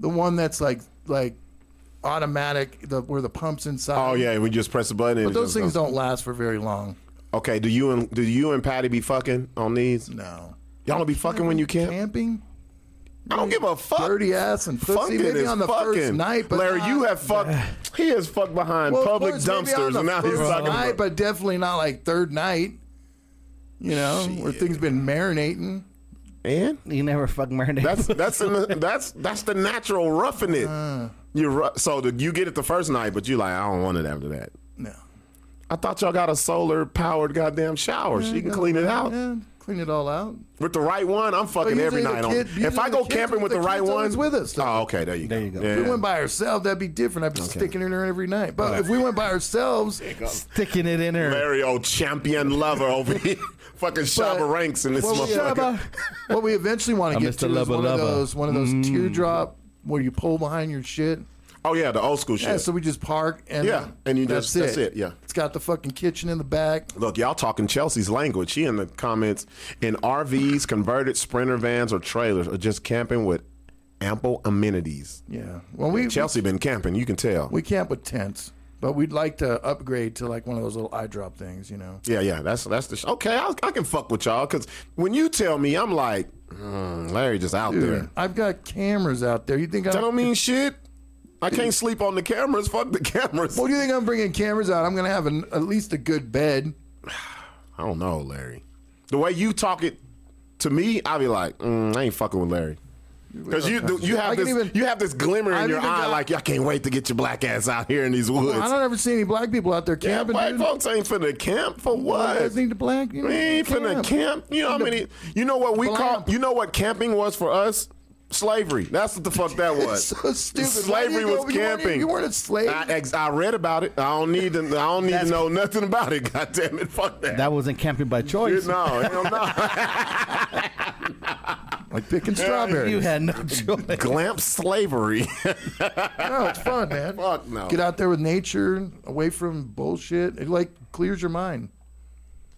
Speaker 5: the one that's like like automatic, the where the pumps inside.
Speaker 2: Oh yeah, we just press the button. and
Speaker 5: But
Speaker 2: it
Speaker 5: those
Speaker 2: just
Speaker 5: things
Speaker 2: goes.
Speaker 5: don't last for very long.
Speaker 2: Okay, do you and do you and Patty be fucking on these?
Speaker 5: No.
Speaker 2: Y'all don't be fucking when you camp.
Speaker 5: Camping.
Speaker 2: I don't give a fuck.
Speaker 5: Dirty ass and pussy,
Speaker 2: Funkin'
Speaker 5: maybe
Speaker 2: is
Speaker 5: on the
Speaker 2: fucking.
Speaker 5: first night, but
Speaker 2: Larry,
Speaker 5: not-
Speaker 2: you have fucked. He has fucked behind
Speaker 5: Well, of
Speaker 2: public
Speaker 5: course, maybe on
Speaker 2: dumpsters,
Speaker 5: the
Speaker 2: and now he's
Speaker 5: first
Speaker 2: talking
Speaker 5: night,
Speaker 2: about.
Speaker 5: but definitely not like third night. You know, where things been marinating.
Speaker 2: And
Speaker 4: you never fuck marinated.
Speaker 2: That's that's in the, that's that's the natural roughing it.
Speaker 5: Uh.
Speaker 2: You're ru- so the, you get it the first night, but you like I don't want it after that.
Speaker 5: No.
Speaker 2: I thought y'all got a solar powered goddamn shower. so you can clean it out
Speaker 5: Yeah, clean it all out.
Speaker 2: with the right one. I'm fucking
Speaker 5: usually
Speaker 2: every
Speaker 5: the
Speaker 2: night
Speaker 5: kid-
Speaker 2: on. If I
Speaker 5: usually
Speaker 2: go
Speaker 5: the kids-
Speaker 2: camping with
Speaker 5: the
Speaker 2: the, right
Speaker 5: kid's always
Speaker 2: one,
Speaker 5: with us, though.
Speaker 2: Oh, okay, there you go. There you go.
Speaker 5: If we went by ourselves, that'd be different. I'd be sticking it in every night. But if we went by ourselves,
Speaker 4: sticking it in her.
Speaker 2: Larry, old champion lover over here, fucking Shabba ranks in this
Speaker 5: Well, we-
Speaker 2: motherfucker.
Speaker 5: what we eventually want
Speaker 4: I
Speaker 5: to get
Speaker 4: missed the
Speaker 5: to is
Speaker 4: Lubba
Speaker 5: one of
Speaker 4: Uh, Lubba. Mm.
Speaker 5: those one of those teardrop where you pull behind your shit.
Speaker 2: Oh yeah, the old school shit.
Speaker 5: Yeah, so we just park and
Speaker 2: Yeah, and you
Speaker 5: that's
Speaker 2: just- that's it, yeah.
Speaker 5: it's got the fucking kitchen in the back.
Speaker 2: Look, y'all talking Chelsea's language. She in the comments in RVs, converted sprinter vans, or trailers, or just camping with ample amenities.
Speaker 5: Yeah. Well, we
Speaker 2: Chelsea been camping. You can tell.
Speaker 5: we camp with tents, but we'd like to upgrade to like one of those little eye drop things, you know.
Speaker 2: yeah, yeah. That's that's the sh- okay. I, I can fuck with y'all because when you tell me, I'm like, mm, Larry just out there.
Speaker 5: I've got cameras out there. You think
Speaker 2: That
Speaker 5: I'm?
Speaker 2: don't mean shit. I can't sleep on the cameras. Fuck the cameras.
Speaker 5: Well, do you think I'm bringing cameras out? I'm gonna have an, at least a good bed.
Speaker 2: I don't know, Larry. The way you talk it to me, I be like, mm, I ain't fucking with Larry. Because you you
Speaker 5: I
Speaker 2: have
Speaker 5: can
Speaker 2: this
Speaker 5: even-
Speaker 2: you have this glimmer in
Speaker 5: I've
Speaker 2: your
Speaker 5: even
Speaker 2: eye,
Speaker 5: got-
Speaker 2: like I can't wait to get your black ass out here in these woods.
Speaker 5: I don't ever see any black people out there
Speaker 2: yeah,
Speaker 5: camping.
Speaker 2: white
Speaker 5: dude.
Speaker 2: folks ain't finna camp for
Speaker 5: Why
Speaker 2: what?
Speaker 5: does need to black. You know,
Speaker 2: We ain't finna camp. You know how many? You know what we call? You know what camping was for us? Slavery. That's what the fuck that was.
Speaker 5: so stupid. Why do you
Speaker 2: Slavery
Speaker 5: go-
Speaker 2: was
Speaker 5: you weren't-
Speaker 2: camping.
Speaker 5: you weren't a slave?
Speaker 2: I, ex- I read about it. I don't need to. I don't need to know nothing about it. God damn it. Fuck that.
Speaker 4: That wasn't camping by choice.
Speaker 2: no, hell no.
Speaker 5: Like picking strawberries.
Speaker 4: You had no choice.
Speaker 2: Glamp slavery.
Speaker 5: no, it's fun, man.
Speaker 2: Fuck no.
Speaker 5: Get out there with nature, away from bullshit. It like clears your mind.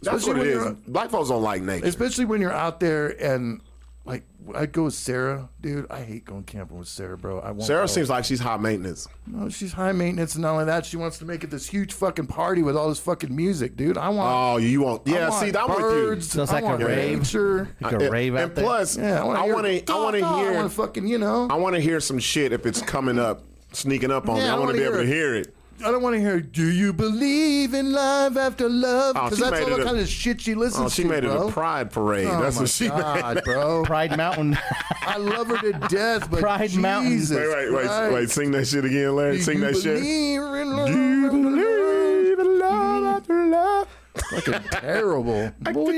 Speaker 2: That's what
Speaker 5: Especially
Speaker 2: it
Speaker 5: when
Speaker 2: is.
Speaker 5: you're-
Speaker 2: Black folks don't like nature.
Speaker 5: Especially when you're out there and like I'd go with Sarah, dude. I hate going camping with Sarah, bro. I won't.
Speaker 2: Sarah
Speaker 5: go.
Speaker 2: seems like she's high maintenance.
Speaker 5: No, she's high maintenance, and not only that, she wants to make it this huge fucking party with all this fucking music, dude. I want.
Speaker 2: Oh, you want?
Speaker 5: I
Speaker 2: Yeah,
Speaker 5: want
Speaker 2: see, that with you. Uh,
Speaker 5: birds.
Speaker 4: Sounds
Speaker 5: I
Speaker 4: like a
Speaker 5: want
Speaker 4: rave.
Speaker 5: nature.
Speaker 4: Like a rave out
Speaker 2: and
Speaker 4: there.
Speaker 2: plus,
Speaker 5: Yeah, I wanna
Speaker 2: I
Speaker 5: hear-
Speaker 2: want to. I want to
Speaker 5: Oh, I
Speaker 2: hear.
Speaker 5: want to fucking, you know.
Speaker 2: I want to hear some shit if it's coming up, sneaking up on
Speaker 5: Yeah,
Speaker 2: me.
Speaker 5: I
Speaker 2: I want
Speaker 5: wanna
Speaker 2: to be able to
Speaker 5: hear
Speaker 2: hear it.
Speaker 5: I don't want to hear "Do you believe in love after love?"
Speaker 2: Oh,
Speaker 5: because
Speaker 2: she
Speaker 5: that's
Speaker 2: made
Speaker 5: all
Speaker 2: it
Speaker 5: the
Speaker 2: a-
Speaker 5: kind of shit she listens
Speaker 2: Oh, she
Speaker 5: to,
Speaker 2: made it
Speaker 5: bro.
Speaker 2: a pride parade.
Speaker 5: Oh
Speaker 2: That's
Speaker 5: my
Speaker 2: what she
Speaker 5: God,
Speaker 2: made.
Speaker 5: bro!
Speaker 4: Pride Mountain.
Speaker 5: I love her to death, but
Speaker 4: Pride
Speaker 5: Jesus
Speaker 4: Mountain.
Speaker 2: Wait, wait, wait,
Speaker 5: Christ.
Speaker 2: wait! Sing that shit again, Larry.
Speaker 5: Do
Speaker 2: Sing
Speaker 5: you
Speaker 2: that shit.
Speaker 5: believe in
Speaker 2: Do you believe in love after love?
Speaker 5: love? Fucking terrible. Oh,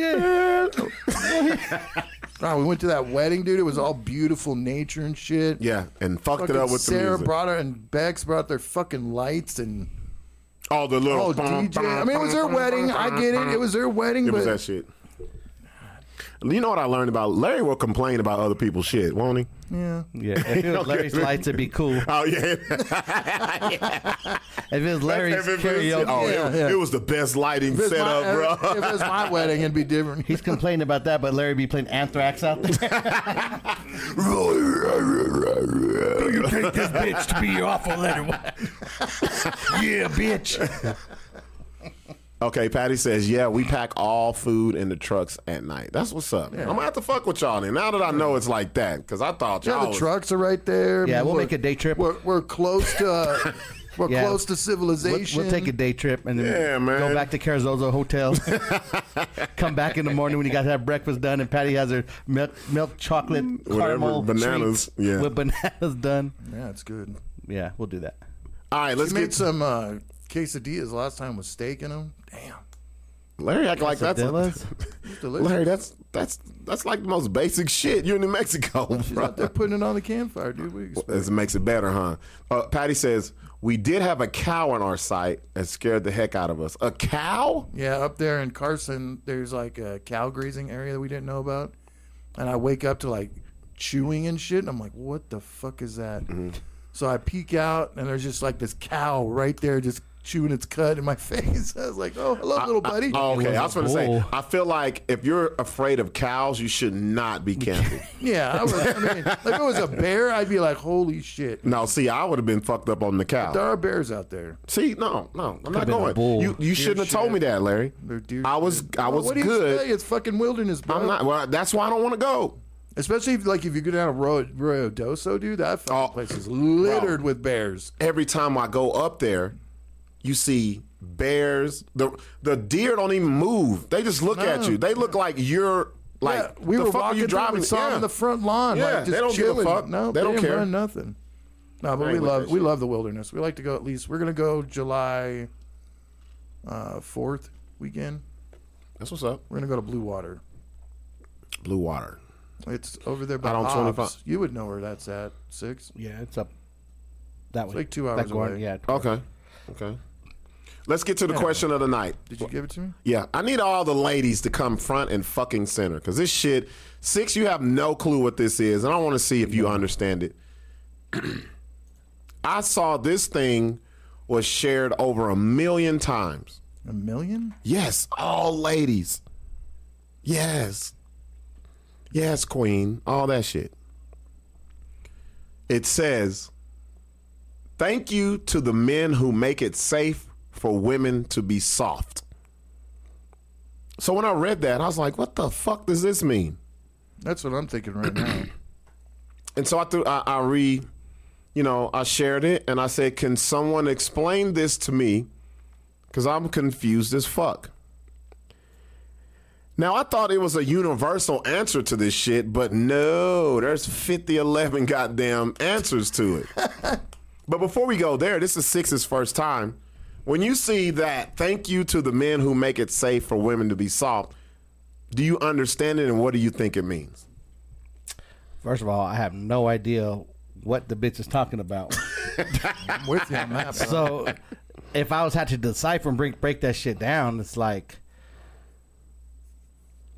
Speaker 5: God, oh, we went to that wedding, dude. It was all beautiful nature and shit.
Speaker 2: Yeah, and fucked
Speaker 5: Fucking
Speaker 2: it up with
Speaker 5: Sarah
Speaker 2: the music.
Speaker 5: brought her and Bex brought their fucking lights and
Speaker 2: All the little.
Speaker 5: oh DJ. I mean, it was her wedding. I get it. It was her wedding,
Speaker 2: It was
Speaker 5: but
Speaker 2: that shit. You know what I learned about Larry will complain about other people's shit, won't he?
Speaker 5: yeah.
Speaker 4: Yeah, if it was
Speaker 2: Okay.
Speaker 4: Larry's lights, it'd be cool.
Speaker 2: Oh yeah,
Speaker 4: If it was Larry's
Speaker 2: If it was-
Speaker 4: karaoke,
Speaker 2: oh,
Speaker 5: Yeah,
Speaker 2: it,
Speaker 5: yeah.
Speaker 2: it was the best lighting
Speaker 5: If it's
Speaker 2: setup,
Speaker 5: my-
Speaker 2: bro.
Speaker 5: If it was my wedding, it'd be different.
Speaker 4: he's complaining about that, but Larry be playing Anthrax out
Speaker 2: you
Speaker 4: there. Take this bitch to be your awful letter. yeah, bitch.
Speaker 2: Okay, Patty says, yeah, we pack all food in the trucks at night. That's what's up. I'm gonna have to fuck with y'all then. Now that I know it's like that, because I thought y'all
Speaker 5: Yeah, the
Speaker 2: was-
Speaker 5: trucks are right there.
Speaker 4: Yeah, we'll
Speaker 5: We're-
Speaker 4: make a day trip.
Speaker 5: We're, we're close to uh, we're
Speaker 4: Yeah.
Speaker 5: close to
Speaker 4: We'll,
Speaker 5: civilization.
Speaker 4: we'll take a day trip and then
Speaker 2: Yeah, man.
Speaker 4: go back to Carrizozo Hotel. Come back in the morning when you guys have breakfast done and Patty has her milk, milk chocolate
Speaker 2: Whatever,
Speaker 4: caramel
Speaker 2: bananas,
Speaker 4: treat
Speaker 2: yeah.
Speaker 4: with bananas done.
Speaker 5: Yeah, it's good.
Speaker 4: Yeah, we'll do that.
Speaker 2: All right, let's
Speaker 5: She made
Speaker 2: get
Speaker 5: some uh, quesadillas last time with steak in them. Damn,
Speaker 2: Larry act like that's
Speaker 4: Dillas?
Speaker 5: delicious.
Speaker 2: Larry, that's That's that's like the most basic shit. You're in New Mexico, bro.
Speaker 5: They're putting it on the campfire, dude. We
Speaker 2: This makes it better, huh? Uh, Patty says we did have a cow on our site and scared the heck out of us. A cow?
Speaker 5: Yeah, up there in Carson, there's like a cow grazing area that we didn't know about. And I wake up to like chewing and shit. And I'm like, what the fuck is that?
Speaker 2: Mm-hmm.
Speaker 5: So I peek out, and there's just like this cow right there just chewing its cud in my face. I was like, oh, hello, little buddy.
Speaker 2: I- oh, okay, I was going to say. I feel like if you're afraid of cows, you should not be camping.
Speaker 5: Yeah, I, was, I mean, like if it was a bear, I'd be like, holy shit.
Speaker 2: now, see, I would have been fucked up on the cow.
Speaker 5: There are bears out there.
Speaker 2: See, no, no, I'm
Speaker 5: Could've been a
Speaker 2: not
Speaker 5: bull.
Speaker 2: going. You
Speaker 5: Deer
Speaker 2: you shouldn't have
Speaker 5: shit.
Speaker 2: told me that, Larry. I was I was
Speaker 5: what do you
Speaker 2: good.
Speaker 5: say? It's fucking wilderness, bro.
Speaker 2: I'm not. Well, that's why I don't want to go.
Speaker 5: Especially if, like if you go down to Ro- Royo Doso, dude, that fucking place is littered with bears.
Speaker 2: Oh, Every time I go up there, you see bears. the The deer don't even move. They just look at
Speaker 5: No.
Speaker 2: you. They look like you're like
Speaker 5: yeah, we
Speaker 2: the
Speaker 5: were
Speaker 2: fuck are
Speaker 5: walking
Speaker 2: you driving
Speaker 5: through, we saw them
Speaker 2: Yeah.
Speaker 5: in the front lawn.
Speaker 2: Yeah,
Speaker 5: like, just
Speaker 2: they don't
Speaker 5: chilling.
Speaker 2: give a fuck.
Speaker 5: No,
Speaker 2: they, don't
Speaker 5: didn't
Speaker 2: care.
Speaker 5: run nothing. No,
Speaker 2: I
Speaker 5: but
Speaker 2: ain't
Speaker 5: we
Speaker 2: with
Speaker 5: love
Speaker 2: that
Speaker 5: we
Speaker 2: shit.
Speaker 5: love the wilderness. We like to go at least. We're gonna go July uh, fourth weekend.
Speaker 2: That's what's up.
Speaker 5: We're gonna go to Blue Water.
Speaker 2: Blue water.
Speaker 5: It's over there by
Speaker 2: Out on
Speaker 5: Hobbs.
Speaker 2: 25.
Speaker 5: You would know where that's at. Six.
Speaker 4: Yeah, it's up that
Speaker 5: It's
Speaker 4: way.
Speaker 5: like two
Speaker 4: That
Speaker 5: hours
Speaker 4: Gordon,
Speaker 5: away.
Speaker 4: yeah.
Speaker 2: Okay. Okay. Let's get to the
Speaker 5: Yeah.
Speaker 2: question of the night.
Speaker 5: Did you give it to me?
Speaker 2: Yeah, I need all the ladies to come front and fucking center because this shit, six, you have no clue what this is, and I want to see if you understand it. I saw this thing was shared over a million times.
Speaker 5: A million?
Speaker 2: Yes, all ladies. Yes. Yes, queen. All that shit. It says, Thank you to the men who make it safe for women to be soft. So when I read that, I was like, What the fuck does this mean?
Speaker 5: That's what I'm thinking right now.
Speaker 2: And so I threw, I, I re, you know, I shared it and I said, "Can someone explain this to me? Because I'm confused as fuck." Now I thought it was a universal answer to this shit, but no, there's 50, 11 goddamn answers to it. but before we go there, this is Six's first time. When you see that, thank you to the men who make it safe for women to be soft. Do you understand it, and what do you think it means?
Speaker 4: First of all, I have no idea what the bitch is talking about.
Speaker 5: I'm with you on that. bro.
Speaker 4: so if I was had to decipher and break break that shit down, it's like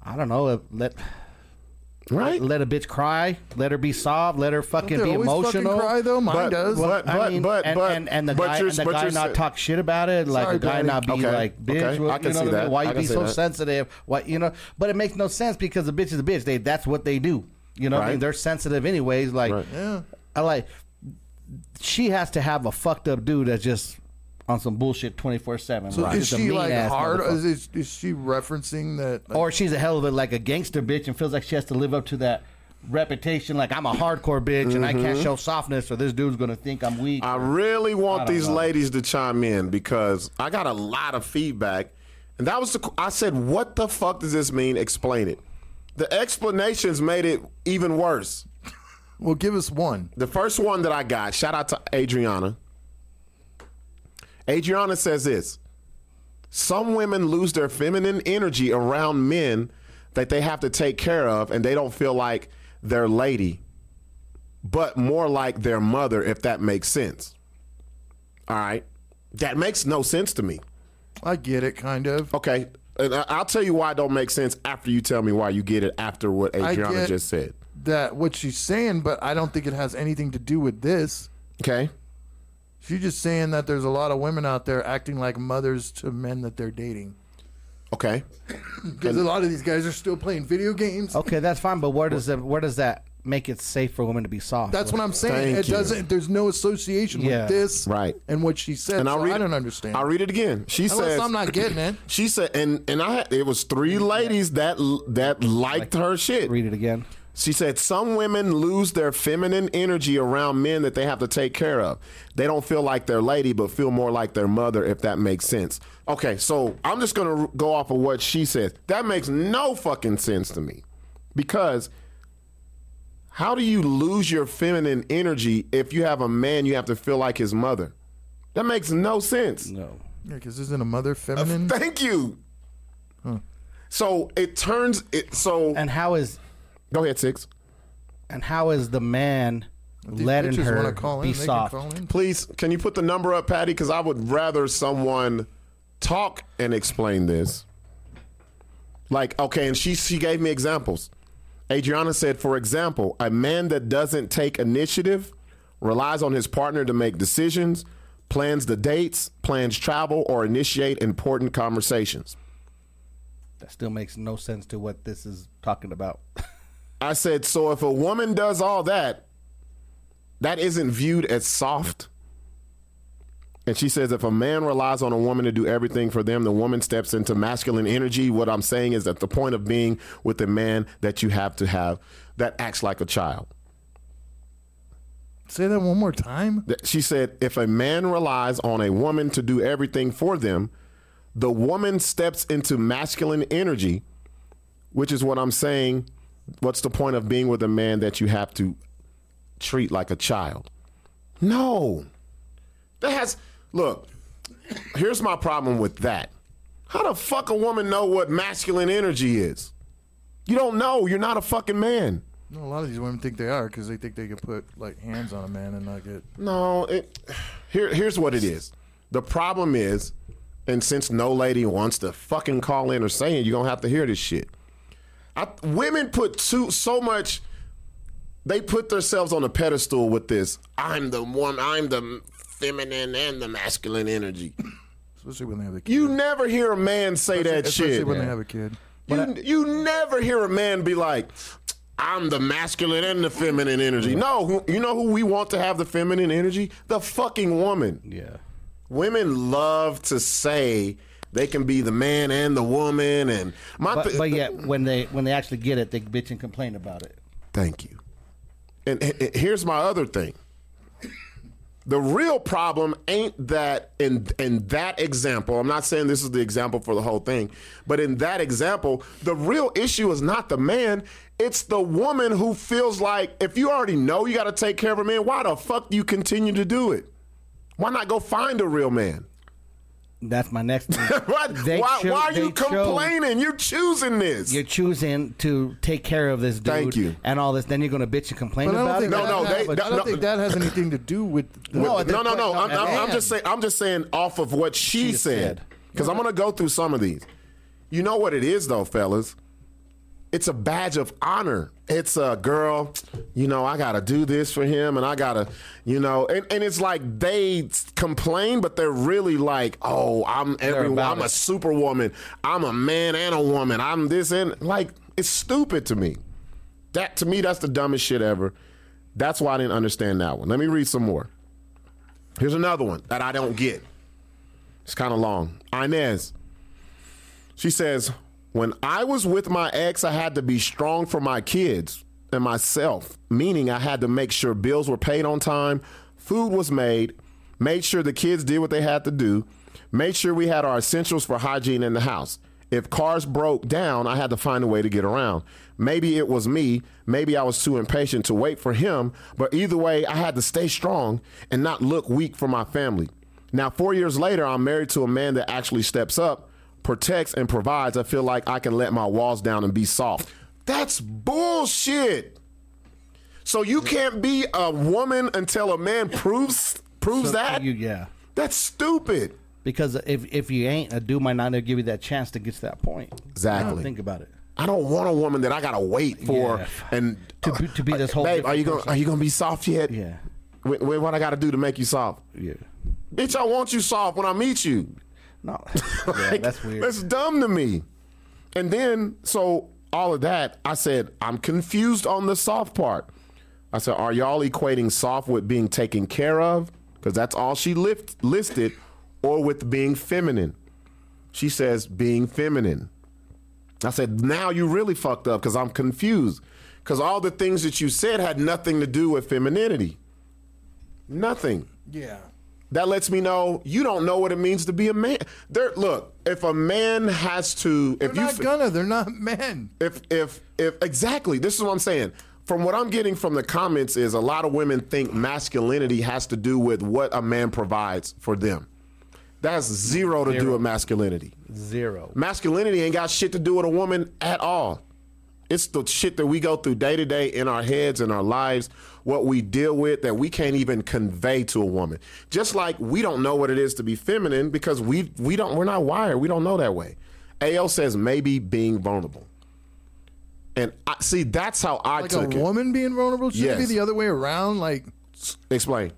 Speaker 4: I don't know. if- Let
Speaker 2: right.
Speaker 4: Let, a bitch cry. Let her be soft. Let her fucking
Speaker 5: they
Speaker 4: be
Speaker 5: always fucking
Speaker 4: emotional.
Speaker 5: cry, though? Mine But- does.
Speaker 4: Well,
Speaker 5: but-
Speaker 4: I
Speaker 5: but-
Speaker 4: mean,
Speaker 5: but-
Speaker 4: and,
Speaker 5: but-
Speaker 4: and, and the
Speaker 5: but
Speaker 4: guy,
Speaker 5: you're-
Speaker 4: and the
Speaker 5: but
Speaker 4: guy
Speaker 5: you're
Speaker 4: not
Speaker 5: sa-
Speaker 4: talk shit about it. Like
Speaker 5: Sorry,
Speaker 4: the guy
Speaker 5: Daddy.
Speaker 4: not be
Speaker 5: Okay.
Speaker 4: like, bitch,
Speaker 5: Okay.
Speaker 4: what-
Speaker 5: I can
Speaker 4: you
Speaker 5: see
Speaker 4: know what I mean?
Speaker 5: that.
Speaker 4: why
Speaker 5: I
Speaker 4: you
Speaker 5: can
Speaker 4: be
Speaker 5: see
Speaker 4: so
Speaker 5: that.
Speaker 4: sensitive? Why you know? But it makes no sense because the bitch is a bitch. They that's what they do. You know, what I mean,
Speaker 5: Right.
Speaker 4: they're sensitive anyways. Like,
Speaker 5: Yeah.
Speaker 4: I like she has to have a fucked up dude that's just on some bullshit twenty four seven.
Speaker 5: So is she like hard? Is, is, is she referencing that?
Speaker 4: or she's a hell of a like a gangster bitch and feels like she has to live up to that reputation. Like I'm a hardcore bitch
Speaker 5: Mm-hmm.
Speaker 4: and I can't
Speaker 2: Mhm.
Speaker 4: show softness, or this dude's gonna think I'm weak.
Speaker 2: I really want
Speaker 4: I don't
Speaker 2: these
Speaker 4: know.
Speaker 2: ladies to chime in because I got a lot of feedback, and that was the. qu- I said, "What the fuck does this mean? Explain it." The explanations made it even worse.
Speaker 5: Well, give us one.
Speaker 2: The first one that I got. Shout out to Adriana. Adriana says this: Some women lose their feminine energy around men that they have to take care of, and they don't feel like their lady, but more like their mother, if that makes sense. All right. That makes no sense to me.
Speaker 5: I get it, kind of.
Speaker 2: Okay. And I- I'll tell you why it don't make sense after you tell me why you get it after what
Speaker 5: I
Speaker 2: Adriana
Speaker 5: get-
Speaker 2: just said.
Speaker 5: that what she's saying, but I don't think it has anything to do with this.
Speaker 2: Okay.
Speaker 5: She's just saying that there's a lot of women out there acting like mothers to men that they're dating.
Speaker 2: Okay.
Speaker 5: Because a lot of these guys are still playing video games.
Speaker 4: Okay, that's fine, but where does that where does that make it safe for women to be soft?
Speaker 5: That's what I'm saying. it doesn't. There's no association
Speaker 4: Yeah.
Speaker 5: with this
Speaker 2: Right.
Speaker 5: and what she said.
Speaker 2: And
Speaker 5: so
Speaker 2: I'll
Speaker 5: I
Speaker 2: read.
Speaker 5: don't understand.
Speaker 2: I'll read it again. She
Speaker 5: Unless
Speaker 2: says,
Speaker 5: I'm not getting it.
Speaker 2: She said, and and I it was three ladies that l- that liked her shit.
Speaker 4: Read it again.
Speaker 2: She said, some women lose their feminine energy around men that they have to take care of. They don't feel like their lady, but feel more like their mother, if that makes sense. Okay, so I'm just gonna r- go off of what she says. That makes no fucking sense to me, because how do you lose your feminine energy if you have a man you have to feel like his mother? That makes no sense.
Speaker 4: No.
Speaker 2: Uh,
Speaker 5: Yeah, because isn't a mother feminine?
Speaker 2: Thank you. So it turns it so.
Speaker 4: And how is?
Speaker 2: Go ahead, six.
Speaker 4: And how is the man letting
Speaker 2: bitches
Speaker 4: her
Speaker 2: wanna call
Speaker 4: be
Speaker 2: in, they can
Speaker 4: soft?
Speaker 2: call Please, can you put the number up, Patty? Because I would rather someone talk and explain this. Like, okay, and she she gave me examples. Adriana said, for example, a man that doesn't take initiative relies on his partner to make decisions, plans the dates, plans travel, or initiate important conversations.
Speaker 4: That still makes no sense to what this is talking about.
Speaker 2: I said, so if a woman does all that, that isn't viewed as soft. And she says, if a man relies on a woman to do everything for them, the woman steps into masculine energy. What I'm saying is that the point of being with a man that you have to have that acts like a child.
Speaker 5: Say that one more time.
Speaker 2: That- She said, if a man relies on a woman to do everything for them, the woman steps into masculine energy, which is what I'm saying. What's the point of being with a man that you have to treat like a child? No. That has, look, here's my problem with that. How the fuck a woman know what masculine energy is? You don't know. You're not a fucking man.
Speaker 5: No, a lot of these women think they are because they think they can put like hands on a man and not get.
Speaker 2: No, it, here, here's what it is. The problem is, and since no lady wants to fucking call in or say it, you're gonna have to hear this shit. I, women put too so much. They put themselves on a pedestal with this. I'm the one. I'm the feminine and the masculine energy.
Speaker 5: Especially when they have a kid.
Speaker 2: You never hear a man say that
Speaker 5: Especially
Speaker 2: shit.
Speaker 5: when they have a kid.
Speaker 2: You, you never hear a man be like, I'm the masculine and the feminine energy. No,
Speaker 4: Mm-hmm.
Speaker 2: who- you know who we want to have the feminine energy? The fucking woman.
Speaker 4: Yeah.
Speaker 2: Women love to say they can be the man and the woman. And my
Speaker 4: but,
Speaker 2: thi-
Speaker 4: but yet, when they when they actually get it, they bitch and complain about it.
Speaker 2: Thank you. And, and- and here's my other thing. The real problem ain't that in in that example. I'm not saying this is the example for the whole thing, but in that example, the real issue is not the man, it's the woman who feels like if you already know you got to take care of a man, why the fuck do you continue to do it? Why not go find a real man?
Speaker 4: That's my next. thing.
Speaker 2: Why,
Speaker 4: They
Speaker 2: why,
Speaker 4: cho-
Speaker 2: why are you
Speaker 4: they chose-
Speaker 2: complaining? You're choosing this.
Speaker 4: You're choosing to take care of this dude.
Speaker 2: Thank you.
Speaker 4: And all this, then you're gonna bitch and complain
Speaker 5: But I
Speaker 4: about
Speaker 5: don't
Speaker 4: it.
Speaker 5: think that,
Speaker 2: no, they-
Speaker 5: I
Speaker 2: that-
Speaker 5: don't
Speaker 2: no.
Speaker 5: think that has anything to do with. The,
Speaker 2: no, no, no, no. I'm, I'm, I'm just saying. I'm just saying off of what she, said. Because I'm gonna go through some of these. You know what it is, though, fellas. It's a badge of honor. It's a girl. You know, I gotta do this for him, and I gotta, you know, and, and it's like they s- complain, but they're really like, oh, I'm everyone.
Speaker 4: about
Speaker 2: I'm a
Speaker 4: it.
Speaker 2: superwoman. I'm a man and a woman. I'm this and like it's stupid to me. That to me, that's the dumbest shit ever. That's why I didn't understand that one. Let me read some more. Here's another one that I don't get. It's kind of long. Inez. She says, When I was with my ex, I had to be strong for my kids and myself, meaning I had to make sure bills were paid on time, food was made, made sure the kids did what they had to do, made sure we had our essentials for hygiene in the house. If cars broke down, I had to find a way to get around. Maybe it was me. Maybe I was too impatient to wait for him. But either way, I had to stay strong and not look weak for my family. Now, four years later, I'm married to a man that actually steps up, protects, and provides. I feel like I can let my walls down and be soft. That's bullshit. So you can't be a woman until a man proves proves
Speaker 4: So
Speaker 2: that.
Speaker 4: you- yeah.
Speaker 2: That's stupid.
Speaker 4: Because if if you ain't, a dude might not give you that chance to get to that point.
Speaker 2: Exactly.
Speaker 4: Now think about it.
Speaker 2: I don't want a woman that I gotta wait for
Speaker 4: Yeah.
Speaker 2: and
Speaker 4: To be, to be this whole.
Speaker 2: babe, are you
Speaker 4: different
Speaker 2: gonna are you gonna be soft yet?
Speaker 4: Yeah.
Speaker 2: Wait, wait, what I gotta do to make you soft?
Speaker 4: Yeah.
Speaker 2: Bitch, I want you soft when I meet you.
Speaker 4: No.
Speaker 2: Like,
Speaker 4: that's weird.
Speaker 2: That's dumb to me. And then, so all of that, I said, I'm confused on the soft part. I said, are y'all equating soft with being taken care of? Because that's all she lift, listed, or with being feminine. She says, being feminine. I said, now you really fucked up because I'm confused. Because all the things that you said had nothing to do with femininity. Nothing.
Speaker 5: Yeah.
Speaker 2: That lets me know you don't know what it means to be a man. There, look, if a man has to, if
Speaker 5: They're
Speaker 2: you,
Speaker 5: not
Speaker 2: f-
Speaker 5: gonna. They're not men.
Speaker 2: if if if exactly, this is what I'm saying. From what I'm getting from the comments is a lot of women think masculinity has to do with what a man provides for them. That's zero to do with masculinity.
Speaker 4: Zero.
Speaker 2: Masculinity ain't got shit to do with a woman at all. It's the shit that we go through day to day in our heads, in our lives, what we deal with that we can't even convey to a woman. Just like we don't know what it is to be feminine because we we don't we're not wired. We don't know that way. AO says maybe being vulnerable. And I see that's how I
Speaker 5: Like a
Speaker 2: took it.
Speaker 5: woman being vulnerable should it be
Speaker 2: Yes.
Speaker 5: the other way around. Like,
Speaker 2: Explain.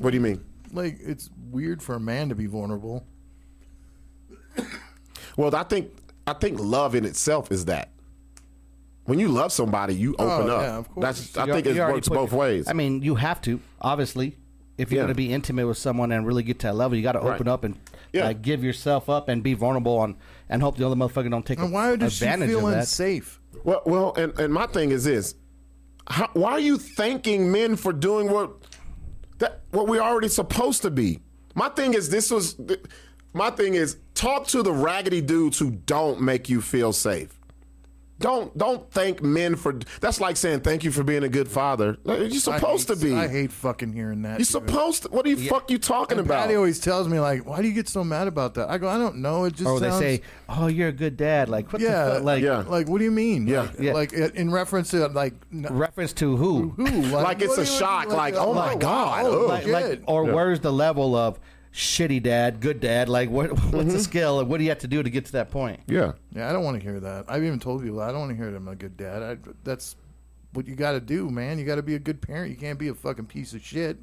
Speaker 2: What do you mean?
Speaker 5: like it's weird for a man to be vulnerable.
Speaker 2: Well, I think I think love in itself is that. When you love somebody, you
Speaker 4: Oh,
Speaker 2: open up.
Speaker 4: yeah, of course.
Speaker 2: That's I
Speaker 4: You
Speaker 2: think
Speaker 4: al-
Speaker 2: it
Speaker 4: you already
Speaker 2: works
Speaker 4: put-
Speaker 2: both ways.
Speaker 4: I mean, you have to obviously if you're
Speaker 2: Yeah.
Speaker 4: going to be intimate with someone and really get to that level, you got to
Speaker 2: Right.
Speaker 4: open up and
Speaker 2: Yeah.
Speaker 4: like give yourself up and be vulnerable on and hope the other motherfucker don't take advantage of that.
Speaker 2: Well, well, and, and my thing is this: How, why are you thanking men for doing what that what we're already supposed to be? My thing is this was th- my thing is talk to the raggedy dudes who don't make you feel safe. Don't don't thank men for that's like saying thank you for being a good father. Like, You're supposed
Speaker 5: I hate-
Speaker 2: to be.
Speaker 5: I hate fucking hearing that.
Speaker 2: You're supposed to. What the fuck you talking
Speaker 5: and
Speaker 2: about?
Speaker 5: Patty always tells me like, "Why do you get so mad about that?" I go, "I don't know. It just
Speaker 4: Or they
Speaker 5: sounds-
Speaker 4: say, "Oh, you're a good dad." Like, what
Speaker 5: yeah,
Speaker 4: the fuck? Like,
Speaker 5: like what do you mean? Yeah, like,
Speaker 4: Yeah.
Speaker 5: like, in reference to like
Speaker 4: reference to who?
Speaker 5: Who? Like,
Speaker 2: Like it's
Speaker 5: what
Speaker 2: a
Speaker 5: do you-
Speaker 2: shock, like, oh my
Speaker 5: wow,
Speaker 2: God,
Speaker 5: oh,
Speaker 4: like,
Speaker 5: shit.
Speaker 4: like- or where's the level of shitty dad, good dad? Like, what what's
Speaker 2: Mm-hmm.
Speaker 4: the scale? and What do you have to do to get to that point?
Speaker 2: Yeah.
Speaker 5: Yeah, I don't want to hear that. I've even told people I don't want to hear that I'm a good dad. I, that's what you got to do, man. You got to be a good parent. You can't be a fucking piece of shit.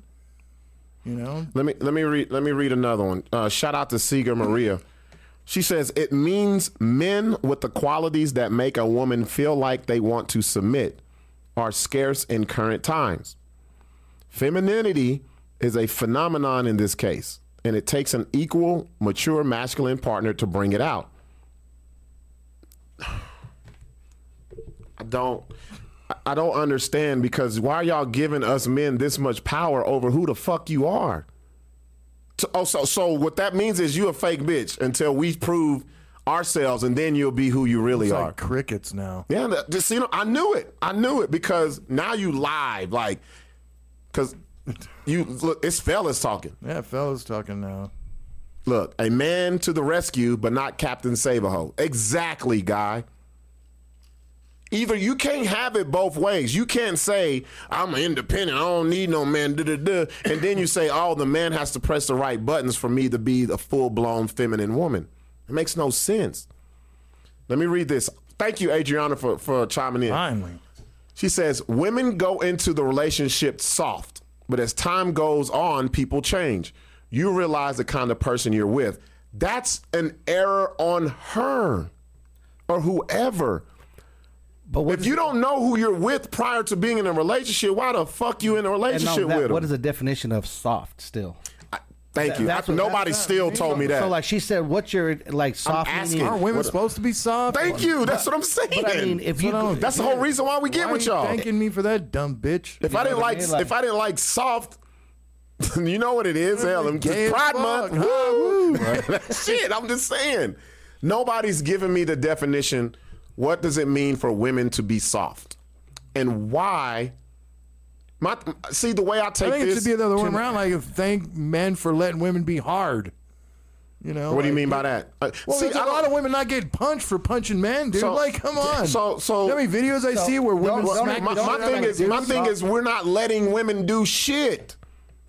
Speaker 5: You know.
Speaker 2: Let me let me read let me read another one. Uh, shout out to Seeger Maria. She says it means men with the qualities that make a woman feel like they want to submit are scarce in current times. Femininity is a phenomenon in this case, and it takes an equal, mature masculine partner to bring it out. I don't I- I don't understand because why are y'all giving us men this much power over who the fuck you are? So, oh, so so what that means is you a fake bitch until we prove ourselves, and then you'll be who you really
Speaker 5: It's
Speaker 2: are.
Speaker 5: like crickets now.
Speaker 2: Yeah, that, just you know, I knew it. I knew it because now you live, like, because you look. It's fellas talking.
Speaker 5: Yeah, fellas talking now.
Speaker 2: Look, a man to the rescue, but not Captain Save-A-Ho. Exactly, guy. Either you can't have it both ways. You can't say I'm independent. I don't need no man. Duh, duh, duh. And then you say, oh, the man has to press the right buttons for me to be a full-blown feminine woman. It makes no sense. Let me read this. Thank you, Adriana, for, for chiming in.
Speaker 5: Finally.
Speaker 2: She says, Women go into the relationship soft, but as time goes on, people change. You realize the kind of person you're with. That's an error on her or whoever.
Speaker 4: But
Speaker 2: if you don't know who you're with prior to being in a relationship, why the fuck you in a
Speaker 4: And now
Speaker 2: relationship
Speaker 4: that-
Speaker 2: with them?
Speaker 4: What is the definition of soft? Still,
Speaker 2: Thank
Speaker 4: That-
Speaker 2: you.
Speaker 4: that's what-
Speaker 2: Nobody
Speaker 4: that's-
Speaker 2: still told me that.
Speaker 4: So, like she said, what's your like soft?
Speaker 2: asking.
Speaker 4: meaning?
Speaker 2: Are women What- supposed
Speaker 5: to be soft?
Speaker 2: Thank you. That's what I'm saying.
Speaker 4: But I mean, if you,
Speaker 2: that's the whole reason why we get
Speaker 5: Why
Speaker 2: with
Speaker 5: are you
Speaker 2: y'all.
Speaker 5: Thanking me for that dumb bitch.
Speaker 2: If I didn't like, if I didn't like soft, you know what it is, hell, it's
Speaker 5: Gay as
Speaker 2: Pride
Speaker 5: fuck,
Speaker 2: Month.
Speaker 5: huh?
Speaker 2: Woo! Shit, I'm just saying. Nobody's giving me the definition. What does it mean for women to be soft, and why? My see the way I take
Speaker 5: I think
Speaker 2: this.
Speaker 5: it should be the other way around. Like, if thank men for letting women be hard. You know.
Speaker 2: What do you
Speaker 5: like-
Speaker 2: mean by that? Uh,
Speaker 5: Well,
Speaker 2: see,
Speaker 5: there's a
Speaker 2: I don't-
Speaker 5: lot of women not getting punched for punching men, dude.
Speaker 2: So-
Speaker 5: like, come on.
Speaker 2: So, so
Speaker 5: you know how many videos I see where women
Speaker 2: Well,
Speaker 5: smack
Speaker 2: my,
Speaker 5: the
Speaker 2: my
Speaker 5: shit out
Speaker 2: thing
Speaker 5: of
Speaker 2: is, my
Speaker 5: dudes?
Speaker 2: thing is, we're not letting women do shit.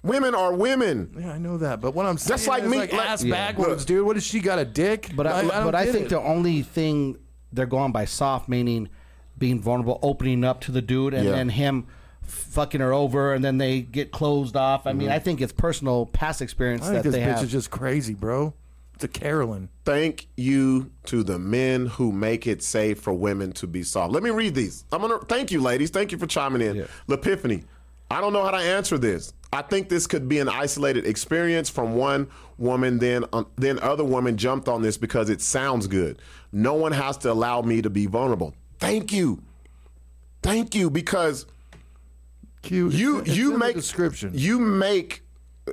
Speaker 2: Women are women.
Speaker 5: Yeah, I know that, but what I'm saying
Speaker 2: Just like
Speaker 5: is
Speaker 2: me,
Speaker 5: like,
Speaker 2: like-
Speaker 5: ass
Speaker 2: Yeah.
Speaker 5: backwards, dude. What has she got a dick?
Speaker 4: But I,
Speaker 5: don't
Speaker 4: but I
Speaker 5: get
Speaker 4: think
Speaker 5: it.
Speaker 4: the only thing they're going by soft meaning being vulnerable, opening up to the dude, and
Speaker 5: Yeah.
Speaker 4: then him fucking her over, and then they get closed off. I mean,
Speaker 5: Mhm.
Speaker 4: I think it's personal past experience
Speaker 5: I think
Speaker 4: that
Speaker 5: this
Speaker 4: they
Speaker 5: bitch
Speaker 4: have.
Speaker 5: is just crazy, bro. It's a Carolyn.
Speaker 2: Thank you to the men who make it safe for women to be soft. Let me read these. I'm gonna thank you, ladies. Thank you for chiming in. Lepiphany, I don't know how to answer this. I think this could be an isolated experience from one woman, then um, then other woman jumped on this because it sounds good. No one has to allow me to be vulnerable. Thank you, thank you, because
Speaker 5: Q,
Speaker 2: you you make
Speaker 5: description.
Speaker 2: You make uh,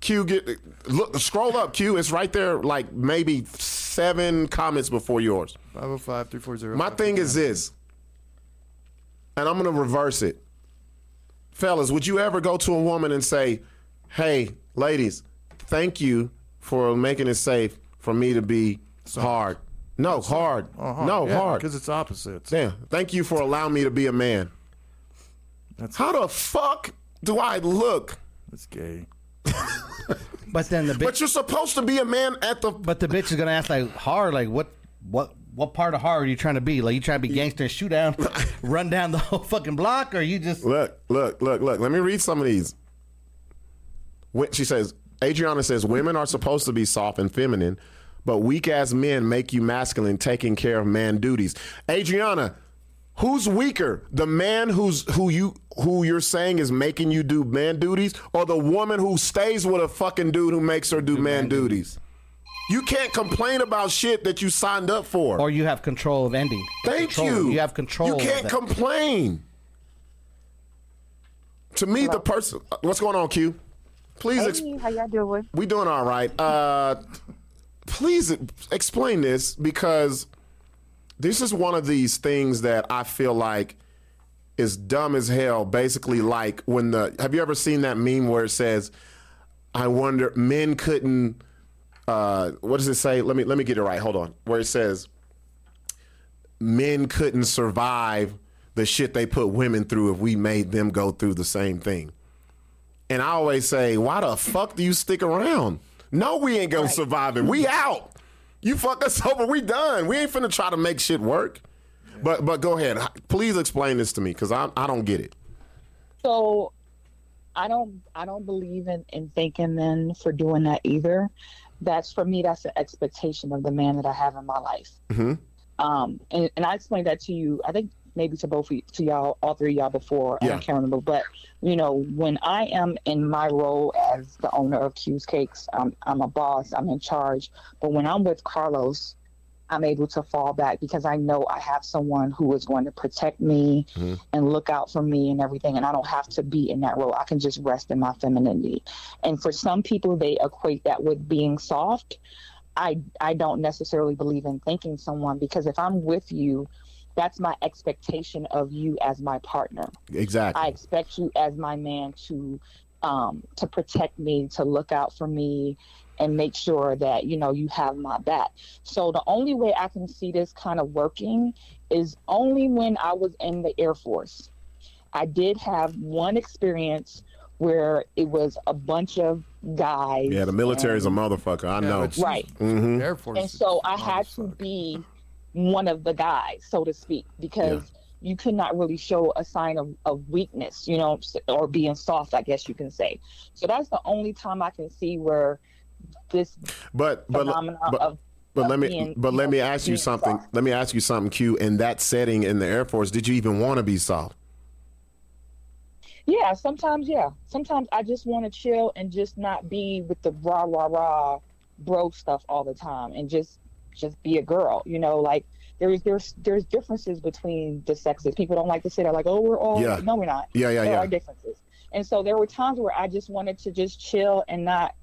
Speaker 2: Q get look scroll up Q. It's right there, like maybe seven comments before yours.
Speaker 5: 505 340.
Speaker 2: My thing is this, and I'm gonna reverse it, fellas. Would you ever go to a woman and say, "Hey, ladies, thank you for making it safe for me to be hard. No, hard.
Speaker 5: Oh,
Speaker 2: No, hard.
Speaker 5: Because it's opposites.
Speaker 2: Damn. Thank you for allowing me to be a man. How the fuck do I look?
Speaker 5: That's gay.
Speaker 4: But then the bitch. But
Speaker 2: you're supposed to be a man at the.
Speaker 4: But the bitch is gonna ask like hard, like what, what, what part of hard are you trying to be? Like you trying to be gangster and shoot down, run down the whole fucking block, or you just
Speaker 2: Look, look, look, look. Let me read some of these. When- She says, Adriana says, women are supposed to be soft and feminine, but weak ass men make you masculine, taking care of man duties. Adriana, who's weaker, the man who's who you who you're saying is making you do man duties, or the woman who stays with a fucking dude who makes her do, man, duties? You can't complain about shit that you signed up for.
Speaker 4: or you have control of ending.
Speaker 2: Thank
Speaker 4: Control.
Speaker 2: you.
Speaker 4: You have control.
Speaker 2: You
Speaker 4: of
Speaker 2: can't
Speaker 4: that.
Speaker 2: complain. To me, the person. What's going on, Q? Please. Ex-
Speaker 15: Hey, how y'all doing?
Speaker 2: we doing all right. Uh, please explain this because this is one of these things that I feel like is dumb as hell. Basically, like when the have you ever seen that meme where it says, "I wonder men couldn't." Uh, what does it say? Let me let me get it right. Hold on. Where it says, "Men couldn't survive the shit they put women through if we made them go through the same thing." And I always say, why the fuck do you stick around? No, we ain't gonna survive it. We out. You fuck us over. We done. We ain't finna try to make shit work. But but go ahead. H- Please explain this to me because I I don't get it.
Speaker 15: So I don't I don't believe in, in thanking men for doing that either. That's for me, that's an expectation of the man that I have in my life.
Speaker 2: Mm-hmm.
Speaker 15: Um and, and I explained that to you, I think maybe to both of you, to y'all all three of y'all before. I
Speaker 2: Yeah.
Speaker 15: can't remember. But you know, when I am in my role as the owner of Q's Cakes, I'm I'm a boss, I'm in charge. But when I'm with Carlos, I'm able to fall back because I know I have someone who is going to protect me and look out for me and everything. And I don't have to be in that role. I can just rest in my femininity. And for some people, they equate that with being soft. I, I don't necessarily believe in thanking someone because if I'm with you, that's my expectation of you as my partner.
Speaker 2: Exactly.
Speaker 15: I expect you as my man to um, to protect me, to look out for me, and make sure that you know you have my back. So the only way I can see this kind of working is only when I was in the Air Force. I did have one experience where it was a bunch of guys.
Speaker 2: Yeah, the military's a
Speaker 15: and-
Speaker 2: motherfucker. I know.
Speaker 15: Right.
Speaker 2: Mm-hmm.
Speaker 15: and so I had to be one of the guys, so to speak, because you could not really show a sign of, of weakness, you know, or being soft, I guess you can say. So that's the only time I can see where this
Speaker 2: But but
Speaker 15: Phenomena
Speaker 2: but,
Speaker 15: of-
Speaker 2: but
Speaker 15: of
Speaker 2: let me
Speaker 15: being,
Speaker 2: but
Speaker 15: you
Speaker 2: let
Speaker 15: know,
Speaker 2: me ask you
Speaker 15: being
Speaker 2: something.
Speaker 15: soft.
Speaker 2: Let me ask you something, Q. In that setting in the Air Force, did you even want to be soft?
Speaker 15: Yeah, sometimes, yeah. Sometimes I just want to chill and just not be with the rah rah rah bro stuff all the time, and just just be a girl. You know, like there's there's there's differences between the sexes. People don't like to say that, like, oh, we're all
Speaker 2: Yeah.
Speaker 15: no, we're not.
Speaker 2: Yeah, yeah,
Speaker 15: There
Speaker 2: yeah.
Speaker 15: are differences, and so there were times where I just wanted to just chill and not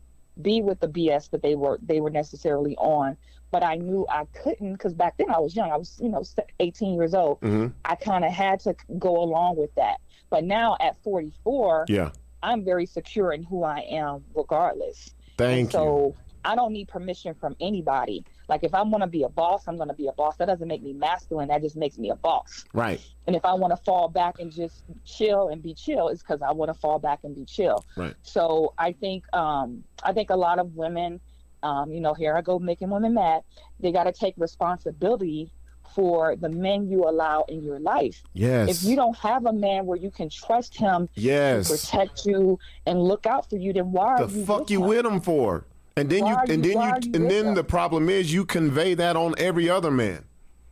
Speaker 15: be with the BS that they were they were necessarily on. But I knew I couldn't because back then I was young. I was you know 18 years old.
Speaker 2: Mhm.
Speaker 15: I kind of had to go along with that. But now at 44,
Speaker 2: Yeah.
Speaker 15: I'm very secure in who I am, regardless.
Speaker 2: Thank
Speaker 15: And so I don't need permission from anybody. Like if I want to be a boss, I'm going to be a boss. That doesn't make me masculine. That just makes me a boss.
Speaker 2: Right.
Speaker 15: And if I want to fall back and just chill and be chill, it's because I want to fall back and be chill.
Speaker 2: Right.
Speaker 15: So I think um, I think a lot of women, um, you know, here I go making women mad. They got to take responsibility for the men you allow in your life.
Speaker 2: Yes.
Speaker 15: If you don't have a man where you can trust him
Speaker 2: Yes.
Speaker 15: to protect you and look out for you, then why
Speaker 2: the
Speaker 15: are you
Speaker 2: fuck you with him for? And then
Speaker 15: Why
Speaker 2: you
Speaker 15: are
Speaker 2: and
Speaker 15: you-
Speaker 2: then
Speaker 15: why
Speaker 2: you
Speaker 15: are you
Speaker 2: and
Speaker 15: with
Speaker 2: then
Speaker 15: them?
Speaker 2: the problem is you convey that on every other man.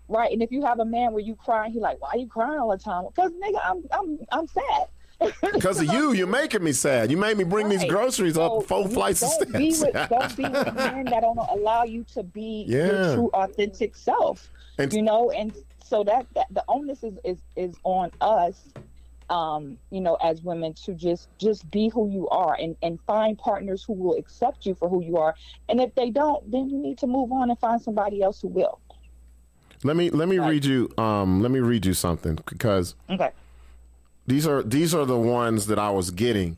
Speaker 15: right? And if you have a man where you crying, he like, why you crying all the time? Because nigga, I'm I'm I'm sad.
Speaker 2: Because of you, you're making me sad. You made me bring these
Speaker 15: Right.
Speaker 2: groceries
Speaker 15: So
Speaker 2: up four
Speaker 15: you
Speaker 2: flights of
Speaker 15: don't be
Speaker 2: steps.
Speaker 15: with- don't be with men that don't allow you to be
Speaker 2: Yeah.
Speaker 15: your true authentic self.
Speaker 2: And-
Speaker 15: you know, and so that, that the onus is, is is on us, um, you know, as women to just just be who you are and and find partners who will accept you for who you are. And if they don't, then you need to move on and find somebody else who will.
Speaker 2: let me let me read you um let me read you something because
Speaker 15: Okay.
Speaker 2: these are these are the ones that I was getting.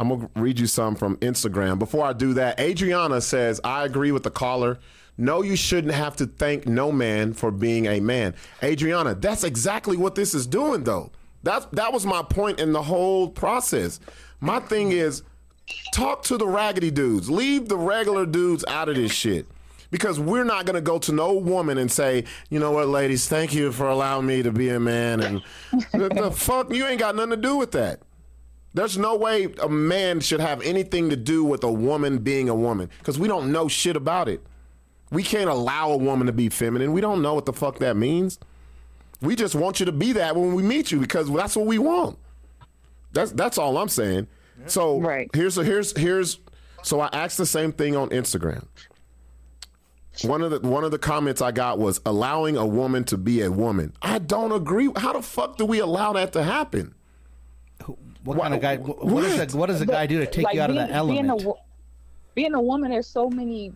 Speaker 2: I'm going to read you some from Instagram. Before I do that, Adriana says, I agree with the caller. No, you shouldn't have to thank no man for being a man. Adriana, that's exactly what this is doing, though. That's, that was my point in the whole process. My thing is, talk to the raggedy dudes. Leave the regular dudes out of this shit. Because we're not gonna go to no woman and say, you know what, ladies, thank you for allowing me to be a man. And the, the fuck, you ain't got nothing to do with that. There's no way a man should have anything to do with a woman being a woman because we don't know shit about it. We can't allow a woman to be feminine. We don't know what the fuck that means. We just want you to be that when we meet you because that's what we want. That's that's all I'm saying. So here's here's here's so I asked the same thing on Instagram. One of the one of the comments I got was allowing a woman to be a woman. I don't agree. How the fuck do we allow that to happen?
Speaker 4: What, kind of guy? What, what, does a, what does a guy do to take
Speaker 15: Like,
Speaker 4: you out
Speaker 15: being,
Speaker 4: of that element?
Speaker 15: Being a, wo- being a woman, there's so many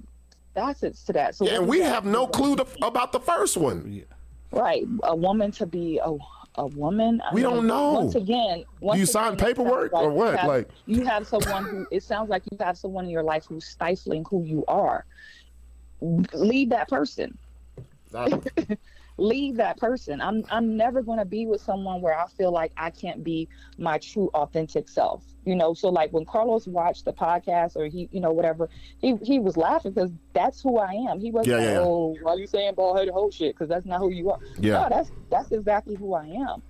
Speaker 15: facets to that. So
Speaker 2: Yeah,
Speaker 15: what
Speaker 2: and we
Speaker 15: does that
Speaker 2: have no clue to, about the first one.
Speaker 15: Right, a woman to be a a woman. I
Speaker 2: We don't know.
Speaker 15: Once again, once
Speaker 2: Do you sign
Speaker 15: again, it sounds
Speaker 2: paperwork or
Speaker 15: you
Speaker 2: what?
Speaker 15: have-
Speaker 2: Like-
Speaker 15: you have someone who it sounds like you have someone in your life who's stifling who you are. Leave that person. Leave that person. I'm I'm never going to be with someone where I feel like I can't be my true authentic self. You know, so like when Carlos watched the podcast or he, you know, whatever, he he was laughing because that's who I am. He
Speaker 2: Yeah,
Speaker 15: wasn't like,
Speaker 2: yeah, yeah.
Speaker 15: oh, why you saying bald headed whole shit? Because that's not who you are.
Speaker 2: Yeah.
Speaker 15: No, that's that's exactly who I am.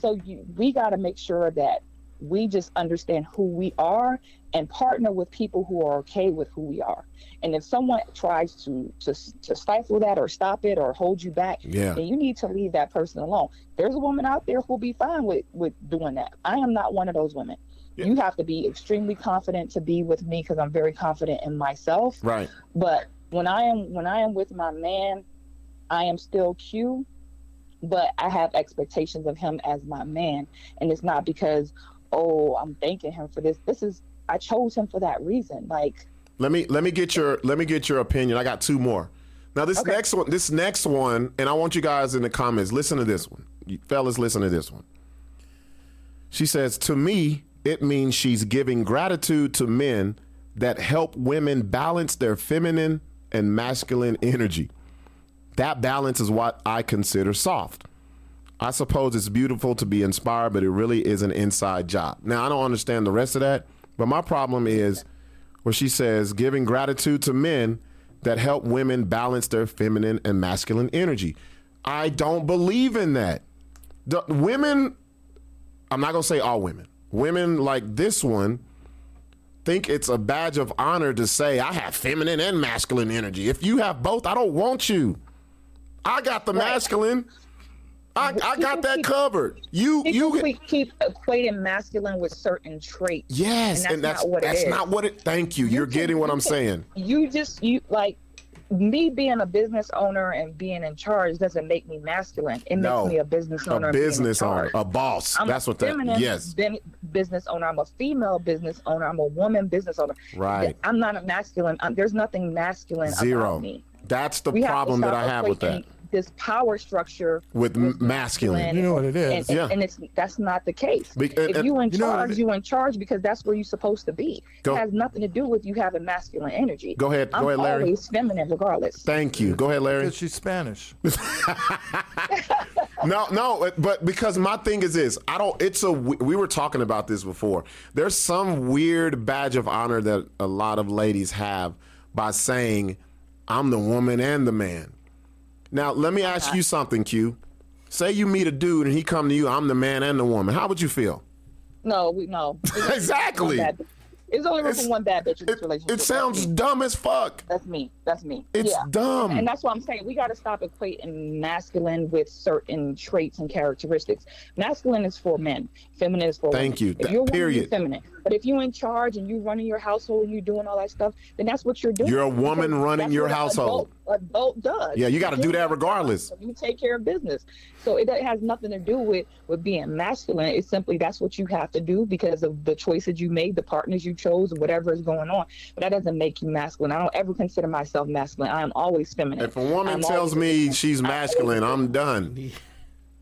Speaker 15: So you, we got to make sure that we just understand who we are and partner with people who are okay with who we are. And if someone tries to to, to stifle that or stop it or hold you back,
Speaker 7: Yeah.
Speaker 15: then you need to leave that person alone. There's a woman out there who'll be fine with with doing that. I am not one of those women. You have to be extremely confident to be with me because I'm very confident in myself.
Speaker 2: Right.
Speaker 15: But when I am when I am with my man, I am still Q, but I have expectations of him as my man, and it's not because oh I'm thanking him for this. This is I chose him for that reason. Like
Speaker 2: Let me let me get your let me get your opinion. I got two more. Now this next one, this next one, and I want you guys in the comments. Listen to this one, you fellas. Listen to this one. She says, "To me, it means she's giving gratitude to men that help women balance their feminine and masculine energy. That balance is what I consider soft." I suppose it's beautiful to be inspired, but it really is an inside job. Now, I don't understand the rest of that, but my problem is where she says giving gratitude to men that help women balance their feminine and masculine energy. I don't believe in that. The women, I'm not going to say all women, women like this one think it's a badge of honor to say, I have feminine and masculine energy. If you have both, I don't want you. I got the masculine. I, I got that covered. You
Speaker 15: people
Speaker 2: you
Speaker 15: we keep equating masculine with certain traits.
Speaker 2: yes, and that's that's not what it. Thank you. You're getting what I'm saying.
Speaker 15: you just you like me being a business owner and being in charge doesn't make me masculine. It
Speaker 2: No.
Speaker 15: makes me a business owner.
Speaker 2: A
Speaker 15: and being in
Speaker 2: business owner,
Speaker 15: charge.
Speaker 2: a boss.
Speaker 15: I'm
Speaker 2: that's
Speaker 15: a
Speaker 2: what that.
Speaker 15: feminine
Speaker 2: Yes,
Speaker 15: ben- business owner. I'm a female business owner. I'm a woman business owner.
Speaker 2: Right.
Speaker 15: I'm not a masculine. i there's nothing masculine
Speaker 2: zero.
Speaker 15: about me.
Speaker 2: That's the
Speaker 15: We have to
Speaker 2: problem that I
Speaker 15: stop
Speaker 2: have with that.
Speaker 15: equating This power structure
Speaker 2: With m- masculine.
Speaker 15: masculine. And,
Speaker 2: yeah.
Speaker 15: and, and it's that's not the case.
Speaker 2: Be- and-
Speaker 15: if
Speaker 2: and-
Speaker 15: you in
Speaker 2: You know what
Speaker 15: charge,
Speaker 2: it is?
Speaker 15: you in charge because that's where you're supposed to be.
Speaker 2: Go-
Speaker 15: it has nothing to do with you having masculine energy.
Speaker 2: Go ahead. Go
Speaker 15: I'm
Speaker 2: ahead, Larry.
Speaker 15: Always feminine, regardless.
Speaker 2: Thank you. Go ahead, Larry.
Speaker 5: Because she's Spanish.
Speaker 2: no, no, but because my thing is this, I don't. It's a. We were talking about this before. There's some weird badge of honor that a lot of ladies have by saying, "I'm the woman and the man." Now, let me ask you something, Q. Say you meet a dude and he come to you, "I'm the man and the woman." How would you feel?
Speaker 15: No, we no. It's only
Speaker 2: Exactly.
Speaker 15: one bad- It's only room for one bad bitch in this relationship.
Speaker 2: It sounds dumb as fuck.
Speaker 15: That's me. That's me.
Speaker 2: It's
Speaker 15: yeah.
Speaker 2: dumb.
Speaker 15: And that's what I'm saying. We got to stop equating masculine with certain traits and characteristics. Masculine is for men, feminine is for
Speaker 2: Thank
Speaker 15: women.
Speaker 2: you. That-
Speaker 15: If you're a woman, you're
Speaker 2: period.
Speaker 15: feminine. But if you're in charge and you're running your household and you're doing all that stuff, then that's what you're doing.
Speaker 2: You're a woman
Speaker 15: Because
Speaker 2: running
Speaker 15: that's
Speaker 2: your
Speaker 15: what an
Speaker 2: household.
Speaker 15: Adult, adult does.
Speaker 2: Yeah, you got to do
Speaker 15: Again,
Speaker 2: that regardless.
Speaker 15: you take care of business. So it, it has nothing to do with with being masculine. It's simply that's what you have to do because of the choices you made, the partners you chose, whatever is going on. But that doesn't make you masculine. I don't ever consider myself masculine. I am always feminine.
Speaker 2: If a woman
Speaker 15: I'm
Speaker 2: tells
Speaker 15: always-
Speaker 2: me she's masculine, I'm done.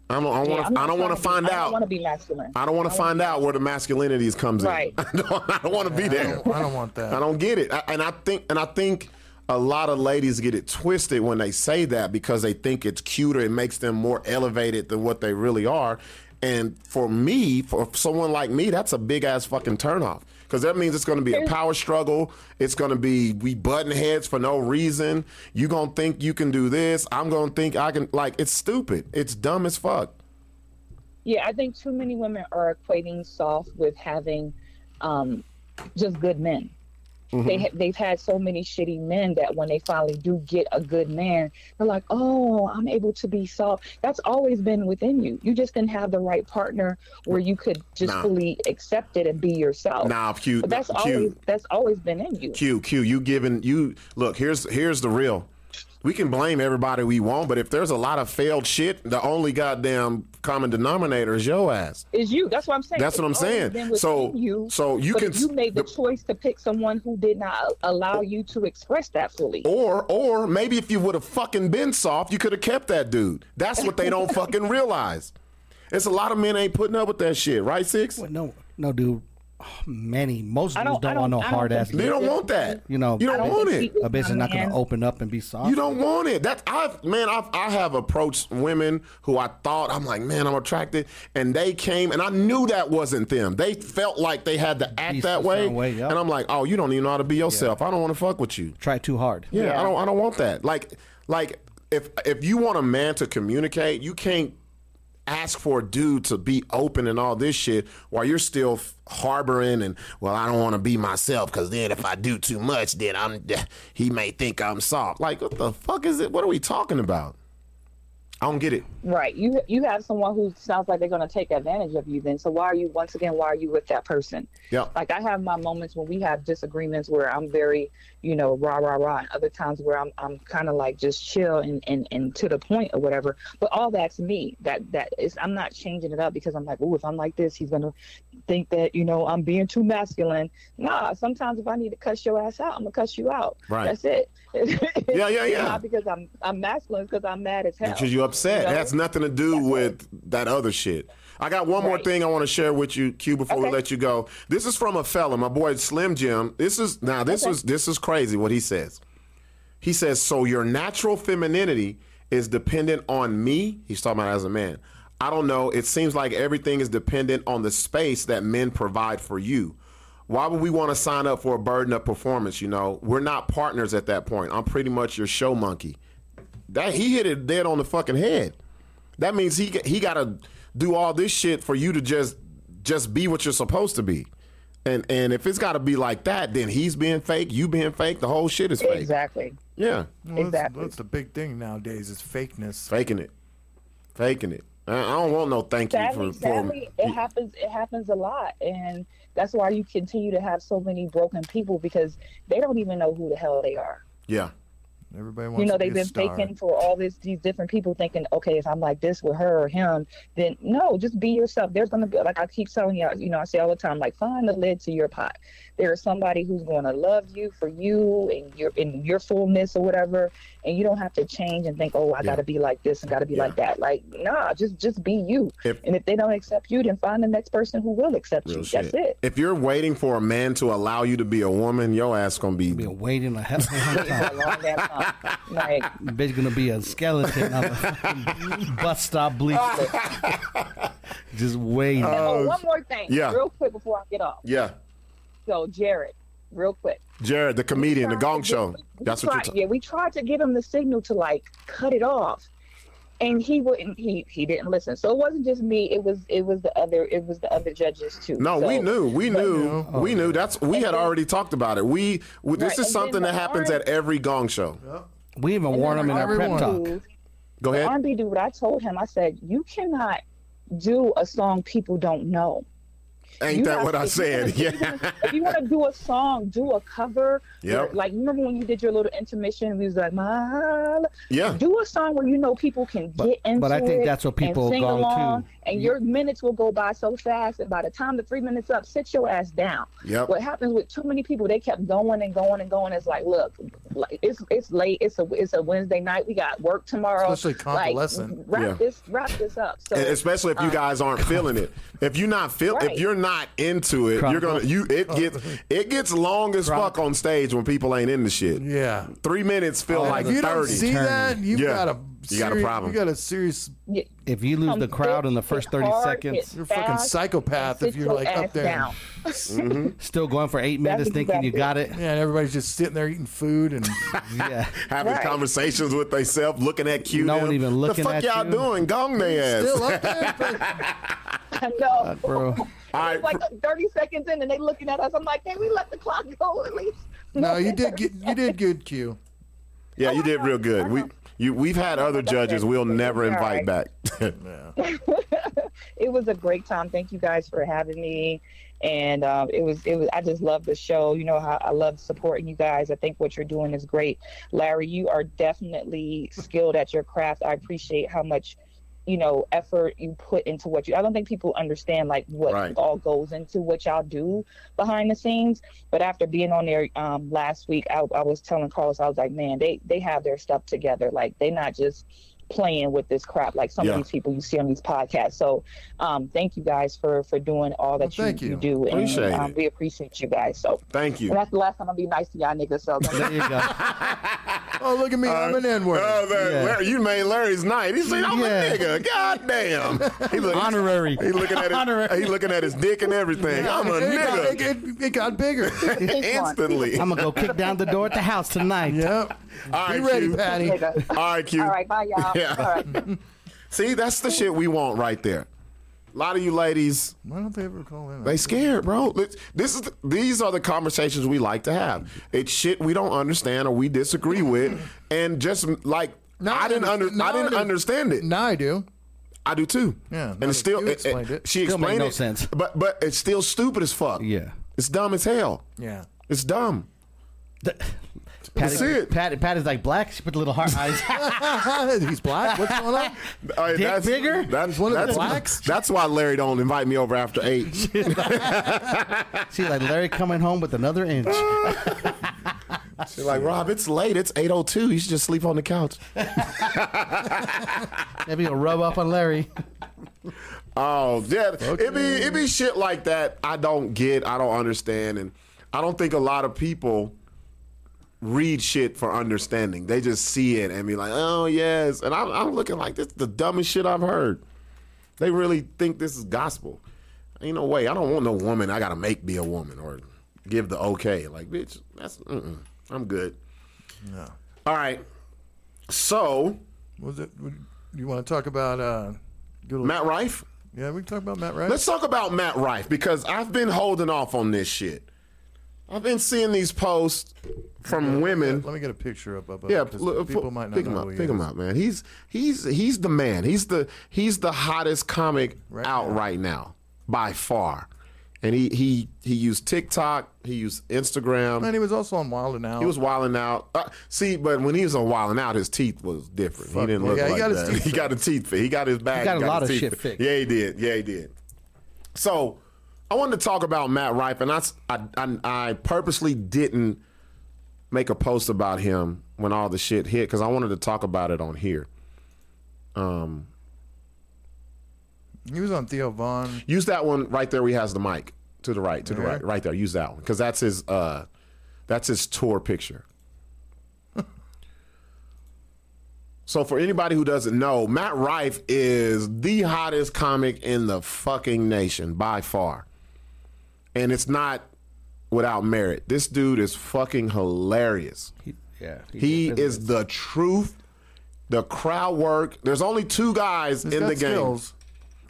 Speaker 2: I don't, I
Speaker 15: Yeah,
Speaker 2: want
Speaker 15: I'm
Speaker 2: to.
Speaker 15: not
Speaker 2: I don't want
Speaker 15: trying
Speaker 2: to
Speaker 15: be-
Speaker 2: find
Speaker 15: I don't
Speaker 2: out.
Speaker 15: want to be masculine.
Speaker 2: I don't want to find out where the masculinities comes
Speaker 15: Right.
Speaker 2: in. I don't, I don't want to be there. I don't,
Speaker 5: want that.
Speaker 2: I don't get it. I, and I think and I think a lot of ladies get it twisted when they say that because they think it's cuter. It makes them more elevated than what they really are. And for me, for someone like me, that's a big ass fucking turnoff. Because that means it's going to be a power struggle. It's going to be we button heads for no reason. You gonna think you can do this. I'm gonna think I can. Like it's stupid. It's dumb as fuck.
Speaker 15: Yeah, I think too many women are equating soft with having um, just good men.
Speaker 2: Mm-hmm.
Speaker 15: They ha- they've had so many shitty men that when they finally do get a good man, they're like, "Oh, I'm able to be soft." That's always been within you. You just didn't have the right partner where you could just
Speaker 2: Nah.
Speaker 15: fully accept it and be yourself.
Speaker 2: Nah, cute.
Speaker 15: But that's
Speaker 2: Cute.
Speaker 15: always that's always been in you.
Speaker 2: Q, Q, you giving you look, here's here's the real. We can blame everybody we want, but if there's a lot of failed shit, the only goddamn common denominator is your ass.
Speaker 15: Is you? That's what I'm saying.
Speaker 2: That's what I'm
Speaker 15: It's always
Speaker 2: saying.
Speaker 15: been within
Speaker 2: So-
Speaker 15: you,
Speaker 2: so you
Speaker 15: but
Speaker 2: can-
Speaker 15: you made the, choice to pick someone who did not allow you to express that fully.
Speaker 2: Or or maybe if you would have fucking been soft, you could have kept that dude. That's what they don't fucking realize. It's a lot of men ain't putting up with that shit, right, Six?
Speaker 4: no, no, dude. Oh, many most
Speaker 15: I
Speaker 4: dudes don't,
Speaker 15: don't- I
Speaker 4: want no
Speaker 15: don't- I don't
Speaker 4: hard ass.
Speaker 15: think They don't
Speaker 4: bitch.
Speaker 2: want that.
Speaker 4: You know,
Speaker 2: You don't
Speaker 4: a bitch-
Speaker 2: want it.
Speaker 4: A bitch is not going
Speaker 2: Man.
Speaker 4: to open up and be soft.
Speaker 2: You don't want it. That I've man, I've I have approached women who I thought I'm like, man, I'm attracted, and they came, and I knew that wasn't them. They felt like they had to act that way, and I'm like, oh, you don't even know how to be yourself. I don't want to fuck with you.
Speaker 4: Try too hard.
Speaker 2: Yeah, I don't. I don't want that. Like, like if if you want a man to communicate, you can't ask for a dude to be open and all this shit while you're still f- harboring and well, I don't want to be myself because then if I do too much, then I'm he may think I'm soft. Like, what the fuck is it? What are we talking about? I don't get it.
Speaker 15: Right. You you have someone who sounds like they're going to take advantage of you. Then, so why are you once again? Why are you with that person?
Speaker 2: Yeah.
Speaker 15: Like I have my moments when we have disagreements where I'm very, you know, rah rah rah, and other times where I'm I'm kind of like just chill and, and and to the point or whatever. But all that's me. That that is I'm not changing it up because I'm like, oh, if I'm like this, he's gonna think that you know I'm being too masculine. Nah. Sometimes if I need to cuss your ass out, I'm gonna cuss you out.
Speaker 2: Right.
Speaker 15: That's it.
Speaker 2: Yeah, yeah, yeah.
Speaker 15: Not because I'm I'm masculine, because I'm mad as hell.
Speaker 2: Because you upset.
Speaker 15: You know?
Speaker 2: It has nothing to do with that other shit. I got one more thing I want to share with you, Q, before we let you go. This is from a fella, my boy Slim Jim. This is now this
Speaker 7: Okay.
Speaker 2: is this is crazy what he says. He says, So your natural femininity is dependent on me. He's talking about as a man. I don't know. It seems like everything is dependent on the space that men provide for you. Why would we want to sign up for a burden of performance? You know, we're not partners at that point. I'm pretty much your show monkey. That he hit it dead on the fucking head. That means he he got to do all this shit for you to just just be what you're supposed to be. And and if it's got to be like that, then he's being fake, you being fake, the whole shit is fake.
Speaker 15: Exactly.
Speaker 2: Yeah.
Speaker 5: Well, That's, that's the big thing nowadays is fakeness.
Speaker 2: Faking it. Faking it. I, I don't want no thank you
Speaker 15: sadly,
Speaker 2: for, for
Speaker 15: sadly, it happens. It happens a lot, and that's why you continue to have so many broken people because they don't even know who the hell they are.
Speaker 2: Yeah.
Speaker 5: Everybody wants
Speaker 15: You know,
Speaker 5: to be
Speaker 15: they've
Speaker 5: a
Speaker 15: been
Speaker 5: star.
Speaker 15: faking for all this these different people, thinking, okay, if I'm like this with her or him, then no, just be yourself. There's gonna be like I keep telling you, you know, I say all the time, like find the lid to your pot. There is somebody who's gonna love you for you and your in your fullness or whatever, and you don't have to change and think, oh, I gotta be like this and gotta be like that. Like, nah, just just be you.
Speaker 2: If-
Speaker 15: and if they don't accept you, then find the next person who will accept you. That's it.
Speaker 2: If you're waiting for a man to allow you to be a woman, your ass gonna be,
Speaker 4: waiting a hell of a long time.
Speaker 15: Like,
Speaker 4: bitch gonna be a skeleton on a fucking bus stop bleacher. Just waiting.
Speaker 5: Uh,
Speaker 15: And, oh, one more thing,
Speaker 2: yeah.
Speaker 15: real quick before I get off.
Speaker 2: Yeah.
Speaker 15: So, Jared, real quick.
Speaker 2: Jared, the comedian, the Gong Show.
Speaker 15: We
Speaker 2: That's what you're
Speaker 15: tried-
Speaker 2: talking.
Speaker 15: Yeah, we tried to give him the signal to like cut it off, and he wouldn't. He he didn't listen. So it wasn't just me. It was it was the other it was the other judges too.
Speaker 2: No,
Speaker 15: So-
Speaker 2: we knew, we knew, we
Speaker 15: Oh,
Speaker 2: knew. That's we had already talked about it. We w- this
Speaker 15: Right,
Speaker 2: is
Speaker 15: and
Speaker 2: something
Speaker 15: then the
Speaker 2: that happens
Speaker 15: orange-
Speaker 2: at every Gong Show.
Speaker 4: We even
Speaker 15: And
Speaker 4: warned
Speaker 15: then
Speaker 4: him in
Speaker 15: the
Speaker 4: our prep
Speaker 15: R&B
Speaker 4: talk.
Speaker 15: dude-
Speaker 2: Go
Speaker 15: The
Speaker 2: ahead.
Speaker 15: R&B dude, I told him, I said, you cannot do a song people don't know.
Speaker 2: Ain't
Speaker 15: You
Speaker 2: that
Speaker 15: have-
Speaker 2: what I
Speaker 15: if you're
Speaker 2: said?
Speaker 15: gonna- if you're
Speaker 2: Yeah.
Speaker 15: gonna- if you want to do a song, do a cover.
Speaker 2: Yep.
Speaker 15: Like you remember when you did your little intermission, we was like, "My."
Speaker 2: Yeah.
Speaker 15: Do a song where you know people can get into
Speaker 4: but I think
Speaker 15: it
Speaker 4: that's what
Speaker 15: and
Speaker 4: people
Speaker 15: sing
Speaker 4: gone to.
Speaker 15: along and your minutes will go by so fast that by the time the three minutes up, sit your ass down.
Speaker 2: Yep.
Speaker 15: What happens with too many people, they kept going and going and going. It's like, look, like it's it's late. It's a it's a Wednesday night. We got work tomorrow.
Speaker 2: Especially convalescent.
Speaker 15: Like, wrap
Speaker 2: Yeah.
Speaker 15: this wrap this up. So
Speaker 2: And E, especially if you
Speaker 15: um,
Speaker 2: guys aren't feeling it. If you're not feel,
Speaker 15: Right.
Speaker 2: if you're not into it, you're gonna you it gets it gets long as fuck on stage when people ain't into shit.
Speaker 5: Yeah,
Speaker 2: three minutes feel
Speaker 5: And
Speaker 2: like
Speaker 5: if you
Speaker 2: thirty.
Speaker 5: don't see that, you've
Speaker 2: Yeah.
Speaker 5: got a
Speaker 2: you got a
Speaker 5: serious-
Speaker 2: problem.
Speaker 5: You got a serious.
Speaker 4: If you lose the crowd in the first 30
Speaker 5: hard,
Speaker 4: seconds,
Speaker 5: hit You're a fucking fast, psychopath if sit you're, your like, up ass there. down.
Speaker 4: Still going for eight minutes thinking you got it.
Speaker 5: Yeah, and everybody's just sitting there eating food and
Speaker 4: yeah,
Speaker 2: having
Speaker 5: Right.
Speaker 2: conversations with themselves, looking at Q.
Speaker 4: No one even looking
Speaker 2: The fuck
Speaker 4: at
Speaker 2: y'all
Speaker 4: you.
Speaker 2: doing? Gong they ass.
Speaker 4: Still up
Speaker 15: no,
Speaker 4: bro.
Speaker 2: All
Speaker 15: it's
Speaker 2: right.
Speaker 15: like 30 seconds in, and they looking at us. I'm like, can we let the clock go at least?
Speaker 5: No, you did get you did good, Q.
Speaker 2: Yeah, you did real good. We you we've had other judges we'll never
Speaker 15: All
Speaker 2: invite
Speaker 15: right.
Speaker 2: back.
Speaker 15: it was a great time. Thank you guys for having me. And um, it was, it was. I just love the show. You know how I love supporting you guys. I think what you're doing is great, Larry. You are definitely skilled at your craft. I appreciate how much, you know, effort you put into what you. I don't think people understand like what
Speaker 7: Right.
Speaker 15: all goes into what y'all do behind the scenes. But after being on there um, last week, I, I was telling Carlos, I was like, man, they they have their stuff together. Like they not just playing with this crap like some
Speaker 2: Yeah.
Speaker 15: of these people you see on these podcasts. So um, thank you guys for for doing all that
Speaker 2: Well,
Speaker 15: you,
Speaker 2: thank
Speaker 15: you.
Speaker 2: you.
Speaker 15: do.
Speaker 2: Appreciate
Speaker 15: and, um,
Speaker 2: it.
Speaker 15: we appreciate you guys. So
Speaker 2: Thank you.
Speaker 15: And that's the last time I'll be nice to y'all niggas. So
Speaker 4: there you go.
Speaker 5: Oh, look at me. I'm an N word.
Speaker 2: Oh, that- Larry, you made Larry's night. He said, "I'm
Speaker 5: Yeah.
Speaker 2: a nigga." God damn. He look,
Speaker 4: Honorary.
Speaker 2: He looking at his,
Speaker 4: Honorary.
Speaker 2: He looking at his dick and everything. I'm a
Speaker 5: it got-
Speaker 2: nigga.
Speaker 5: it- it- it got bigger.
Speaker 2: Instantly.
Speaker 4: I'm gonna go kick down the door at the house tonight.
Speaker 5: Yep.
Speaker 2: All right, Q. All right, Q.
Speaker 15: All right, bye, y'all.
Speaker 2: Yeah.
Speaker 15: All right.
Speaker 2: See, that's the shit we want right there. A lot of you ladies,
Speaker 5: Why don't they ever call in?
Speaker 2: They scared, bro. This- This is these are the conversations we like to have. It's shit we don't understand or we disagree with, and just like I didn't under,
Speaker 5: now
Speaker 2: I didn't
Speaker 5: I do.
Speaker 2: understand it.
Speaker 5: Now I do.
Speaker 2: I do too.
Speaker 5: Yeah,
Speaker 2: and
Speaker 5: now
Speaker 2: it's
Speaker 5: that
Speaker 2: still
Speaker 5: you
Speaker 2: it- it-
Speaker 5: explained it.
Speaker 2: She
Speaker 5: Still
Speaker 2: explained
Speaker 5: make no
Speaker 2: it,
Speaker 5: sense.
Speaker 2: but but it's still stupid as fuck.
Speaker 4: Yeah,
Speaker 2: it's dumb as hell.
Speaker 5: Yeah.
Speaker 2: It's dumb.
Speaker 4: Patty,
Speaker 2: That's it.
Speaker 4: Patty, Patty's like black. She put the little heart eyes.
Speaker 5: He's black. What's going on?
Speaker 2: All right,
Speaker 4: Dick bigger?
Speaker 2: That's
Speaker 4: One of the
Speaker 2: that's-
Speaker 4: blacks?
Speaker 2: That's why Larry don't invite me over after eight.
Speaker 4: She's like Larry coming home with another inch.
Speaker 2: She's like, Rob, it's late. It's eight oh two. You should just sleep on the couch.
Speaker 4: Maybe he'll rub up on Larry.
Speaker 2: Oh, yeah. It be it be shit like that. I don't get. I don't understand, and I don't think a lot of people read shit for understanding. They just see it and be like, "Oh yes," and I'm, I'm looking like this is the dumbest shit I've heard. They really think this is gospel. Ain't no way. I don't want no woman. I gotta make be a woman or give the okay. Like, bitch, that's mm-mm. I'm good.
Speaker 5: No.
Speaker 2: All right. So,
Speaker 5: Was it? would- You want to talk about uh, good old-
Speaker 2: Matt Rife.
Speaker 5: Yeah, we can talk about Matt Rife.
Speaker 2: Let's talk about Matt Rife because I've been holding off on this shit. I've been seeing these posts from women.
Speaker 5: Let me get a picture up of him.
Speaker 2: Yeah,
Speaker 5: look, people might not
Speaker 2: pick
Speaker 5: know
Speaker 2: him
Speaker 5: who
Speaker 2: up.
Speaker 5: he
Speaker 2: Pick
Speaker 5: is.
Speaker 2: him up, man. He's he's he's the man. He's the he's the hottest comic out right now by far. And he he he used TikTok. He used Instagram.
Speaker 5: And he was also on Wild and Out.
Speaker 2: He was wilding out. Uh, see, but when he was on wilding out, his teeth was different. he didn't
Speaker 5: yeah.
Speaker 2: look
Speaker 5: Yeah, he
Speaker 2: like
Speaker 5: got his
Speaker 2: that.
Speaker 5: teeth
Speaker 2: he got his teeth fixed. He got his bag.
Speaker 4: got a lot
Speaker 2: his
Speaker 4: of
Speaker 2: teeth
Speaker 4: shit
Speaker 2: fixed.
Speaker 4: fixed.
Speaker 2: Yeah, he did. Yeah, he did. So I wanted to talk about Matt Rife, and I s- I, I- I purposely didn't make a post about him when all the shit hit because I wanted to talk about it on here. Um,
Speaker 5: He was on Theo Vaughn.
Speaker 2: use that one right there. Where he has the mic to the right, to the
Speaker 5: There.
Speaker 2: right, right there. Use that one because that's his uh, that's his tour picture. So for anybody who doesn't know, Matt Rife is the hottest comic in the fucking nation by far. And it's not without merit. This dude is fucking hilarious.
Speaker 4: Yeah,
Speaker 2: He is the truth, the crowd work. There's only two guys
Speaker 5: He's
Speaker 2: in
Speaker 5: got
Speaker 2: the game.
Speaker 5: skills.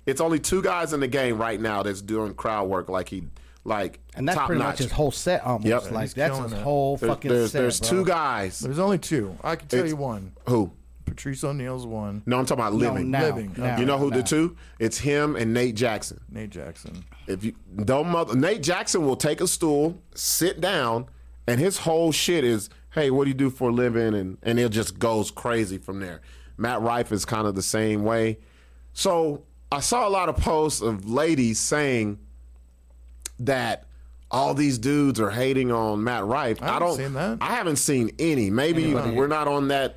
Speaker 2: It's only two guys in the game right now that's doing crowd work like he like
Speaker 4: and that's
Speaker 2: top
Speaker 4: pretty
Speaker 2: notch.
Speaker 4: much his whole set almost.
Speaker 2: Yep.
Speaker 4: Like
Speaker 2: He's
Speaker 4: that's
Speaker 2: killing
Speaker 4: his
Speaker 2: it.
Speaker 4: whole
Speaker 2: There's-
Speaker 4: fucking
Speaker 2: there's-
Speaker 4: set.
Speaker 2: there's
Speaker 4: bro.
Speaker 2: two guys.
Speaker 5: There's only two. I can tell
Speaker 2: It's-
Speaker 5: you one.
Speaker 2: Who?
Speaker 5: Patrice O'Neal's one.
Speaker 2: No, I'm talking about
Speaker 5: No,
Speaker 2: living.
Speaker 5: now, Living, now,
Speaker 2: you know who
Speaker 5: now.
Speaker 2: the two? It's him and Nate Jackson.
Speaker 5: Nate Jackson.
Speaker 2: If you don't mother, Nate Jackson will take a stool, sit down, and his whole shit is, "Hey, what do you do for a living?" and and it just goes crazy from there. Matt Rife is kind of the same way. So I saw a lot of posts of ladies saying that all these dudes are hating on Matt Rife. I,
Speaker 5: haven't
Speaker 2: don't.
Speaker 5: seen that.
Speaker 2: I haven't seen any. Maybe
Speaker 4: Anybody.
Speaker 2: we're not on that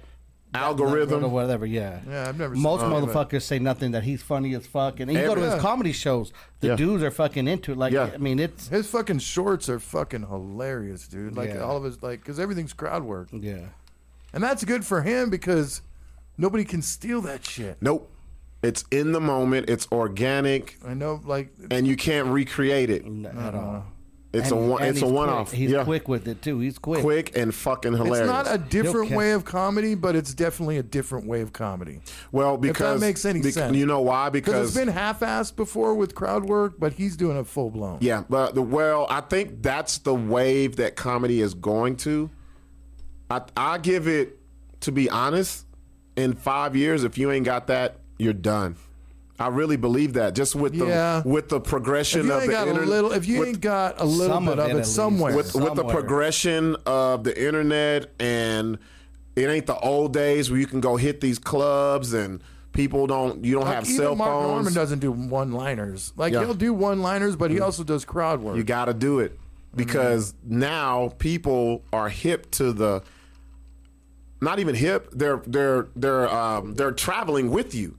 Speaker 4: or
Speaker 2: algorithm.
Speaker 4: whatever. Yeah,
Speaker 5: yeah, I've never.
Speaker 4: Most
Speaker 2: seen that,
Speaker 4: motherfuckers say nothing that he's funny as fuck, and you go to
Speaker 5: Every-
Speaker 4: his comedy shows. The
Speaker 5: Yeah.
Speaker 4: dudes are fucking into it. Like, I mean, it's
Speaker 5: his fucking shorts are fucking hilarious, dude. Like
Speaker 4: Yeah.
Speaker 5: all of his like because everything's crowd work.
Speaker 4: Yeah,
Speaker 5: and that's good for him because nobody can steal that shit.
Speaker 2: Nope. It's in the moment. It's organic,
Speaker 5: I know, like
Speaker 2: and you can't recreate it.
Speaker 4: at all.
Speaker 2: It's
Speaker 4: And-
Speaker 2: a one.
Speaker 4: and
Speaker 2: It's a
Speaker 4: he's
Speaker 2: one
Speaker 4: quick.
Speaker 2: off.
Speaker 4: He's
Speaker 2: yeah.
Speaker 4: quick with it too. He's quick.
Speaker 2: Quick and fucking hilarious.
Speaker 5: It's not a different
Speaker 2: He'll
Speaker 5: way of comedy, but it's definitely a different way of comedy.
Speaker 2: Well, because
Speaker 5: if that makes any
Speaker 2: bec-
Speaker 5: sense,
Speaker 2: you know why?
Speaker 5: it's
Speaker 2: Because
Speaker 5: been half-assed before with crowd work, but he's doing it full blown.
Speaker 2: Yeah, but the well, I think that's the wave that comedy is going to. I I give it to be honest, in five years, if you ain't got that, you're done. I really believe that. Just with the
Speaker 5: Yeah.
Speaker 2: with the
Speaker 5: If
Speaker 2: progression
Speaker 5: you
Speaker 2: of
Speaker 5: ain't
Speaker 2: the
Speaker 5: got a
Speaker 2: internet,
Speaker 5: little, if you
Speaker 2: with-
Speaker 5: ain't got a little bit of it, somewhere,
Speaker 2: with, with the progression of the internet and it ain't the old days where you can go hit these clubs and people don't you don't
Speaker 5: Like,
Speaker 2: have
Speaker 5: even
Speaker 2: cell
Speaker 5: Mark Norman
Speaker 2: phones
Speaker 5: doesn't do one-liners. Like
Speaker 2: Yeah. Mm.
Speaker 5: he'll do one-liners, but he also does crowd work. Mm-hmm.
Speaker 2: you got to do it because now people are hip to the not even hip they're they're they're um, they're traveling with you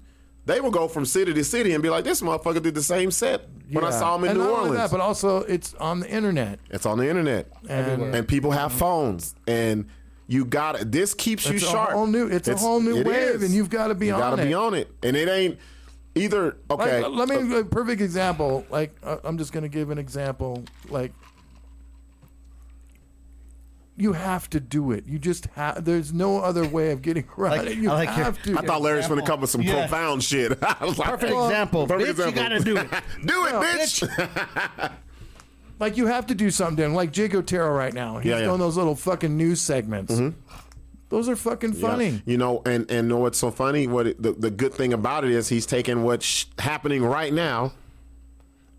Speaker 2: they will go from city to city and be like this motherfucker did the same set when i
Speaker 5: Yeah.
Speaker 2: saw him in
Speaker 5: And
Speaker 2: new
Speaker 5: not only
Speaker 2: orleans
Speaker 5: that, but also it's on the internet.
Speaker 2: it's on the internet
Speaker 5: And-
Speaker 2: and,
Speaker 5: Everywhere.
Speaker 2: people have phones and you got to this keeps you
Speaker 5: It's a
Speaker 2: sharp
Speaker 5: whole new- it's a whole new
Speaker 2: it
Speaker 5: wave, and you've gotta be
Speaker 2: you
Speaker 5: on
Speaker 2: gotta
Speaker 5: it.
Speaker 2: be on it and it ain't either okay
Speaker 5: Like, uh, let me a perfect example. Like uh, I'm just gonna give an example. Like you have to do it. You just have. There's no other way of getting around
Speaker 4: Like-
Speaker 5: it. You
Speaker 4: I like your-
Speaker 5: have to.
Speaker 2: I thought Larry was going to come with some
Speaker 5: Yeah.
Speaker 2: profound shit. I was like,
Speaker 5: Perfect example.
Speaker 2: Perfect
Speaker 5: Bitch, you
Speaker 2: example.
Speaker 5: gotta do it.
Speaker 2: do it,
Speaker 5: No,
Speaker 2: bitch.
Speaker 5: Like you have to do something. Like Jake Otero right now.
Speaker 2: Yeah,
Speaker 5: He's
Speaker 2: yeah. Mm-hmm.
Speaker 5: doing those little fucking news segments. Those are fucking
Speaker 2: Yeah.
Speaker 5: funny.
Speaker 2: You know, and and know what's so funny? What it, the the good thing about it is he's taking what's sh- happening right now,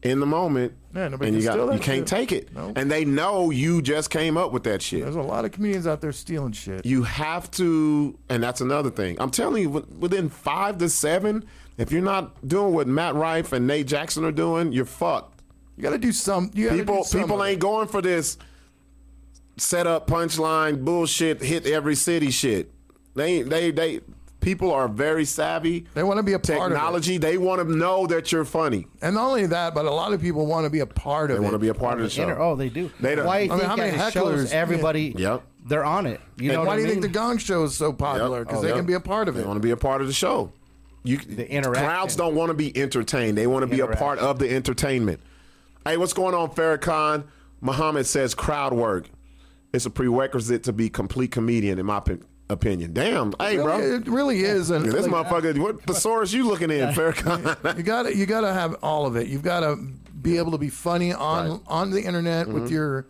Speaker 2: in the moment.
Speaker 5: Yeah, nobody
Speaker 2: and
Speaker 5: can
Speaker 2: you
Speaker 5: steal that
Speaker 2: you can't
Speaker 5: shit.
Speaker 2: take it.
Speaker 5: No.
Speaker 2: And they know you just came up with that shit.
Speaker 5: There's a lot of comedians out there stealing shit.
Speaker 2: You have to, and that's another thing. I'm telling you, wi- within five to seven, if you're not doing what Matt Rife and Nate Jackson are doing, you're fucked.
Speaker 5: You got to do some. You gotta
Speaker 2: people,
Speaker 5: do some
Speaker 2: people
Speaker 5: of it.
Speaker 2: ain't going for this setup, punchline, bullshit, hit every city shit. They, they, they. People are very savvy.
Speaker 5: They want to be a part of it.
Speaker 2: technology. They want to know that you're funny.
Speaker 5: And not only that, but a lot of people want to be a part of
Speaker 2: They
Speaker 5: it.
Speaker 2: want to be a part of the show.
Speaker 4: Inter- oh, they do.
Speaker 2: They don't-
Speaker 4: Why
Speaker 2: I
Speaker 4: you
Speaker 2: mean,
Speaker 4: think
Speaker 5: how many
Speaker 4: at his shows
Speaker 5: hecklers-
Speaker 4: everybody?
Speaker 2: Yep.
Speaker 4: They're on it. You
Speaker 2: And
Speaker 4: know
Speaker 5: why
Speaker 4: what I
Speaker 5: do you think the
Speaker 4: mean?
Speaker 5: Gong Show is so popular?
Speaker 2: Yep.
Speaker 5: Because
Speaker 2: Oh,
Speaker 5: they
Speaker 2: yep.
Speaker 5: can be a part of
Speaker 2: They
Speaker 5: it.
Speaker 2: want to be a part of the show. You, the
Speaker 4: interaction.
Speaker 2: Crowds don't want to be entertained. They want to be a part of the entertainment. Hey, what's going on, Farrakhan? Muhammad says crowd work. It's a prerequisite to be complete comedian, in my opin- opinion. Damn. Hey,
Speaker 5: Really,
Speaker 2: bro.
Speaker 5: it really is. And
Speaker 2: Yeah, this
Speaker 5: like,
Speaker 2: motherfucker, what thesaurus you looking in, Farrakhan?
Speaker 5: you got to you got to have all of it. You've got to be able to be funny on on the internet
Speaker 2: Mm-hmm.
Speaker 5: with your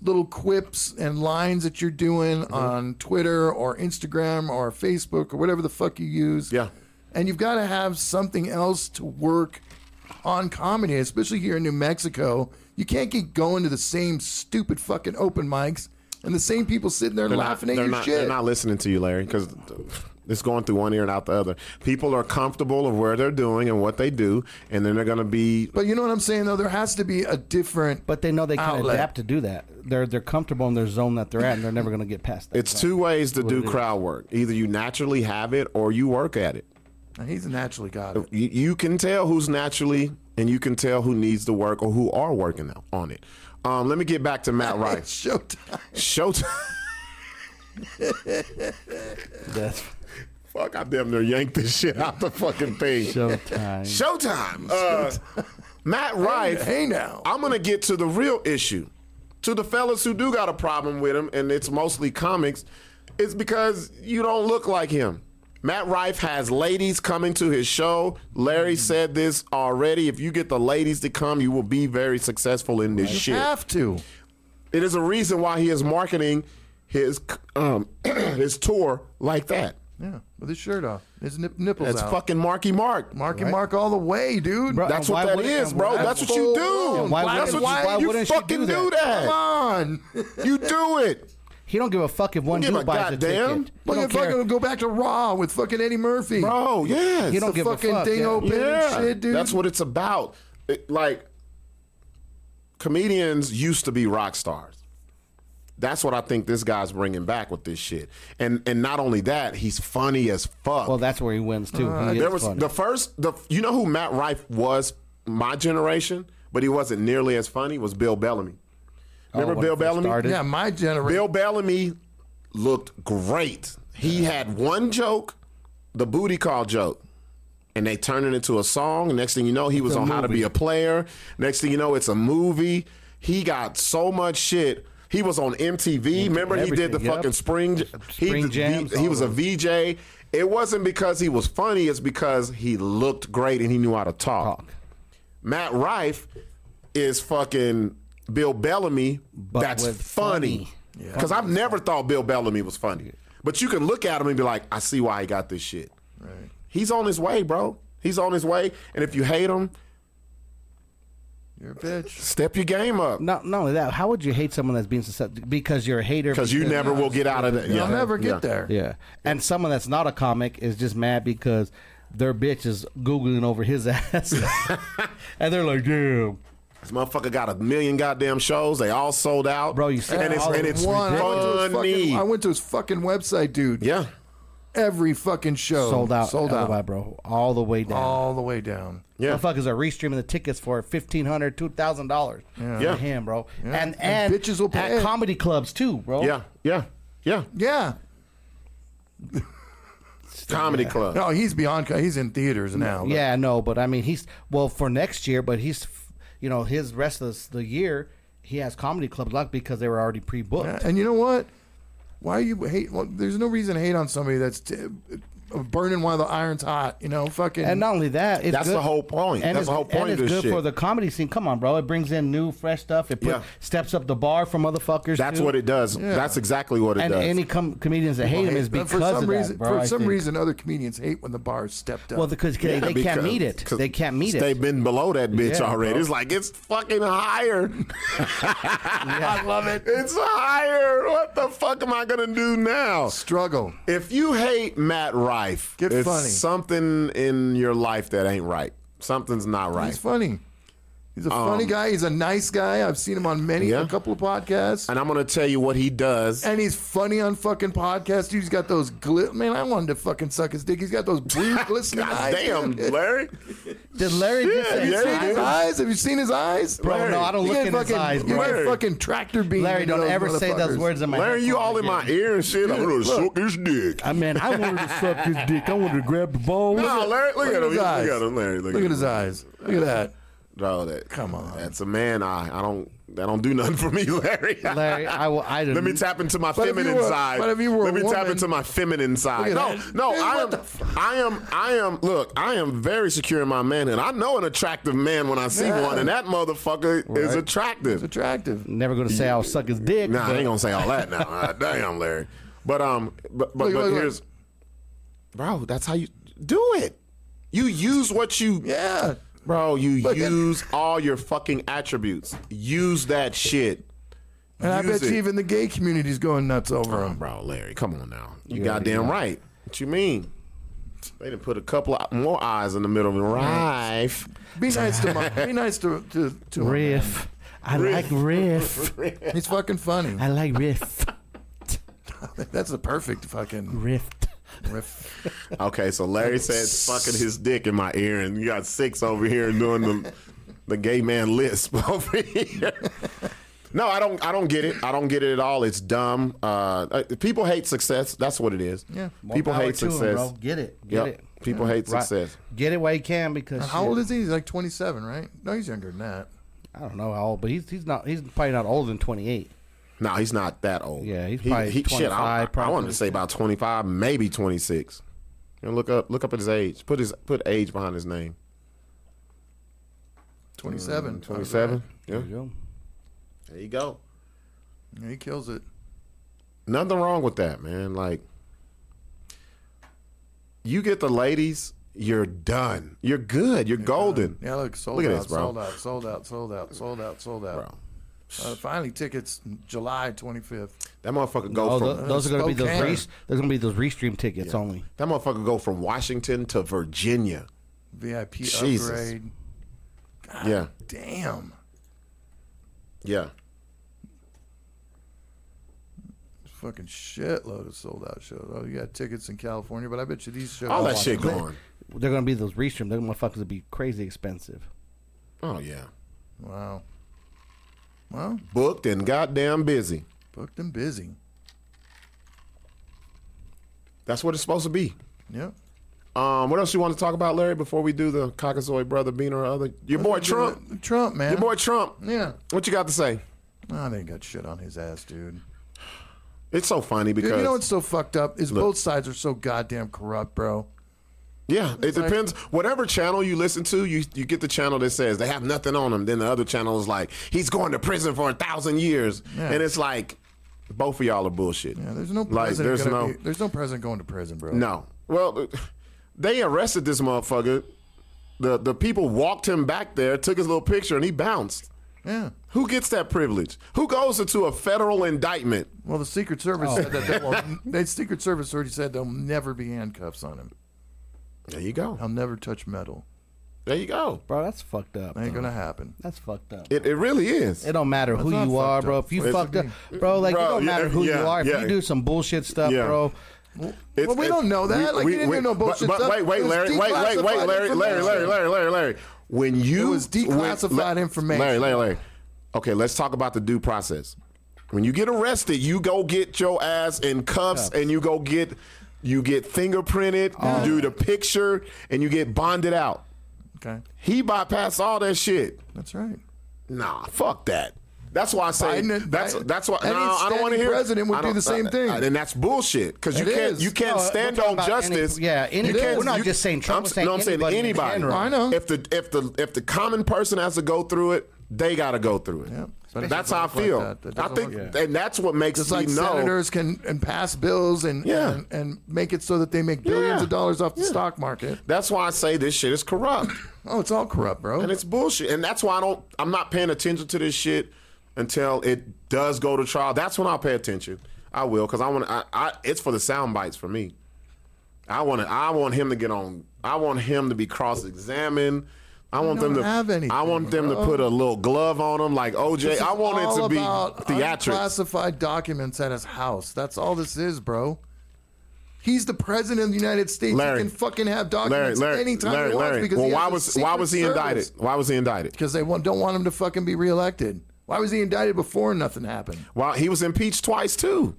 Speaker 5: little quips and lines that you're doing
Speaker 2: Mm-hmm.
Speaker 5: on Twitter or Instagram or Facebook or whatever the fuck you use.
Speaker 2: Yeah.
Speaker 5: And you've got to have something else to work on comedy, especially here in New Mexico. You can't keep going to the same stupid fucking open mics and the same people sitting there
Speaker 2: They're not-
Speaker 5: laughing at
Speaker 2: they're
Speaker 5: your
Speaker 2: not,
Speaker 5: shit.
Speaker 2: They're not listening to you, Larry, because it's going through one ear and out the other. People are comfortable of where they're doing and what they do, and then they're going to be.
Speaker 5: But you know what I'm saying though, there has to be a different.
Speaker 4: But they know they can
Speaker 5: outlet.
Speaker 4: adapt to do that. They're they're comfortable in their zone that they're at, and they're never going to get past that.
Speaker 2: It's two ways to
Speaker 4: What
Speaker 2: do
Speaker 4: it is.
Speaker 2: crowd work. Either you naturally have it, or you work at it.
Speaker 5: And he's naturally got
Speaker 2: You,
Speaker 5: it.
Speaker 2: you can tell who's naturally, and you can tell who needs to work or who are working on it. Um, let me get back to Matt Rife.
Speaker 5: Showtime.
Speaker 2: Showtime.
Speaker 4: That's
Speaker 2: Fuck, I damn near yanked this shit out the fucking thing.
Speaker 4: showtime.
Speaker 2: Showtime. Uh, Matt Rife.
Speaker 5: hey now.
Speaker 2: I'm gonna get to the real issue. To the fellas who do got a problem with him, and it's mostly comics, it's because you don't look like him. Matt Rife has ladies coming to his show. Larry
Speaker 5: Mm.
Speaker 2: said this already. If you get the ladies to come, you will be very successful in this shit.
Speaker 5: Have to.
Speaker 2: It is a reason why he is marketing his um, his tour like that.
Speaker 5: Yeah, with his shirt off, his nip- nipples
Speaker 2: That's
Speaker 5: out.
Speaker 2: fucking Marky Mark.
Speaker 5: Mark and
Speaker 4: Right.
Speaker 5: Mark all the way, dude.
Speaker 4: Bro,
Speaker 2: That's
Speaker 4: and
Speaker 2: what
Speaker 4: why
Speaker 2: that
Speaker 4: wouldn't-
Speaker 2: is,
Speaker 4: and
Speaker 2: bro.
Speaker 4: why-
Speaker 2: That's what you do.
Speaker 4: and why
Speaker 2: That's
Speaker 4: wouldn't-
Speaker 2: what
Speaker 4: why
Speaker 2: you,
Speaker 4: wouldn't she
Speaker 2: fucking
Speaker 4: do
Speaker 2: do
Speaker 4: that?
Speaker 2: that.
Speaker 5: Come on.
Speaker 2: You do it.
Speaker 4: He don't give a fuck if one
Speaker 5: give
Speaker 4: dude
Speaker 5: a
Speaker 4: buys a
Speaker 5: goddamn.
Speaker 4: ticket. He
Speaker 5: Look
Speaker 4: don't
Speaker 5: at fucking
Speaker 4: care.
Speaker 5: go back to Raw with fucking Eddie Murphy.
Speaker 2: Bro, yes.
Speaker 5: He don't give fucking thing open and shit, dude.
Speaker 2: That's what it's about. It- like, comedians used to be rock stars. That's what I think this guy's bringing back with this shit. And and not only that, he's funny as fuck. Well,
Speaker 4: that's where he wins too. He is
Speaker 2: there was
Speaker 4: funny.
Speaker 2: the first the you know who Matt Rife was my generation, but he wasn't nearly as funny was Bill Bellamy. Remember
Speaker 5: when it
Speaker 2: Bill
Speaker 5: first
Speaker 2: Bellamy?
Speaker 5: started? Yeah, my generation.
Speaker 2: Bill Bellamy looked great. He had one joke, the booty call joke. And they turned it into a song. Next thing you know, he was
Speaker 5: a
Speaker 2: on How to Be a Player. Next thing you know, it's a movie. He got so much shit. He was on MTV. Remember, he did the
Speaker 5: everything, yep.
Speaker 2: fucking spring. He,
Speaker 5: Spring
Speaker 2: did-
Speaker 5: jams,
Speaker 2: he, he
Speaker 5: all
Speaker 2: was a VJ. It wasn't because he was funny. It's because he looked great and he knew how to talk. Matt Rife is fucking Bill Bellamy. that's
Speaker 5: with
Speaker 2: funny. Because I've never thought Bill Bellamy was funny. But you can look at him and be like, I see why he got this shit.
Speaker 5: Right.
Speaker 2: He's on his way, bro. He's on his way. And if you hate him,
Speaker 5: You're a bitch.
Speaker 2: Step your game up.
Speaker 4: Not, not only that, how would you hate someone that's being susceptible? Because you're a hater.
Speaker 2: 'Cause you never will get out of that. You'll Yeah. never get
Speaker 4: Yeah.
Speaker 2: there.
Speaker 4: Yeah. And someone that's not a comic is just mad because their bitch is Googling over his ass. and they're like, damn.
Speaker 2: This motherfucker got a million goddamn shows. They all sold out, bro. You
Speaker 5: Yeah,
Speaker 2: and it's
Speaker 5: all
Speaker 2: and
Speaker 5: in
Speaker 2: it's
Speaker 5: one. I went, to his
Speaker 2: funny.
Speaker 5: fucking, I went to his fucking website, dude.
Speaker 2: Yeah.
Speaker 5: Every fucking show
Speaker 4: Sold out.
Speaker 5: Sold out,
Speaker 4: LOI, bro. All the way down.
Speaker 5: All the way down.
Speaker 4: Yeah. Motherfuckers are restreaming the tickets for $1,500, $2,000.
Speaker 5: Yeah.
Speaker 4: For
Speaker 5: Yeah.
Speaker 4: him, bro.
Speaker 5: Yeah.
Speaker 4: And,
Speaker 5: And
Speaker 4: and,
Speaker 5: bitches will pay.
Speaker 4: At comedy clubs, too, bro.
Speaker 2: Yeah, yeah, yeah.
Speaker 5: Yeah.
Speaker 2: Comedy club.
Speaker 5: No, he's beyond. co- He's in theaters now. but-
Speaker 4: Yeah, no, but I mean, he's well for next year, but he's, f- you know, his rest of the year, he has comedy club luck because they were already pre booked.
Speaker 5: Yeah, And you know what? Why you hate? Well, there's no reason to hate on somebody that's t- burning while the iron's hot. You know, fucking.
Speaker 4: And not only that, it's
Speaker 5: That's
Speaker 4: good-
Speaker 5: the whole point.
Speaker 4: And
Speaker 5: That's
Speaker 4: it's-
Speaker 5: the whole point
Speaker 4: And
Speaker 5: of
Speaker 4: it's
Speaker 5: this
Speaker 4: good
Speaker 5: shit.
Speaker 4: for the comedy scene. Come on, bro! It brings in new, fresh stuff. It put,
Speaker 2: Yeah.
Speaker 4: steps up the bar for motherfuckers.
Speaker 2: That's
Speaker 4: too.
Speaker 2: what it does. That's exactly what it
Speaker 4: and
Speaker 2: does.
Speaker 4: any com- comedians that
Speaker 5: Well,
Speaker 4: hate him is
Speaker 5: but
Speaker 4: because
Speaker 5: for some
Speaker 4: of
Speaker 5: reason,
Speaker 4: that, bro.
Speaker 5: for
Speaker 4: I
Speaker 5: some
Speaker 4: think.
Speaker 5: reason, other comedians hate when the bars stepped up.
Speaker 4: Well, because they- they can't meet it. They can't meet it.
Speaker 2: They've been below that bitch
Speaker 5: Yeah,
Speaker 2: already.
Speaker 5: bro.
Speaker 2: It's like it's fucking higher.
Speaker 5: I love it.
Speaker 2: It's higher. What the fuck am I gonna do now?
Speaker 5: Struggle.
Speaker 2: If you hate Matt Rife,
Speaker 5: Get
Speaker 2: it's
Speaker 5: funny.
Speaker 2: Something in your life that ain't right. Something's not right.
Speaker 5: He's funny. He's a
Speaker 2: Um,
Speaker 5: funny guy. He's a nice guy. I've seen him on many
Speaker 2: Yeah.
Speaker 5: a couple of podcasts,
Speaker 2: And I'm gonna tell you what he does.
Speaker 5: and he's funny on fucking podcasts. Dude, he's got those glit. Man, I wanted to fucking suck his dick. He's got those blue glistening eyes.
Speaker 2: Goddamn, Larry.
Speaker 4: Did Larry just
Speaker 5: Have
Speaker 4: say
Speaker 5: you
Speaker 4: his
Speaker 5: seen his
Speaker 4: eyes?
Speaker 5: eyes? Have you seen his eyes?
Speaker 4: Bro, no, I don't
Speaker 5: You
Speaker 4: look
Speaker 5: get
Speaker 4: in his
Speaker 5: fucking-
Speaker 4: eyes,
Speaker 5: You
Speaker 4: bro.
Speaker 5: get fucking tractor beam.
Speaker 4: Larry,
Speaker 5: into
Speaker 4: don't
Speaker 5: those
Speaker 4: ever say those
Speaker 5: motherfuckers.
Speaker 4: words in my
Speaker 2: Larry, you all in my ear and shit. I'm gonna
Speaker 5: Look.
Speaker 2: suck his dick.
Speaker 4: I mean, I wanted to suck his dick. I wanted to grab the ball.
Speaker 2: No, Larry, look, at him.
Speaker 5: his
Speaker 2: Look
Speaker 5: eyes.
Speaker 2: at him, Larry. Look,
Speaker 5: Look at his eyes. Look at that.
Speaker 2: Bro, that
Speaker 5: Come on.
Speaker 2: That's a man eye. I don't. That don't do nothing for me, Larry.
Speaker 4: Larry, I will. I
Speaker 2: Let me
Speaker 4: didn't-
Speaker 2: tap into my
Speaker 5: But if you
Speaker 2: feminine
Speaker 5: were-
Speaker 2: side.
Speaker 5: but if you were
Speaker 2: Let
Speaker 5: a
Speaker 2: me tap
Speaker 5: woman-
Speaker 2: into my feminine side.
Speaker 5: Look
Speaker 2: No,
Speaker 5: at that.
Speaker 2: no,
Speaker 5: Dude,
Speaker 2: I
Speaker 5: what
Speaker 2: am, I am, I am. Look, I am very secure in my manhood. I know an attractive man when I see
Speaker 5: Yeah.
Speaker 2: one, and that motherfucker is
Speaker 4: Right.
Speaker 2: attractive.
Speaker 5: Attractive.
Speaker 4: Never gonna say I'll suck his dick.
Speaker 2: Nah, I
Speaker 4: but-
Speaker 2: ain't gonna say all that now. Ah, damn, Larry. But um, but but,
Speaker 5: Look,
Speaker 2: but
Speaker 5: look, look.
Speaker 2: here's, bro. That's how you do it. You use what you.
Speaker 5: Yeah.
Speaker 2: Bro, you use all your fucking attributes. Use that shit.
Speaker 5: And I
Speaker 2: Use
Speaker 5: bet you
Speaker 2: it.
Speaker 5: even the gay community's going nuts over him.
Speaker 2: Oh, Bro, Larry, come on now. You
Speaker 5: You already
Speaker 2: goddamn
Speaker 5: know.
Speaker 2: right. What you mean? They didn't put a couple of more eyes in the middle of the rife.
Speaker 5: Be nice to my, be nice to to, to my
Speaker 4: Riff. I
Speaker 5: Riff.
Speaker 4: like riff.
Speaker 5: man. He's fucking funny.
Speaker 4: I like riff.
Speaker 5: That's the perfect fucking
Speaker 4: Rift.
Speaker 5: riff.
Speaker 2: Okay, so Larry said fucking his dick in my ear, and you got six over here doing the the gay man lisp over here. No, I don't. I don't get it. I don't get it at all. It's dumb. Uh, uh, people hate success. That's what it is.
Speaker 5: Yeah.
Speaker 4: More
Speaker 2: people
Speaker 4: power
Speaker 2: hate
Speaker 4: to 'em,
Speaker 2: success.
Speaker 4: bro. Get it. Get
Speaker 2: Yep.
Speaker 4: it.
Speaker 2: People hate
Speaker 4: Right.
Speaker 2: success.
Speaker 4: Get it while you can because
Speaker 5: And how
Speaker 4: shit,
Speaker 5: old is he? He's like 27, right? No, he's younger than that.
Speaker 4: I don't know how old, but he's he's not he's probably not older than twenty eight.
Speaker 2: No, he's not that old.
Speaker 4: Yeah, he's
Speaker 2: He-
Speaker 4: probably
Speaker 2: he- shit, I,
Speaker 4: 25,
Speaker 2: I
Speaker 4: probably.
Speaker 2: wanted to say about twenty five, maybe twenty six. And look up, look up at his age. Put his put age behind his name.
Speaker 5: 27.
Speaker 2: Twenty seven. Mm, Yeah,
Speaker 4: There you go.
Speaker 2: there you go.
Speaker 5: Yeah, he kills it.
Speaker 2: Nothing wrong with that, man. Like, you get the ladies, you're done. You're good. You're golden.
Speaker 5: Yeah, look, sold
Speaker 2: Look
Speaker 5: out,
Speaker 2: at this, bro.
Speaker 5: sold out, sold out, sold out, sold out, sold out. Uh, finally, tickets July 25th.
Speaker 2: That motherfucker
Speaker 4: Oh,
Speaker 2: go
Speaker 4: tho-
Speaker 2: from
Speaker 4: those are going to be those
Speaker 2: Spokane.
Speaker 4: re- those going to be those restream tickets only.
Speaker 2: That motherfucker go from Washington to Virginia.
Speaker 5: VIP
Speaker 2: Jesus.
Speaker 5: upgrade.
Speaker 2: yeah,
Speaker 5: Damn.
Speaker 2: yeah.
Speaker 5: Fucking shitload of sold out shows. Oh, you got tickets in California, but I bet you these shows.
Speaker 4: They're going to be those restream. They're motherfuckers will be crazy expensive.
Speaker 2: Oh yeah.
Speaker 5: Wow. Well,
Speaker 2: booked and goddamn busy.
Speaker 5: Booked and busy.
Speaker 2: That's what it's supposed to be.
Speaker 5: Yep.
Speaker 2: Um, what else you want to talk about, Larry? Before we do the Caucasoid brother being or other, your boy Trump.
Speaker 5: Trump, man.
Speaker 2: Your boy Trump.
Speaker 5: Yeah.
Speaker 2: What you got to say?
Speaker 5: I they got shit on his ass, dude.
Speaker 2: It's so funny because
Speaker 5: Dude, you know what's so fucked up is
Speaker 2: Look.
Speaker 5: both sides are so goddamn corrupt, bro.
Speaker 2: Yeah, it
Speaker 5: like-
Speaker 2: depends. Whatever channel you listen to, you you get the channel that says they have nothing on him. Then the other channel is like he's going to prison for a thousand years,
Speaker 5: Yeah.
Speaker 2: and it's like both of y'all are bullshit. Yeah,
Speaker 5: There's no
Speaker 2: like
Speaker 5: president.
Speaker 2: there's
Speaker 5: gonna
Speaker 2: no
Speaker 5: be- there's no president going to prison, bro.
Speaker 2: no. Well, they arrested this motherfucker. The the people walked him back there, took his little picture, and he bounced.
Speaker 5: Yeah.
Speaker 2: Who gets that privilege? Who goes into a federal indictment?
Speaker 5: Well, the Secret Service
Speaker 2: Oh.
Speaker 5: said that they will, the Secret Service already said there'll never be handcuffs on him.
Speaker 2: There you go.
Speaker 5: I'll never touch metal.
Speaker 2: There you go,
Speaker 4: bro. That's fucked up.
Speaker 5: Ain't gonna happen.
Speaker 4: That's fucked up.
Speaker 2: It, it really is.
Speaker 4: It don't matter who
Speaker 5: That's
Speaker 4: you
Speaker 5: not
Speaker 4: are,
Speaker 5: fucked
Speaker 4: bro.
Speaker 5: up.
Speaker 4: If you
Speaker 5: It's-
Speaker 4: fucked up, bro, like
Speaker 5: Bro,
Speaker 4: it don't
Speaker 5: yeah,
Speaker 4: matter who
Speaker 5: yeah,
Speaker 4: you are. If
Speaker 5: yeah.
Speaker 4: you do some bullshit stuff,
Speaker 5: Yeah.
Speaker 4: bro.
Speaker 5: Well, we don't know that. Like, he didn't do no bullshit
Speaker 2: But, but
Speaker 5: stuff.
Speaker 2: wait, wait,
Speaker 5: It was
Speaker 2: Larry, wait, wait, wait, Larry,
Speaker 5: declassified
Speaker 2: Larry, Larry,
Speaker 5: information.
Speaker 2: Larry, Larry, Larry. When you
Speaker 5: was declassified
Speaker 2: when- La-
Speaker 5: information.
Speaker 2: Larry, Larry, Larry. Okay, let's talk about the due process. When you get arrested, you go get your ass in cuffs, and you go get you get fingerprinted,
Speaker 5: Oh.
Speaker 2: you do the picture, and you get bonded out.
Speaker 5: Okay.
Speaker 2: He bypassed all that shit.
Speaker 5: That's right.
Speaker 2: Nah, fuck that. That's why I say
Speaker 5: Biden-
Speaker 2: that's
Speaker 5: Biden-
Speaker 2: that's why
Speaker 5: any
Speaker 2: no, I don't want
Speaker 5: standing
Speaker 2: to hear.
Speaker 5: president would
Speaker 2: I
Speaker 5: do
Speaker 2: don't-
Speaker 5: the same
Speaker 2: uh,
Speaker 5: thing.
Speaker 2: uh, Then that's bullshit because you
Speaker 5: It
Speaker 2: can't
Speaker 5: is.
Speaker 2: you can't
Speaker 5: No, we're
Speaker 2: stand
Speaker 5: talking
Speaker 2: on
Speaker 5: about any-
Speaker 2: justice.
Speaker 5: yeah, any-
Speaker 2: You
Speaker 5: we're
Speaker 2: can't-
Speaker 5: not
Speaker 2: you-
Speaker 5: just saying Trump,
Speaker 2: I'm,
Speaker 5: we're saying
Speaker 2: no, I'm saying
Speaker 5: anybody in
Speaker 2: anybody.
Speaker 5: general. I know.
Speaker 2: If the if the if the common person has to go through it, they got to go through it.
Speaker 5: But it
Speaker 2: That's
Speaker 5: doesn't
Speaker 2: how I
Speaker 5: look like
Speaker 2: feel.
Speaker 5: that. That
Speaker 2: I
Speaker 5: doesn't
Speaker 2: think,
Speaker 5: look- Yeah.
Speaker 2: and that's what makes
Speaker 5: Just
Speaker 2: me
Speaker 5: like
Speaker 2: know.
Speaker 5: senators can and pass bills and,
Speaker 2: Yeah.
Speaker 5: and and make it so that they make billions of dollars off the stock market.
Speaker 2: That's why I say this shit is corrupt.
Speaker 5: oh, it's all corrupt, bro.
Speaker 2: And it's bullshit. And that's why I don't I'm not paying attention to this shit until it does go to trial. That's when I'll pay attention. I will cuz I want I, I it's for the sound bites for me. I want to I want him to get on. I want him to be cross-examined. I want them
Speaker 5: don't
Speaker 2: to
Speaker 5: have anything,
Speaker 2: I want them
Speaker 5: bro.
Speaker 2: to put a little glove on him like
Speaker 5: This
Speaker 2: OJ.
Speaker 5: is
Speaker 2: I want it
Speaker 5: all
Speaker 2: to be
Speaker 5: about
Speaker 2: theatrics.
Speaker 5: Classified documents at his house. That's all this is, bro. He's the president of the United States.
Speaker 2: Larry.
Speaker 5: he can fucking have
Speaker 2: Larry,
Speaker 5: documents
Speaker 2: Larry,
Speaker 5: anytime
Speaker 2: Larry,
Speaker 5: he wants
Speaker 2: Larry.
Speaker 5: because
Speaker 2: Well,
Speaker 5: he
Speaker 2: why
Speaker 5: has a
Speaker 2: was why
Speaker 5: Secret
Speaker 2: was he
Speaker 5: Service.
Speaker 2: indicted? Why was he indicted?
Speaker 5: Because they want, don't want him to fucking be reelected. Why was he indicted before and nothing happened?
Speaker 2: Well, he was impeached twice too.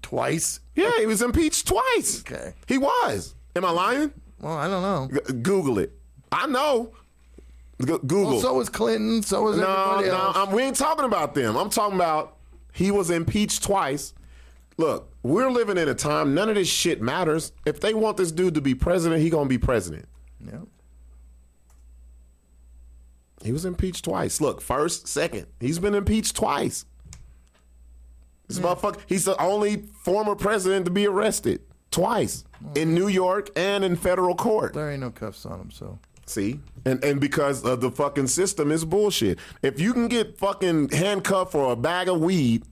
Speaker 5: Twice?
Speaker 2: Yeah, he was impeached twice.
Speaker 5: Okay.
Speaker 2: He was. Am I lying?
Speaker 5: Well, I don't know.
Speaker 2: G- Google it. I know. G- Google.
Speaker 5: Well, so was Clinton. So was
Speaker 2: no,
Speaker 5: everybody
Speaker 2: no.
Speaker 5: else.
Speaker 2: I'm, we ain't talking about them. I'm talking about he was impeached twice. Look, we're living in a time none of this shit matters. If they want this dude to be president, he gonna be president.
Speaker 5: Yeah.
Speaker 2: He was impeached twice. Look, first, second. He's been impeached twice. This motherfucker, he's the only former president to be arrested twice in New York and in federal court.
Speaker 5: Oh. There ain't no cuffs on him, so.
Speaker 2: See? And and because of the fucking system is bullshit. If you can get fucking handcuffed for a bag of weed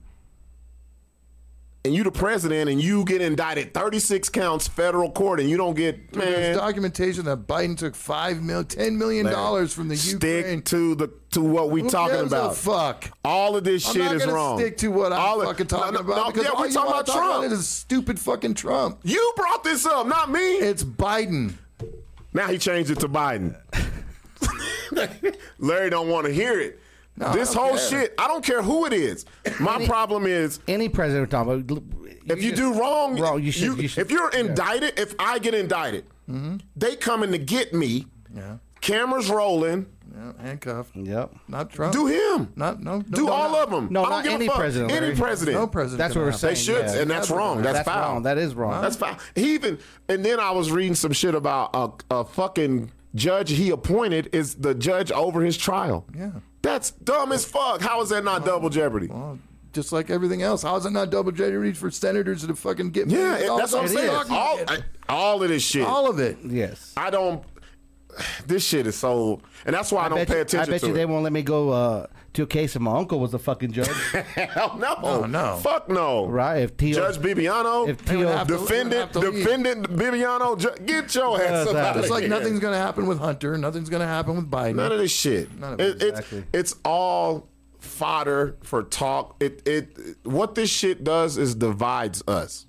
Speaker 2: and you the president and you get indicted 36 counts federal court and you don't get
Speaker 5: Dude,
Speaker 2: man
Speaker 5: There's documentation that Biden took five mil, ten million dollars from the
Speaker 2: stick
Speaker 5: Ukraine.
Speaker 2: to the to what we
Speaker 5: Who
Speaker 2: talking
Speaker 5: gives a
Speaker 2: about.
Speaker 5: fuck?
Speaker 2: All of this
Speaker 5: I'm
Speaker 2: shit
Speaker 5: not
Speaker 2: is
Speaker 5: gonna
Speaker 2: wrong.
Speaker 5: Stick to what I'm
Speaker 2: All of-
Speaker 5: fucking
Speaker 2: No,
Speaker 5: talking
Speaker 2: no,
Speaker 5: about.
Speaker 2: no,
Speaker 5: because
Speaker 2: yeah,
Speaker 5: all
Speaker 2: we
Speaker 5: you
Speaker 2: talking
Speaker 5: wanna
Speaker 2: about
Speaker 5: talk about
Speaker 2: Trump.
Speaker 5: is stupid fucking Trump.
Speaker 2: You brought this up, not me.
Speaker 5: It's Biden.
Speaker 2: Now he changed it to Biden. Larry don't want to hear it.
Speaker 4: No,
Speaker 2: this
Speaker 4: I don't
Speaker 2: whole
Speaker 4: care.
Speaker 2: shit, I don't care who it is. My problem is
Speaker 4: any president Tom,
Speaker 2: if you, do wrong,
Speaker 4: wrong, you should. You, should
Speaker 2: if you're
Speaker 4: yeah. Mm-hmm.
Speaker 2: indicted, if I get indicted, they coming to get me.
Speaker 5: Yeah.
Speaker 2: Cameras rolling.
Speaker 5: Yeah, handcuffed.
Speaker 4: Yep.
Speaker 5: Not Trump.
Speaker 2: Do him.
Speaker 5: Not Oh, no. no
Speaker 2: Do
Speaker 5: no,
Speaker 2: all
Speaker 5: no.
Speaker 2: of them.
Speaker 4: No,
Speaker 2: I don't
Speaker 4: not
Speaker 2: give
Speaker 4: any
Speaker 2: a fuck.
Speaker 4: president,
Speaker 2: Any
Speaker 4: Larry.
Speaker 2: president.
Speaker 5: No president
Speaker 4: That's what
Speaker 5: can
Speaker 4: we're
Speaker 5: have
Speaker 2: They
Speaker 4: saying.
Speaker 2: should,
Speaker 4: yeah.
Speaker 2: and that's wrong. That's, foul.
Speaker 4: Wrong. That is wrong.
Speaker 2: That's foul. He even, and then I was reading some shit about a, a fucking judge he appointed is the judge over his trial.
Speaker 5: Yeah.
Speaker 2: That's dumb as fuck. How is that not double jeopardy?
Speaker 5: Just like everything else, how is it not double jeopardy for senators to fucking get?
Speaker 2: yeah,
Speaker 5: millions
Speaker 2: it-
Speaker 5: of
Speaker 2: that's what I'm
Speaker 5: dollars off
Speaker 2: saying.
Speaker 5: the stock
Speaker 2: All,
Speaker 5: market?
Speaker 2: I- all of this shit.
Speaker 5: all of it.
Speaker 4: Yes.
Speaker 2: I don't. This shit is so, and that's why I, don't
Speaker 4: bet
Speaker 2: pay
Speaker 4: you,
Speaker 2: attention
Speaker 4: I bet
Speaker 2: to
Speaker 4: you
Speaker 2: it.
Speaker 4: they won't let me go uh, to a case if my uncle was a fucking judge.
Speaker 2: Hell no.
Speaker 4: Oh, no.
Speaker 2: Fuck no.
Speaker 4: Right? If T.O.
Speaker 2: Judge Bibiano,
Speaker 4: If T.O.
Speaker 2: defendant, defendant Bibiano, ju- get your ass up out of
Speaker 5: It's like
Speaker 2: here.
Speaker 5: nothing's going to happen with Hunter. Nothing's going to happen with Biden.
Speaker 2: None of this shit.
Speaker 5: None of it.
Speaker 2: it, It's it's all fodder for talk. It it what this shit does is divides us.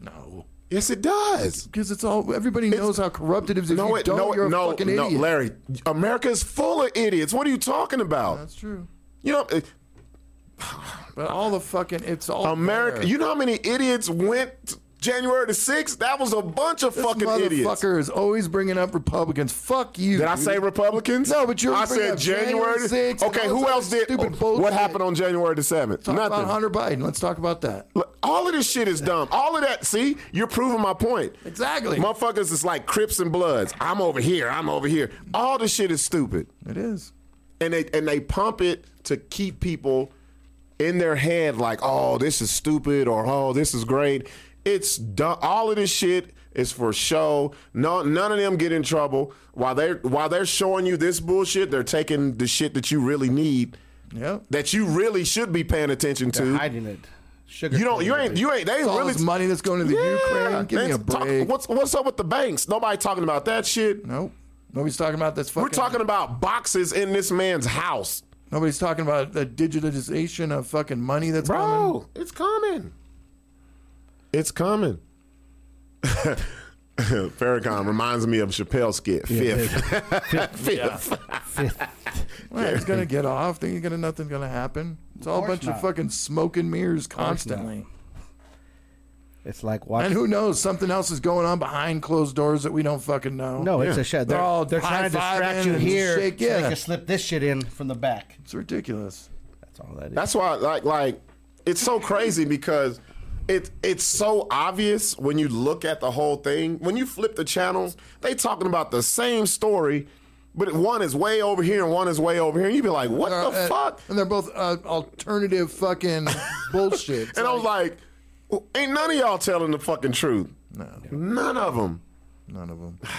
Speaker 5: No.
Speaker 2: Yes, it does.
Speaker 5: Because it's all everybody knows how corrupt it is. If
Speaker 2: no,
Speaker 5: you
Speaker 2: it,
Speaker 5: don't,
Speaker 2: no, it-
Speaker 5: you're a
Speaker 2: no,
Speaker 5: fucking
Speaker 2: no,
Speaker 5: idiot.
Speaker 2: Larry. America is full of idiots. What are you talking about?
Speaker 5: That's true.
Speaker 2: You know, eh, it-
Speaker 5: But all the fucking it's all
Speaker 2: America.
Speaker 5: there.
Speaker 2: You know how many idiots went t- January the sixth? That was a bunch of
Speaker 5: This
Speaker 2: fucking
Speaker 5: motherfucker
Speaker 2: idiots.
Speaker 5: is always bringing up Republicans. Fuck you.
Speaker 2: Did I
Speaker 5: dude.
Speaker 2: say Republicans?
Speaker 5: No, but you're.
Speaker 2: I said January. the-
Speaker 5: 6th and
Speaker 2: okay,
Speaker 5: all
Speaker 2: who
Speaker 5: this
Speaker 2: else did?
Speaker 5: Stupid bullshit.
Speaker 2: What happened on January the seventh?
Speaker 5: Talk
Speaker 2: Nothing.
Speaker 5: about Hunter Biden. Let's talk about that.
Speaker 2: Look, All of this shit is dumb. All of that. See, you're proving my point.
Speaker 5: Exactly.
Speaker 2: Motherfuckers is like Crips and Bloods. I'm over here. I'm over here. All this shit is stupid.
Speaker 5: It is.
Speaker 2: And they and they pump it to keep people in their head like, oh, this is stupid or oh, this is great. It's dumb. All of this shit is for show. No, none of them get in trouble while they're while they're showing you this bullshit. They're taking the shit that you really need.
Speaker 5: Yep.
Speaker 2: That you really should be paying attention to.
Speaker 4: hiding it. Sugar.
Speaker 2: You don't. You ain't. You ain't. They
Speaker 5: It's
Speaker 2: ain't
Speaker 5: all
Speaker 2: really
Speaker 5: this money that's going to the Ukraine. Give me a
Speaker 2: Thanks. Talk-
Speaker 5: break.
Speaker 2: what's What's up with the banks? Nobody talking about that shit.
Speaker 5: Nope. Nobody's talking about this fucking.
Speaker 2: We're talking about boxes in this man's house,
Speaker 5: Nobody's talking about the digitization of fucking money that's coming.
Speaker 2: bro. It's coming. It's coming. Farrakhan reminds me of Chappelle's skit. Fifth. Fifth.
Speaker 5: Well, he's gonna get off. Then you're gonna nothing's gonna happen. It's all a
Speaker 4: course
Speaker 5: bunch
Speaker 4: not.
Speaker 5: of fucking smoke and mirrors constantly.
Speaker 4: It's like watching.
Speaker 5: And who knows? Something else is going on behind closed doors that we don't fucking know.
Speaker 4: No, it's a shit. They're,
Speaker 5: They're all
Speaker 4: they're trying to distract
Speaker 5: high-fiving
Speaker 4: you
Speaker 5: and
Speaker 4: here
Speaker 5: shake-
Speaker 4: so they
Speaker 5: yeah,
Speaker 4: can slip this shit in from the
Speaker 5: Uh,
Speaker 4: back.
Speaker 5: it's ridiculous.
Speaker 4: That's all that is.
Speaker 2: That's why, like, like it's so crazy because it's it's so obvious when you look at the whole thing. When you flip the channels, they talking about the same story, but one is way over here and one is way over here. And you be like, what
Speaker 5: Uh,
Speaker 2: the
Speaker 5: uh,
Speaker 2: fuck?
Speaker 5: And they're both uh, alternative fucking bullshit. It's
Speaker 2: And I
Speaker 5: like-
Speaker 2: was like, "Well, ain't none of y'all telling the fucking truth.
Speaker 5: No.
Speaker 2: None of them.
Speaker 5: none of them.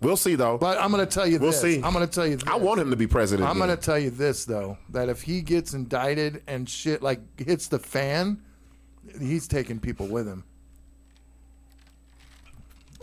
Speaker 2: We'll see though.
Speaker 5: But I'm gonna tell you.
Speaker 2: We'll
Speaker 5: this.
Speaker 2: see.
Speaker 5: I'm gonna tell you.
Speaker 2: I want him to be president.
Speaker 5: I'm
Speaker 2: again.
Speaker 5: gonna tell you this though, that if he gets indicted and shit like hits the fan, he's taking people with him.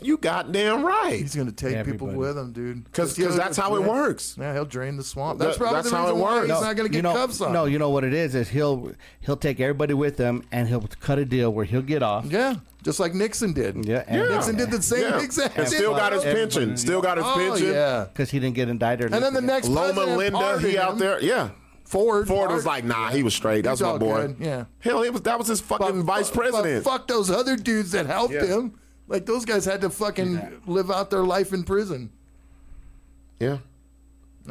Speaker 2: You goddamn right.
Speaker 5: He's gonna take people with him, dude.
Speaker 2: Because
Speaker 5: he'll
Speaker 2: that's how it
Speaker 5: drain-
Speaker 2: works.
Speaker 5: Yeah, he'll drain the swamp. That's
Speaker 2: That-
Speaker 5: probably
Speaker 2: that's
Speaker 5: the
Speaker 2: how
Speaker 5: reason
Speaker 2: it
Speaker 5: why
Speaker 2: works.
Speaker 5: he's not gonna
Speaker 4: you
Speaker 5: get
Speaker 4: know,
Speaker 5: cuffs on.
Speaker 4: No, you know what it is is he'll he'll take everybody with him and he'll cut a deal where he'll get off.
Speaker 5: Yeah, just like Nixon did.
Speaker 4: Yeah, and,
Speaker 5: Nixon did the same
Speaker 2: Yeah.
Speaker 5: exact.
Speaker 2: And
Speaker 5: shit.
Speaker 2: still got his pension. Still got his
Speaker 5: Oh,
Speaker 2: pension.
Speaker 5: yeah.
Speaker 4: because he didn't get indicted. or
Speaker 5: And then the
Speaker 4: nothing.
Speaker 5: next
Speaker 2: Loma
Speaker 5: president
Speaker 2: Linda,
Speaker 5: pardoned
Speaker 2: he out
Speaker 5: him.
Speaker 2: there. Yeah. Ford
Speaker 5: Ford. pardoned-
Speaker 2: was like, nah, he was straight. That was
Speaker 5: He's
Speaker 2: my
Speaker 5: all
Speaker 2: boy.
Speaker 5: good, yeah.
Speaker 2: Hell, he was, that was his fucking vice
Speaker 5: But
Speaker 2: president.
Speaker 5: fuck those other dudes that helped
Speaker 2: Yeah.
Speaker 5: him. Like those guys had to fucking live out their life in prison.
Speaker 2: Yeah.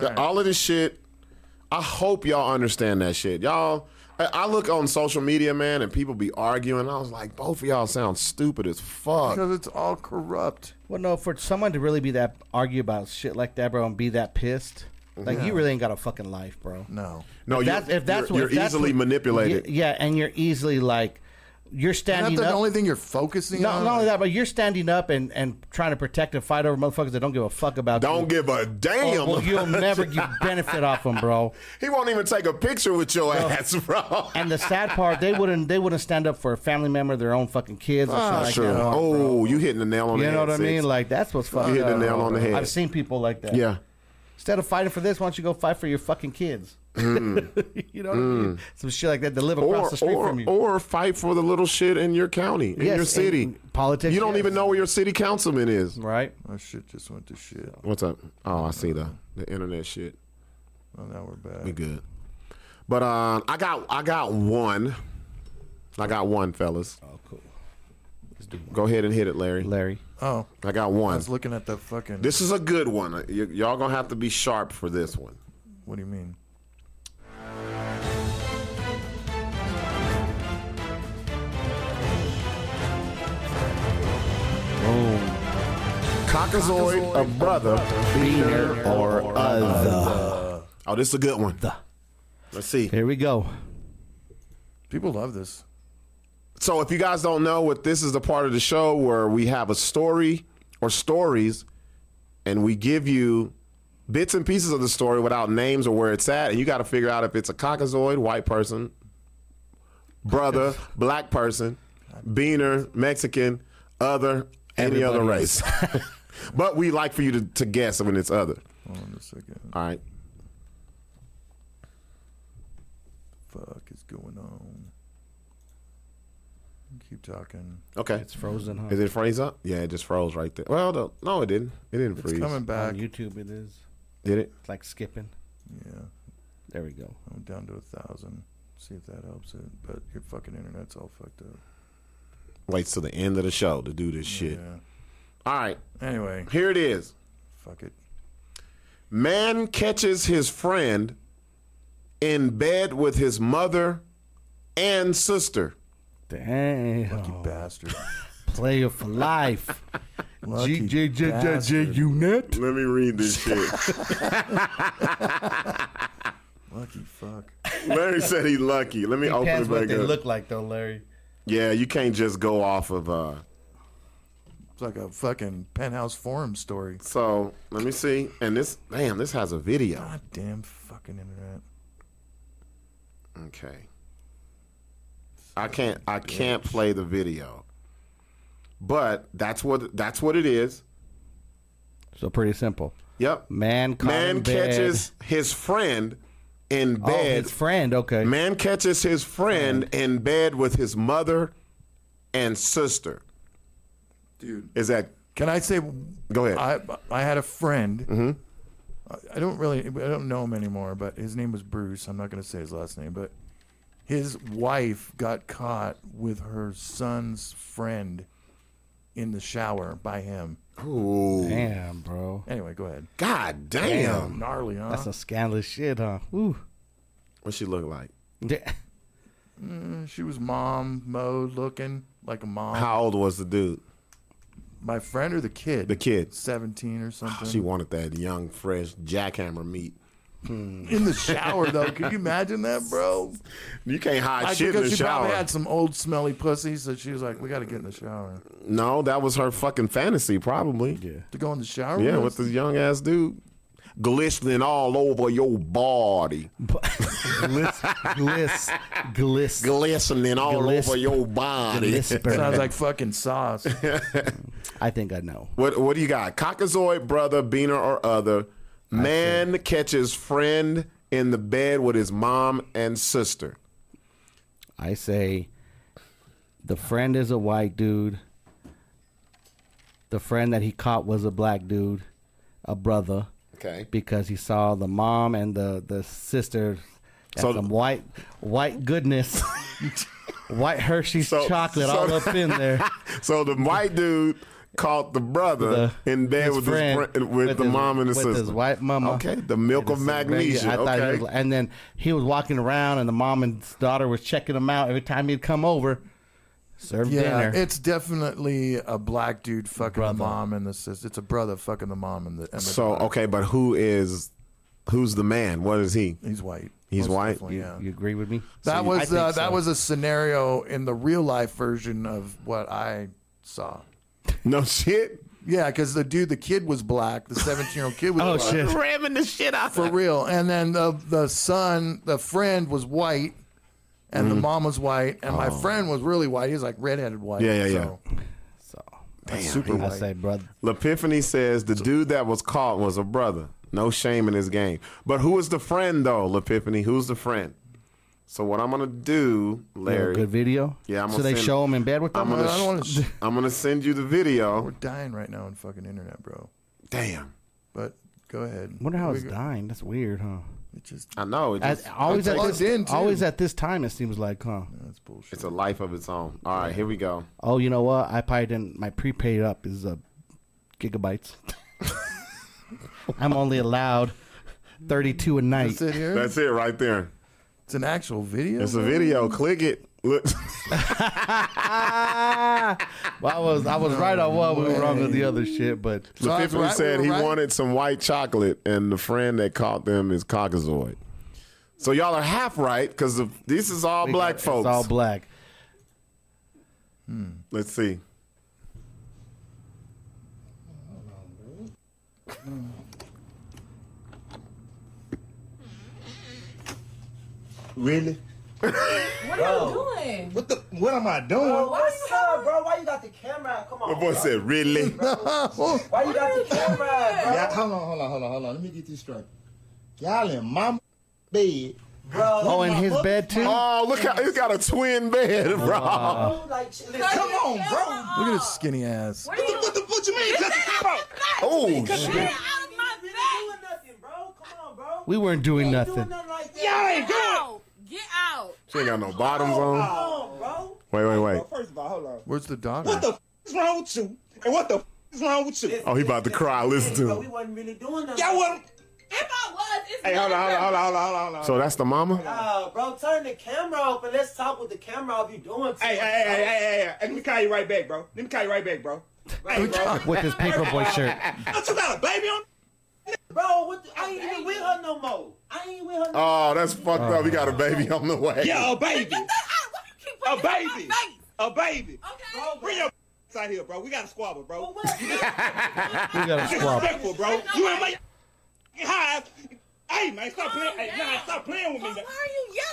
Speaker 2: Yeah, All of this shit, I hope y'all understand that shit. Y'all, I, I look on social media, man, and people be arguing. I was like, both of y'all sound stupid as fuck.
Speaker 5: Because it's all corrupt.
Speaker 4: Well, no, for someone to really be that argue about shit like that, bro, and be that pissed, like you really ain't got a fucking life, bro.
Speaker 5: No.
Speaker 2: No,
Speaker 4: If
Speaker 2: you're,
Speaker 4: that's- if that's
Speaker 2: you're,
Speaker 4: what-
Speaker 2: you're
Speaker 4: if that's
Speaker 2: easily
Speaker 4: what-
Speaker 2: manipulated.
Speaker 4: Yeah, yeah, and you're easily like you're
Speaker 5: Isn't that
Speaker 4: standing
Speaker 5: the
Speaker 4: up.
Speaker 5: only thing you're focusing
Speaker 4: not,
Speaker 5: on?
Speaker 4: not only that, but you're standing up and, and trying to protect and fight over motherfuckers that don't give a fuck about
Speaker 2: Don't
Speaker 4: you.
Speaker 2: give a damn.
Speaker 4: Well, you'll never you benefit off them, bro.
Speaker 2: he won't even take a picture with your ass, bro.
Speaker 4: And the sad part, they wouldn't they wouldn't stand up for a family member, their own fucking kids, or something
Speaker 2: Ah,
Speaker 4: like
Speaker 2: sure.
Speaker 4: that.
Speaker 2: Oh, you hitting the nail on
Speaker 4: You
Speaker 2: the head.
Speaker 4: know what I
Speaker 2: Six.
Speaker 4: mean? Like that's what's fucking.
Speaker 2: hit the nail on the head.
Speaker 4: I've seen people like that.
Speaker 2: yeah.
Speaker 4: Instead of fighting for this, why don't you go fight for your fucking kids? you know what I mean? Some shit like that that live across
Speaker 2: Or,
Speaker 4: the street
Speaker 2: Mm. or,
Speaker 4: from you.
Speaker 2: or fight for the little shit in your county, in
Speaker 4: Yes,
Speaker 2: your city.
Speaker 4: and politics,
Speaker 2: You don't
Speaker 4: yes.
Speaker 2: even know where your city councilman is.
Speaker 4: right?
Speaker 5: My shit just went to shit.
Speaker 2: What's up? Oh, I see the, the internet shit.
Speaker 5: Oh, now we're back.
Speaker 2: We good. But uh, I got I got one. I got one, fellas.
Speaker 4: Oh, cool.
Speaker 2: Go ahead and hit it, Larry.
Speaker 4: Larry.
Speaker 5: Oh,
Speaker 2: I got
Speaker 5: I
Speaker 2: one.
Speaker 5: was looking at the fucking.
Speaker 2: This is a good one. Uh, Y- y'all gonna have to be sharp for this one.
Speaker 5: What do you mean?
Speaker 2: Cockazoid, Oh. a brother, beaner or other. Oh, this is a good one. Let's see.
Speaker 4: Here we go.
Speaker 5: People love this.
Speaker 2: So, if you guys don't know what this is, the part of the show where we have a story or stories, and we give you bits and pieces of the story without names or where it's at, and you got to figure out if it's a caucasoid, white person, brother, black person, beaner, Mexican, other, any other
Speaker 5: Everybody.
Speaker 2: race. but we like for you to, to guess when it's other.
Speaker 5: Hold on a second.
Speaker 2: All right.
Speaker 5: Fuck is going on? Keep talking.
Speaker 2: Okay.
Speaker 5: It's frozen, huh?
Speaker 2: Is it freeze up? Yeah, it just froze right there. Well, no, no it didn't. It didn't freeze.
Speaker 4: On YouTube, it is.
Speaker 2: Did it?
Speaker 4: It's like skipping.
Speaker 5: Yeah.
Speaker 4: There we go.
Speaker 5: I'm down to a thousand. See if that helps it. But your fucking internet's all fucked up.
Speaker 2: Waits till the end of the show to do this shit. All right.
Speaker 5: Anyway.
Speaker 2: Here it is.
Speaker 5: Fuck it.
Speaker 2: Man catches his friend in bed with his mother and sister.
Speaker 4: Dang.
Speaker 5: Lucky bastard.
Speaker 4: Player for life.
Speaker 2: Lucky
Speaker 5: bastard.
Speaker 4: unit.
Speaker 2: Let me read this shit.
Speaker 5: Lucky fuck.
Speaker 2: Larry said he lucky. Let me open
Speaker 4: Depends
Speaker 2: it
Speaker 4: what
Speaker 2: back
Speaker 4: they
Speaker 2: up.
Speaker 4: look like, though, Larry.
Speaker 2: yeah, you can't just go off of. uh
Speaker 5: It's like a fucking penthouse forum story.
Speaker 2: So let me see. And this, damn, this has a video.
Speaker 5: God damn fucking internet.
Speaker 2: Okay. I can't I can't play the video. But that's what that's what it is.
Speaker 4: So pretty simple.
Speaker 2: Yep.
Speaker 4: Man, caught in
Speaker 2: Man
Speaker 4: bed.
Speaker 2: catches his friend in
Speaker 4: Oh,
Speaker 2: bed.
Speaker 4: his friend. Okay.
Speaker 2: Man catches his friend in bed with his mother and sister.
Speaker 5: Dude.
Speaker 2: Is that
Speaker 5: Can I say?
Speaker 2: Go ahead. Mm-hmm.
Speaker 5: I I had a friend. I- I don't really, I don't know him anymore, but his name was Bruce. I'm not going to say his last name, but his wife got caught with her son's friend in the shower by him.
Speaker 2: Ooh.
Speaker 4: Damn, bro.
Speaker 5: Anyway, go ahead.
Speaker 2: God damn.
Speaker 5: gnarly, huh?
Speaker 4: That's some scandalous shit, huh? Ooh.
Speaker 2: What she look like?
Speaker 5: Mm, she was mom mode looking, like a mom.
Speaker 2: How old was the dude?
Speaker 5: My friend or the kid?
Speaker 2: The kid. Ah,
Speaker 5: 17 or something.
Speaker 2: She wanted that young, fresh jackhammer meat.
Speaker 5: in the shower though. Could you imagine that, bro?
Speaker 2: You can't hide
Speaker 5: Like,
Speaker 2: shit in
Speaker 5: because
Speaker 2: the
Speaker 5: she
Speaker 2: shower.
Speaker 5: probably had some old smelly pussy, so she was like, "We got to get in the shower
Speaker 2: No, that was her fucking fantasy, probably. Yeah.
Speaker 5: to go in the shower."
Speaker 2: Yeah,
Speaker 5: with
Speaker 2: with
Speaker 5: us?"
Speaker 2: this young ass dude glistening all over your body.
Speaker 4: Gliss, gliss, gliss.
Speaker 2: Glistening all
Speaker 4: Glisp.
Speaker 2: over your body.
Speaker 4: Glisper.
Speaker 5: sounds like fucking sauce.
Speaker 4: I think I know.
Speaker 2: what what do you got? Cockazoid brother, beaner or other. Man catches friend in the bed with his mom and sister.
Speaker 4: I say the friend is a white dude. The friend that he caught was a black dude, a brother.
Speaker 2: Okay.
Speaker 4: Because he saw the mom and the the sister had
Speaker 2: So-
Speaker 4: some white white goodness. white Hershey's chocolate all up in there.
Speaker 2: so the white dude caught the brother in bed
Speaker 4: his
Speaker 2: with his
Speaker 4: friend,
Speaker 2: friend, with,
Speaker 4: with
Speaker 2: the
Speaker 4: his-
Speaker 2: mom and the
Speaker 4: with
Speaker 2: sister.
Speaker 4: his white mama.
Speaker 2: Okay, the milk of magnesia.
Speaker 4: I thought he
Speaker 2: okay.
Speaker 4: was- and then he was walking around, and the mom and daughter was checking him out every time he'd come over, serve
Speaker 5: Yeah,
Speaker 4: dinner.
Speaker 5: it's definitely a black dude fucking the mom and the sister. It's a brother fucking the mom and the. And the
Speaker 2: So okay, but who is who's the man? What is he?
Speaker 5: He's white.
Speaker 2: He's
Speaker 5: Most
Speaker 2: white.
Speaker 5: definitely, yeah.
Speaker 4: You agree with me?
Speaker 5: that
Speaker 4: So you- I
Speaker 5: was
Speaker 4: think
Speaker 5: uh, that
Speaker 4: so.
Speaker 5: was a scenario in the real life version of what I saw.
Speaker 2: No shit.
Speaker 5: Yeah, because the dude, the kid was black. The seventeen-year-old kid was
Speaker 4: Oh,
Speaker 5: black.
Speaker 4: shit.
Speaker 2: Ramming the shit out
Speaker 5: for real. And then the the son, the friend was white, and
Speaker 2: Mm-hmm.
Speaker 5: the mom was white, and my friend was really white. He was like redheaded white.
Speaker 2: Oh. Yeah, yeah,
Speaker 5: so.
Speaker 2: yeah.
Speaker 5: Damn, super
Speaker 4: I
Speaker 5: white.
Speaker 4: say, brother.
Speaker 2: Lepiphany says the dude that was caught was a brother. No shame in his game. But who is the friend though, Lepiphany? Who's the friend? So what I'm gonna do, Larry?
Speaker 4: good video.
Speaker 2: Yeah, I'm
Speaker 4: so
Speaker 2: gonna
Speaker 4: they
Speaker 2: send-
Speaker 4: show him in bed with
Speaker 2: I'm
Speaker 4: them.
Speaker 2: gonna,
Speaker 5: I don't
Speaker 2: sh-
Speaker 5: wanna-
Speaker 2: I'm gonna send you the video.
Speaker 5: We're dying right now in fucking internet, bro.
Speaker 2: Damn,
Speaker 5: But go ahead.
Speaker 4: Wonder how
Speaker 5: We
Speaker 4: it's
Speaker 5: go-
Speaker 4: dying. That's weird, huh?
Speaker 5: It just
Speaker 2: I know. It
Speaker 4: As-
Speaker 2: just,
Speaker 4: always at
Speaker 5: Plugged
Speaker 4: this,
Speaker 5: in, too.
Speaker 4: always at this time, it seems like, huh?
Speaker 5: that's bullshit.
Speaker 2: it's a life of its own. All right, here we go.
Speaker 4: Oh, you know what? I probably didn't. My prepaid up is uh, gigabytes. I'm only allowed thirty-two a night.
Speaker 5: That's it here.
Speaker 2: That's it right there.
Speaker 5: it's an actual video.
Speaker 2: It's a
Speaker 5: bro?
Speaker 2: video. Click it. Look.
Speaker 4: Ah, well, I was I was right on one. We were wrong on the other shit, but
Speaker 5: So I was
Speaker 2: Lepiphany
Speaker 5: right, we
Speaker 2: said
Speaker 5: were
Speaker 2: he
Speaker 5: right.
Speaker 2: wanted some white chocolate, and the friend that caught them is Caucasoid. So y'all are half right because this is all black
Speaker 4: it's
Speaker 2: folks. Hmm.
Speaker 4: all black.
Speaker 2: Let's see.
Speaker 7: Really?
Speaker 16: What
Speaker 7: Bro.
Speaker 16: are you doing?
Speaker 7: What the? What am I doing?
Speaker 16: Bro, what's up, bro? Why you got the camera out? Come on.
Speaker 2: My boy
Speaker 7: bro.
Speaker 2: said, "Really?"
Speaker 7: Why you got the camera
Speaker 16: out, bro?
Speaker 7: Yeah, Uh, hold on, hold on, hold on, hold on. Let me get this straight. Y'all in my bed.
Speaker 16: Bro.
Speaker 7: One of my mother-
Speaker 2: Oh, look how he's got a twin bed, bro.
Speaker 7: Wow.
Speaker 16: Like,
Speaker 7: Come on, bro.
Speaker 5: Look at his skinny ass.
Speaker 7: What the, what the what you mean? Cut the camera out.
Speaker 5: Oh,
Speaker 7: Cut the
Speaker 5: shit.
Speaker 7: camera out.
Speaker 4: We weren't doing nothing.
Speaker 7: Y'all ain't doing it.
Speaker 14: Get out.
Speaker 2: She ain't got no bottoms on. Wait, wait, wait.
Speaker 7: First of all, hold on.
Speaker 5: Where's the daughter?
Speaker 7: What the f- is wrong with you? And what the f- is wrong with you?
Speaker 2: Oh, he about to cry. Listen to him.
Speaker 16: wasn't really doing nothing.
Speaker 7: Y'all wasn't.
Speaker 16: If I was, it's
Speaker 7: Hey, hold on, hold on, hold on, hold on, hold on, hold on.
Speaker 2: So that's the mama.
Speaker 16: Oh, bro, turn the camera off and let's talk with the camera off. You doing?
Speaker 7: Hey, hey, hey, hey, hey, hey, hey, let me call you right back, bro. Let me call you right back, bro. Hey, bro.
Speaker 4: With his paperboy shirt.
Speaker 7: What you got a baby on?
Speaker 16: Bro, what the, I ain't even with her no more. I ain't with her. No
Speaker 2: Oh, that's fucked up. We got a baby on the way.
Speaker 7: Yeah, a baby. A baby. A baby. Okay. Bring your out here, bro. We got a squabble, bro.
Speaker 4: We got a squabble.
Speaker 7: Disrespectful, bro. You in my high. Hey, man, stop playing. Hey, nah, stop playing with me. Why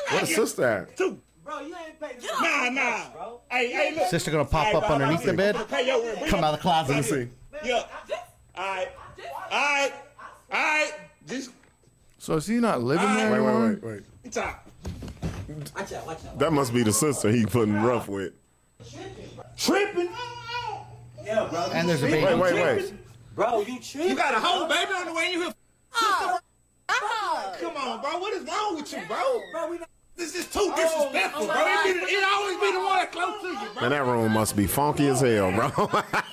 Speaker 7: are you
Speaker 2: What sister at?
Speaker 7: Two.
Speaker 16: Bro, you ain't paid.
Speaker 7: Nah, nah. Hey, hey, look.
Speaker 4: Sister gonna pop
Speaker 7: Hey,
Speaker 4: up
Speaker 7: bro,
Speaker 4: underneath the bed,
Speaker 7: Hey, yo, bring
Speaker 4: come
Speaker 7: your-
Speaker 4: out of the closet.
Speaker 7: Let me see. Yeah. All right. All right. All right. Just
Speaker 5: So is he not living
Speaker 7: Wait,
Speaker 5: there?
Speaker 7: wait,
Speaker 5: anymore?
Speaker 2: Wait, wait.
Speaker 7: it's out.
Speaker 16: Watch out, watch out.
Speaker 2: That must be the sister he putting rough with.
Speaker 7: Tripping.
Speaker 16: Yeah, bro.
Speaker 2: And there's a baby. Wait, wait, wait.
Speaker 16: Bro, you tripping?
Speaker 7: You got a whole baby on the way. You here? Oh. Come on, bro. What is wrong with you, bro? This is
Speaker 16: Oh,
Speaker 7: too disrespectful, bro. It, be, it always be the one that close to you, bro.
Speaker 2: Man, that room must be funky as hell, bro.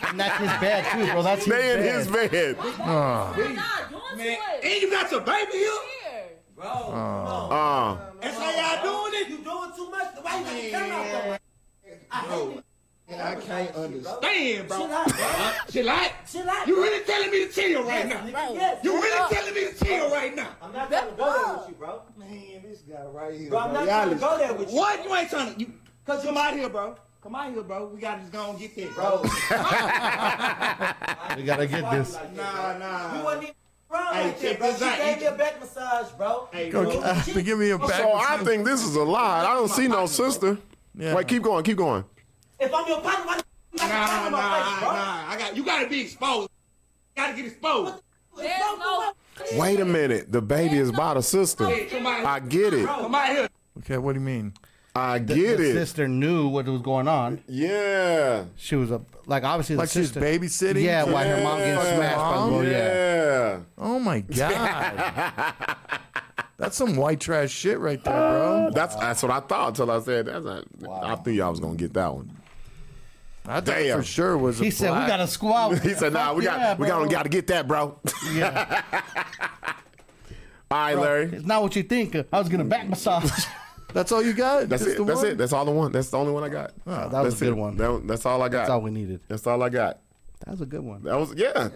Speaker 4: and that's his bed too, bro. That's his
Speaker 2: they in
Speaker 4: bed.
Speaker 2: his bed.
Speaker 5: Ah,
Speaker 4: Oh.
Speaker 7: Man, and you got your baby here.
Speaker 2: Uh,
Speaker 5: ah.
Speaker 2: Oh.
Speaker 7: That's how y'all doing it.
Speaker 16: You doing too much. Why you got the camera off? though?
Speaker 7: I can't understand, bro. Chill out. You really telling me to chill right now?
Speaker 16: Yes,
Speaker 7: You
Speaker 16: yes.
Speaker 7: really telling me to chill right now?
Speaker 16: I'm not trying to go there with you, bro.
Speaker 7: Man, this guy right here.
Speaker 16: Bro, I'm not trying to go there with you.
Speaker 7: What? You ain't trying to. You, Cause come out here, bro. Come out here, bro. We gotta just go and get there, bro.
Speaker 4: We gotta get this.
Speaker 7: nah, nah.
Speaker 16: You wasn't even wrong
Speaker 7: Hey,
Speaker 16: right there,
Speaker 7: check
Speaker 16: bro.
Speaker 7: this
Speaker 16: She
Speaker 7: out.
Speaker 16: gave me a back massage, bro. Hey,
Speaker 17: uh,
Speaker 5: uh,
Speaker 2: to give me a
Speaker 5: back
Speaker 2: So I think this is a lie. I don't see no sister. Wait, keep going, keep going.
Speaker 16: If I'm your partner, why the fuck you got
Speaker 7: Nah,
Speaker 16: the
Speaker 7: nah,
Speaker 16: camera in my face, bro?
Speaker 7: nah. I got. You gotta be exposed. Gotta get exposed.
Speaker 16: There's no
Speaker 2: Wait a minute. The baby is by the sister. I get it.
Speaker 7: Come out here.
Speaker 5: Okay, what do you mean?
Speaker 2: I
Speaker 4: The-
Speaker 2: get
Speaker 4: the
Speaker 2: it.
Speaker 4: Sister knew what was going on.
Speaker 2: Yeah.
Speaker 4: She was a like obviously the
Speaker 5: Like she was
Speaker 4: sister-
Speaker 5: babysitting?
Speaker 4: Yeah, while her mom getting
Speaker 5: Yeah.
Speaker 4: smashed by the
Speaker 5: Mom?
Speaker 4: boy. Yeah.
Speaker 2: Yeah.
Speaker 5: Oh my god. That's some white trash shit right there, bro.
Speaker 2: That's that's what I thought until I said that's not, I knew y'all was gonna get that one.
Speaker 5: I thought
Speaker 2: Damn.
Speaker 5: for sure was. A
Speaker 4: He said, "We
Speaker 5: black-
Speaker 4: got a squad."
Speaker 2: He said, "Nah, we got
Speaker 4: Yeah,
Speaker 2: we got
Speaker 4: bro.
Speaker 2: got to get that, bro." All right, Larry.
Speaker 4: It's not what you think. I was gonna back massage.
Speaker 5: That's all you got.
Speaker 2: That's
Speaker 5: Just
Speaker 2: it.
Speaker 5: the
Speaker 2: That's
Speaker 5: one? Ah,
Speaker 2: it. That's all the one. That's the only one I got.
Speaker 4: Oh, that was
Speaker 2: That's
Speaker 4: a good
Speaker 2: it.
Speaker 4: one.
Speaker 2: That- that's all I got.
Speaker 4: That's all we needed.
Speaker 2: That's all I got.
Speaker 4: That was a good one.
Speaker 2: That was yeah,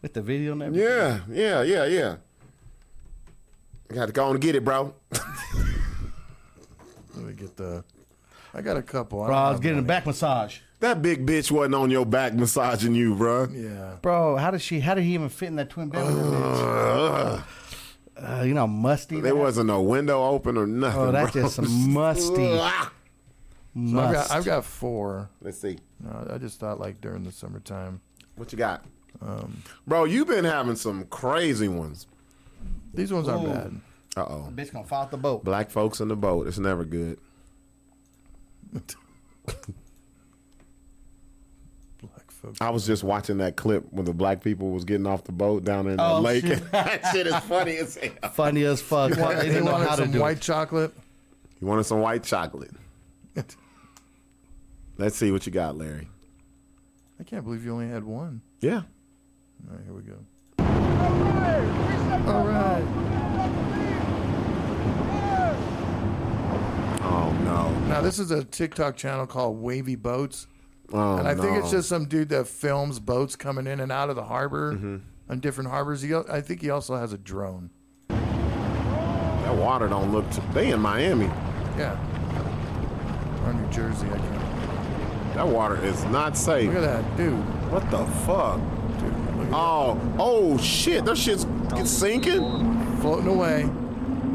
Speaker 4: With the video and everything.
Speaker 2: yeah, yeah, yeah, yeah. I got to go on and get it, bro.
Speaker 5: Let me get the. I got a couple.
Speaker 4: Bro, I was
Speaker 5: don't
Speaker 4: getting a back massage.
Speaker 2: That big bitch wasn't on your back massaging you, bro.
Speaker 5: have- Yeah.
Speaker 4: Bro, how did she? How did he even fit in that twin bed? with
Speaker 5: Oh.
Speaker 4: that bitch? Uh, you know, musty.
Speaker 2: There
Speaker 4: that?
Speaker 2: wasn't no window open or nothing.
Speaker 4: Oh, that's
Speaker 2: bro.
Speaker 4: just some musty.
Speaker 5: So I've,
Speaker 4: Must.
Speaker 5: got, I've got four.
Speaker 2: Let's see.
Speaker 5: No, I just thought like during the summertime. Um,
Speaker 2: What you got? Bro, you've been having some crazy ones.
Speaker 5: These ones aren't
Speaker 4: Ooh.
Speaker 5: bad.
Speaker 2: Uh oh.
Speaker 4: Bitch gonna fall off the boat.
Speaker 2: Black folks in the boat. It's never good.
Speaker 5: Black folks.
Speaker 2: I was just watching that clip when the black people was getting off the boat down in the
Speaker 4: Oh,
Speaker 2: lake.
Speaker 4: shit.
Speaker 2: that shit is funny as hell.
Speaker 4: Funny as fuck.
Speaker 5: You want-
Speaker 4: they
Speaker 5: you
Speaker 4: didn't know
Speaker 5: wanted
Speaker 4: how to
Speaker 5: some
Speaker 4: do
Speaker 5: white
Speaker 4: it.
Speaker 5: chocolate.
Speaker 2: You wanted some white chocolate. Let's see what you got, Larry.
Speaker 5: I can't believe you only had one.
Speaker 2: Yeah.
Speaker 5: All right, here we go.
Speaker 7: All right.
Speaker 2: Oh no.
Speaker 5: Now this is a TikTok channel called Wavy Boats,
Speaker 2: Oh,
Speaker 5: and I think it's
Speaker 2: no.
Speaker 5: just some dude that films boats coming in and out of the harbor
Speaker 2: Mm-hmm.
Speaker 5: on different harbors. He, al- I think he also has a drone.
Speaker 2: that water don't look. Too, they in Miami.
Speaker 5: Yeah, or New Jersey. I can't.
Speaker 2: That water is not safe.
Speaker 5: Look at that dude.
Speaker 2: What the fuck?
Speaker 5: Dude, look at
Speaker 2: Oh, oh shit! That shit's it's sinking.
Speaker 5: that. floating away.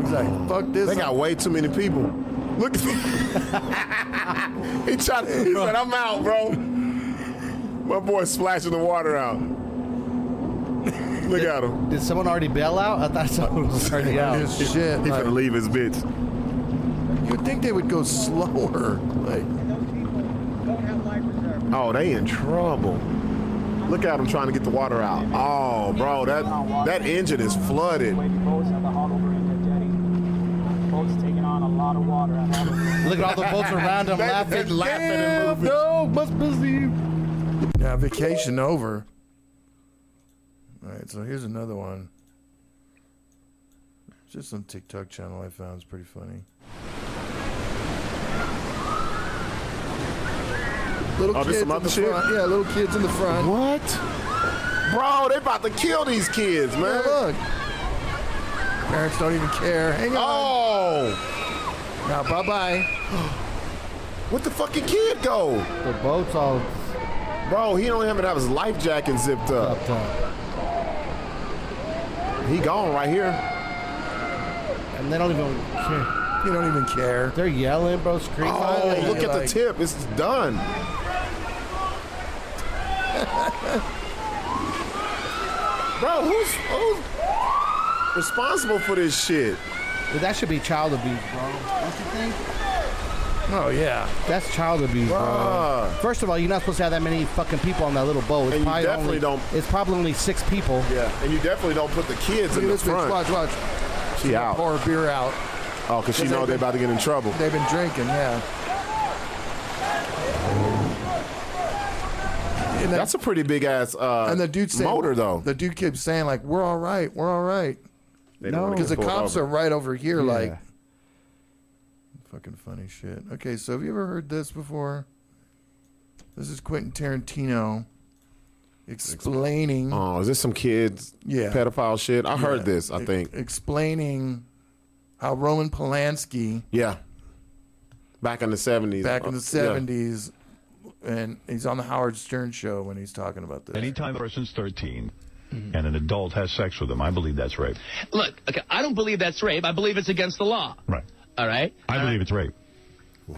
Speaker 5: He's like, fuck this.
Speaker 2: They got way too many people. Look at me. he tried to, he said, I'm out, bro. My boy splashing the water out. Look at him.
Speaker 4: Did someone already bail out? I thought someone was already out.
Speaker 5: His shit.
Speaker 2: He
Speaker 5: like-
Speaker 2: finna leave his bitch.
Speaker 5: You'd think they would go slower. Like,
Speaker 2: Oh, they in trouble. Look at them trying to get the water out. Oh, bro, that that engine is flooded.
Speaker 4: Look at all the folks around him
Speaker 2: They-
Speaker 4: laughing.
Speaker 2: they laughing and moving.
Speaker 5: no, must believe. Yeah, vacation over. All right, so here's another one. It's just some TikTok channel I found. It's pretty funny. Little
Speaker 2: Oh, this
Speaker 5: kids
Speaker 2: some
Speaker 5: in
Speaker 2: other
Speaker 5: the
Speaker 2: shit?
Speaker 5: front. Yeah, little kids in the front.
Speaker 2: What? Bro, they about to kill these kids, man.
Speaker 5: look. Parents don't even care. Hang
Speaker 2: on.
Speaker 5: Oh. Now, bye bye.
Speaker 2: What the fucking kid go?
Speaker 4: The boat's all.
Speaker 2: Bro, he don't even have his life jacket zipped up. He gone right here.
Speaker 4: And they don't even care.
Speaker 5: You don't even care.
Speaker 4: They're yelling, bro, screaming.
Speaker 2: Oh, look at the tip. It's done. Bro, who's who's responsible for this shit?
Speaker 4: That should be child abuse, bro. Don't you think?
Speaker 5: Oh yeah,
Speaker 4: that's child abuse, bro.
Speaker 2: Bruh.
Speaker 4: First of all, you're not supposed to have that many fucking people on that little boat. It's
Speaker 2: And you
Speaker 4: probably
Speaker 2: definitely
Speaker 4: only,
Speaker 2: don't-
Speaker 4: It's probably only six people.
Speaker 2: Yeah, and you definitely don't put the kids
Speaker 5: Look
Speaker 2: in
Speaker 5: at
Speaker 2: the
Speaker 5: this bitch.
Speaker 2: front.
Speaker 5: Watch, watch.
Speaker 2: She out.
Speaker 5: Pour her beer out.
Speaker 2: Oh, because she
Speaker 5: Cause
Speaker 2: know
Speaker 5: they've
Speaker 2: they about to get in trouble.
Speaker 5: They've been drinking, yeah. And that-
Speaker 2: That's a pretty big ass uh,
Speaker 5: and the dude saying,
Speaker 2: motor though.
Speaker 5: The dude keeps saying like, "We're all right, we're all right."
Speaker 2: They don't
Speaker 5: No,
Speaker 2: wanna get
Speaker 5: because the
Speaker 2: pulled
Speaker 5: cops
Speaker 2: over.
Speaker 5: are right over here.
Speaker 2: Yeah.
Speaker 5: Like, fucking funny shit. Okay, so have you ever heard this before? This is Quentin Tarantino explaining
Speaker 2: Oh, is this some kids
Speaker 5: Mm-hmm. Yeah.
Speaker 2: pedophile shit? I heard
Speaker 5: Yeah.
Speaker 2: this, I
Speaker 5: E-
Speaker 2: think.
Speaker 5: explaining how Roman Polanski
Speaker 2: Yeah. Back in the 70s.
Speaker 5: back in
Speaker 2: Uh,
Speaker 5: the
Speaker 2: yeah.
Speaker 5: seventies, and he's on the Howard Stern show when he's talking about this.
Speaker 18: Anytime a person's 13
Speaker 19: Mm-hmm.
Speaker 18: and an adult has sex with them, I believe that's rape.
Speaker 17: Look, okay, I don't believe that's rape. I believe it's against the law.
Speaker 18: Right.
Speaker 17: All right?
Speaker 18: I believe it's rape.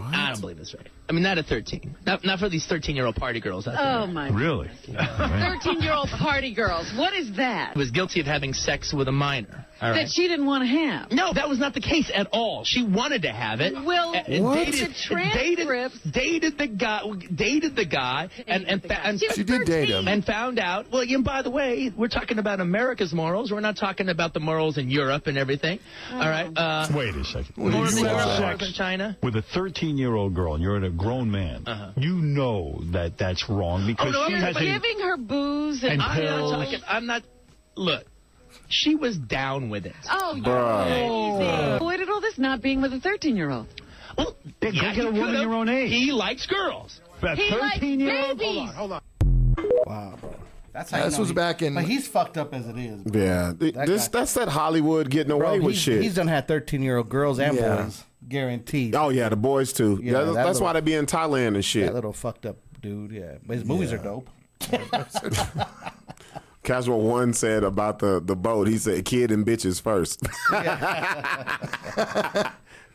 Speaker 17: I don't believe it's rape. I mean, not at 13. Not, not for these 13 year old party girls out there.
Speaker 20: Oh my.
Speaker 18: Really?
Speaker 20: 13 year old party girls. What is that?
Speaker 17: Was guilty of having sex with a minor. All
Speaker 20: That
Speaker 17: right?
Speaker 20: she didn't want to have.
Speaker 17: No, that was not the case at all. She wanted to have it.
Speaker 20: Well,
Speaker 17: A- and
Speaker 20: What?
Speaker 17: dated,
Speaker 20: the transcripts-
Speaker 17: dated, dated the guy, dated the guy, and and, fa- and
Speaker 20: She was She did date 13. him.
Speaker 17: and found out. Well, and by the way, we're talking about America's morals. We're not talking about the morals in Europe and everything. All right. Uh,
Speaker 18: Wait a second.
Speaker 17: Morals in
Speaker 18: You have
Speaker 17: Europe, morals
Speaker 18: sex
Speaker 17: in China.
Speaker 18: with a 13 year old girl and you're a grown man.
Speaker 17: Uh-huh.
Speaker 18: You know that that's wrong because she
Speaker 20: You're
Speaker 18: has a.
Speaker 20: Oh, giving her booze
Speaker 18: and
Speaker 20: and,
Speaker 17: I'm
Speaker 18: pills.
Speaker 17: not talking. I'm not. Look, she was down with it.
Speaker 20: Oh, you
Speaker 18: Bruh.
Speaker 20: crazy. Avoided all this not being with a 13 year old.
Speaker 18: Yeah, go get a woman your own age.
Speaker 17: He likes girls.
Speaker 18: That
Speaker 20: He likes
Speaker 18: 13-year-old
Speaker 20: babies.
Speaker 18: Hold on, hold on.
Speaker 4: Wow, bro. That's
Speaker 5: Now,
Speaker 4: how you
Speaker 5: this
Speaker 4: know
Speaker 5: was
Speaker 4: he-
Speaker 5: back in-
Speaker 4: But he's fucked up as it is. Bro.
Speaker 2: Yeah. Th-
Speaker 4: That
Speaker 2: this
Speaker 4: guy-
Speaker 2: that's that Hollywood getting
Speaker 4: Bro,
Speaker 2: away with
Speaker 4: he's,
Speaker 2: shit.
Speaker 4: He's done had 13 year old girls and
Speaker 2: Yeah.
Speaker 4: boys, guaranteed.
Speaker 2: Oh yeah, the boys too.
Speaker 4: Yeah,
Speaker 2: Yeah, that's,
Speaker 4: that
Speaker 2: that's why they
Speaker 4: little-
Speaker 2: be in Thailand and shit.
Speaker 4: That little fucked up dude. Yeah, but his movies
Speaker 2: Yeah.
Speaker 4: are dope.
Speaker 2: Casual one said about the the boat. He said, "Kid and bitches first.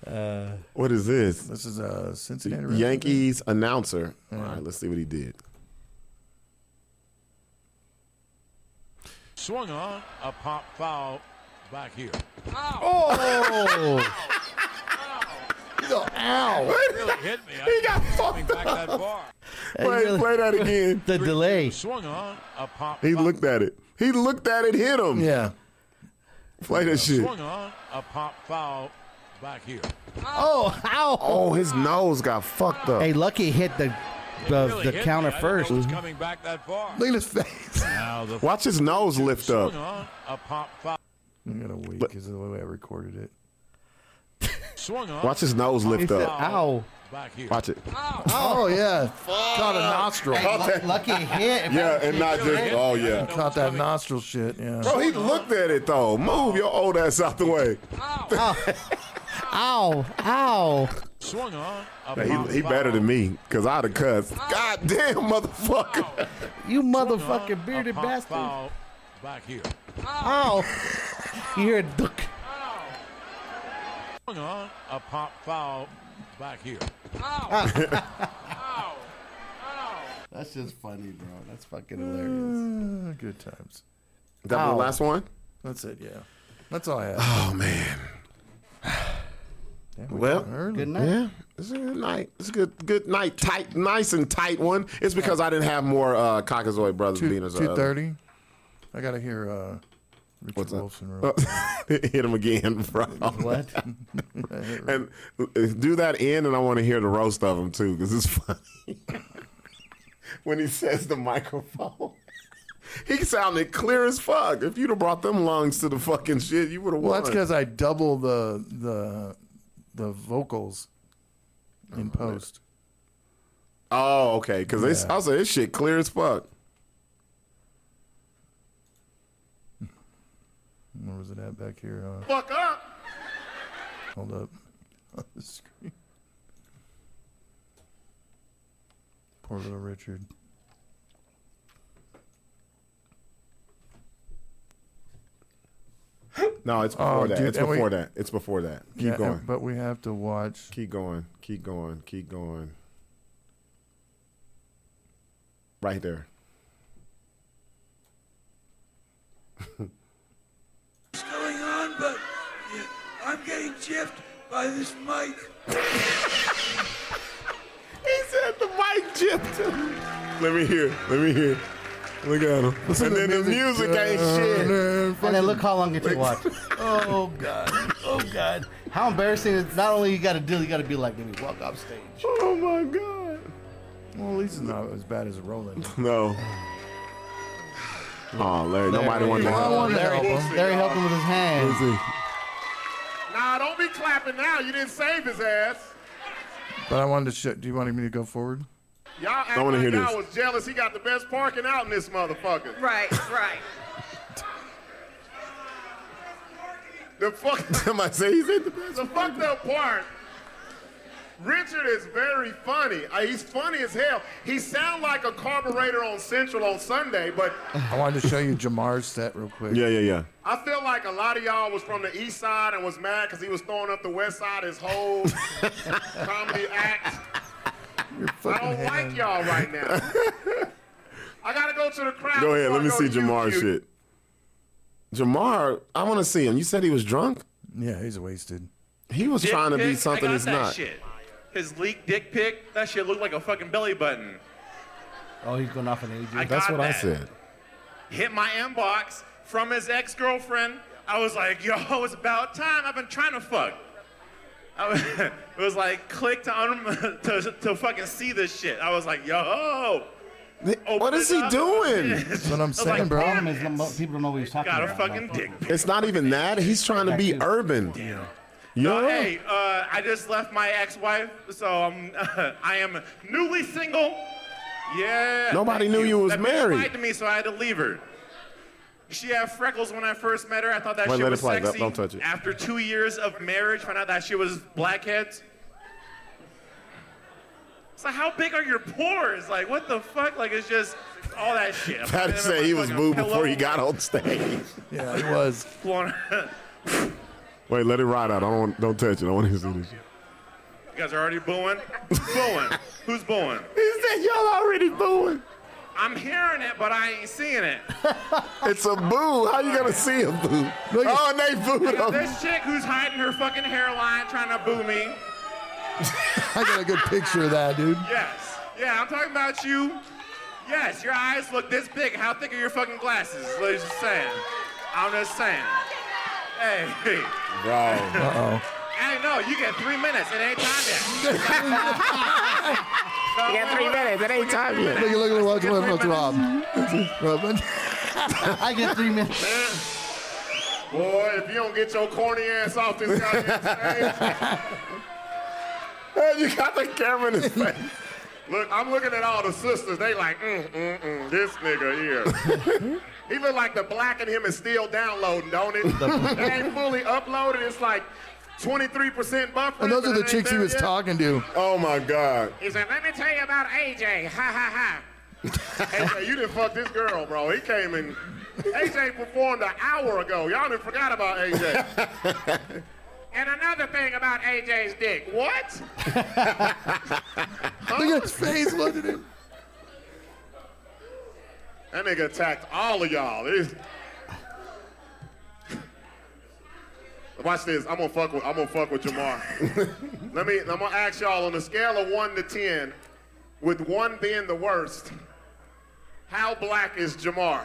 Speaker 4: Uh,
Speaker 2: what is this?
Speaker 5: This is a Cincinnati Reds-
Speaker 2: Yankees announcer. All right, let's see what he did.
Speaker 19: Swung on, a pop foul back here.
Speaker 4: Oh.
Speaker 2: Ow!
Speaker 19: really hit me.
Speaker 2: he got fucked
Speaker 19: back that bar.
Speaker 2: Play, play that again.
Speaker 4: the delay.
Speaker 19: Swung on, a pop.
Speaker 2: He looked at it. He looked at it. Hit him.
Speaker 5: Yeah.
Speaker 2: Play that shit.
Speaker 19: Swung on, a pop foul back here.
Speaker 4: Oh, how?
Speaker 2: Oh, his nose got fucked up.
Speaker 4: Hey, Lucky hit the the,
Speaker 19: Really
Speaker 4: the
Speaker 19: hit me.
Speaker 4: counter
Speaker 19: I didn't know
Speaker 4: first.
Speaker 19: it was coming back that far.
Speaker 5: Look at his face.
Speaker 19: Now the
Speaker 2: Watch his nose lift up.
Speaker 19: swung on, a pop foul.
Speaker 5: I gotta wait because of the way I recorded it.
Speaker 19: Swung on.
Speaker 2: Watch his nose lift
Speaker 5: He said,
Speaker 2: up.
Speaker 5: "Ow."
Speaker 19: Back here.
Speaker 2: Watch it.
Speaker 5: Oh, yeah. Caught a nostril.
Speaker 4: Hey, Lu- Lucky hit.
Speaker 2: Yeah, and not just. Oh yeah.
Speaker 5: Caught that nostril shit. Yeah.
Speaker 2: Bro, he looked at it though. Move your old ass out the way.
Speaker 10: Oh.
Speaker 4: Oh. Ow! Ow!
Speaker 19: Swung on, a
Speaker 2: Now,
Speaker 19: pop
Speaker 2: he, he
Speaker 19: foul.
Speaker 2: better than me, cause I'd have cussed. God damn, motherfucker!
Speaker 4: You
Speaker 19: Swung on,
Speaker 4: motherfucking
Speaker 19: a
Speaker 4: bearded
Speaker 19: pop
Speaker 4: bastard!
Speaker 19: foul Back here.
Speaker 4: Ow! You hear a duck.
Speaker 19: Swung on a pop foul back here.
Speaker 4: That's just funny, bro. That's fucking hilarious.
Speaker 5: Ah, Good times.
Speaker 2: That the
Speaker 5: Ow.
Speaker 2: last one?
Speaker 5: That's it, yeah. That's all I have.
Speaker 2: Oh man.
Speaker 5: Damn, we
Speaker 2: Well,
Speaker 5: got early.
Speaker 2: Yeah, it's a good night. It's a good, good night. Tight, nice and tight one. It's because I didn't have more uh, Cockazoid Brothers uh,
Speaker 5: Two-
Speaker 2: beaners. or other.
Speaker 5: 2.30. I got to hear uh, Richard
Speaker 2: What's that?
Speaker 5: Wilson. real
Speaker 2: Oh,
Speaker 5: quick.
Speaker 2: hit him again, bro.
Speaker 5: What?
Speaker 2: and uh, do that in, and I want to hear the roast of him too, because it's funny. when he says the microphone, he sounded clear as fuck. If you'd have brought them lungs to the fucking shit, you would have
Speaker 5: Well,
Speaker 2: won.
Speaker 5: that's because I double the the the vocals in post.
Speaker 2: Oh, okay. Because they
Speaker 5: Yeah.
Speaker 2: I said this shit clear as fuck.
Speaker 5: Where was it at back here? Uh,
Speaker 3: Fuck up.
Speaker 5: hold up. On the screen. Poor little Richard.
Speaker 2: No, it's
Speaker 5: Oh,
Speaker 2: before that.
Speaker 5: dude,
Speaker 2: it's
Speaker 5: and we-
Speaker 2: before that. It's before that. Keep
Speaker 5: Yeah,
Speaker 2: going.
Speaker 5: and- But we have to watch.
Speaker 2: Keep going. Keep going. Keep going. Right there.
Speaker 7: going on, but yeah, I'm getting gypped by this mic.
Speaker 2: he said the mic gypped him. Let me hear. Let me hear. Look at him. and then the music ain't shit.
Speaker 4: And then look how long it took. Watch. Oh god. Oh god. How embarrassing! It's not only you got to deal, you got to be like when you walk off stage.
Speaker 2: Oh my god.
Speaker 5: Well, at least it's not as bad as Roland.
Speaker 2: No. Oh, Larry. Nobody wanted to
Speaker 5: I
Speaker 2: help.
Speaker 5: wanted to
Speaker 4: Larry,
Speaker 5: help him.
Speaker 4: Larry helped him with his hand.
Speaker 2: Let's see.
Speaker 3: Nah, don't be clapping now. You didn't save his ass.
Speaker 5: But I wanted to. Sh- do you want me to go forward?
Speaker 3: Y'all act
Speaker 5: wanna
Speaker 3: like
Speaker 5: hear
Speaker 3: y'all was jealous. He got the best parking out in this motherfucker.
Speaker 11: Right, right.
Speaker 3: The fuck.
Speaker 2: Somebody say he's in the best.
Speaker 3: The fucked up part. Richard is very funny. Uh, he's funny as hell. He sound like a carburetor on Central on Sunday, but
Speaker 5: I wanted to show you Jamar's set real quick.
Speaker 2: Yeah, yeah, yeah.
Speaker 3: I feel like a lot of y'all was from the east side and was mad because he was throwing up the west side his whole comedy act. I don't like y'all right now. I gotta go to the crowd.
Speaker 2: Go ahead. Let
Speaker 3: before I
Speaker 2: me
Speaker 3: go
Speaker 2: see
Speaker 3: to you,
Speaker 2: Jamar
Speaker 3: Q.
Speaker 2: shit. Jamar, I want to see him. You said he was drunk.
Speaker 5: Yeah, he's wasted.
Speaker 2: He was
Speaker 8: Dick
Speaker 2: trying to be
Speaker 8: pic?
Speaker 2: something
Speaker 8: I got
Speaker 2: he's
Speaker 8: that
Speaker 2: not.
Speaker 8: Shit. His leaked dick pic, that shit looked like a fucking belly button.
Speaker 4: Oh, he's going off an agent.
Speaker 8: I That's got what I that.
Speaker 2: said.
Speaker 8: Hit my inbox from his ex girlfriend. I was like, yo, it's about time. I've been trying to fuck. I was, it was like, click to, un- to, to fucking see this shit. I was like, yo.
Speaker 2: What is he doing?
Speaker 8: That's
Speaker 5: what I'm
Speaker 4: The problem is the mo- people don't know what he's talking
Speaker 8: Got a
Speaker 4: about.
Speaker 8: fucking dick
Speaker 2: It's not even that. He's trying to be urban. Yeah.
Speaker 8: Hey, uh, I just left my ex-wife, so I'm, I am newly single. Yeah.
Speaker 2: Nobody
Speaker 8: thank
Speaker 2: knew you was
Speaker 8: That bitch
Speaker 2: married.
Speaker 8: lied to me, so I had to leave her. She had freckles when I first met her. I thought that
Speaker 2: Wait,
Speaker 8: shit
Speaker 2: let it
Speaker 8: was
Speaker 2: play. Don't-
Speaker 8: sexy.
Speaker 2: don't touch it.
Speaker 8: After two years of marriage, found out that she was blackheads. So how big are your pores? Like, what the fuck? Like, it's just all that shit. I'm
Speaker 2: Patty
Speaker 8: sitting in
Speaker 2: said
Speaker 8: my
Speaker 2: he was
Speaker 8: fucking
Speaker 2: booed
Speaker 8: pillow,
Speaker 2: before he got on stage.
Speaker 5: Yeah, he was.
Speaker 8: blowing- you
Speaker 2: Wait, let it ride out. I don't want, don't touch it. I want to see this.
Speaker 8: guys are already booing. Who's booing? Who's booing?
Speaker 2: He said y'all already booing.
Speaker 8: I'm hearing it, but I ain't seeing it.
Speaker 2: It's a boo. How you gonna see a boo? oh, and they booed
Speaker 8: Look at
Speaker 2: him.
Speaker 8: this chick who's hiding her fucking hairline trying to boo me.
Speaker 5: I got a good picture of that, dude.
Speaker 8: Yes. Yeah, I'm talking about you. Yes, your eyes look this big. How thick are your fucking glasses? I'm just saying. I'm just saying. Hey, hey.
Speaker 2: Bro. Uh
Speaker 8: Hey, no, you get three minutes. It ain't time yet.
Speaker 2: You got three minutes. It ain't time
Speaker 5: Look at look at watch what what's Rob. Rob.
Speaker 4: I get three minutes.
Speaker 3: Boy, if you don't get your corny ass off this goddamn stage,
Speaker 2: oh. You got the camera in his face.
Speaker 3: look, I'm looking at all the sisters. They like, mm, mm, mm, this nigga here. he look like the black in him is still downloading, don't it? it ain't fully uploaded. It's like 23% buffer.
Speaker 5: And those are
Speaker 3: but
Speaker 5: the
Speaker 3: it ain't
Speaker 5: chicks he
Speaker 3: there
Speaker 5: was
Speaker 3: yet.
Speaker 5: talking to.
Speaker 2: Oh my God.
Speaker 3: He said, let me tell you about AJ. Ha ha ha. AJ, you didn't fuck this girl, bro. He came in. AJ performed an hour ago. Y'all done forgot about AJ.
Speaker 8: And another thing about AJ's dick. What?
Speaker 3: Look at his face, wasn't it? That nigga attacked all of y'all. It- Watch this. I'm gonna fuck with. I'm gonna fuck with Jamar. Let me. I'm gonna ask y'all on a scale of one to ten, with one being the worst. How black is Jamar?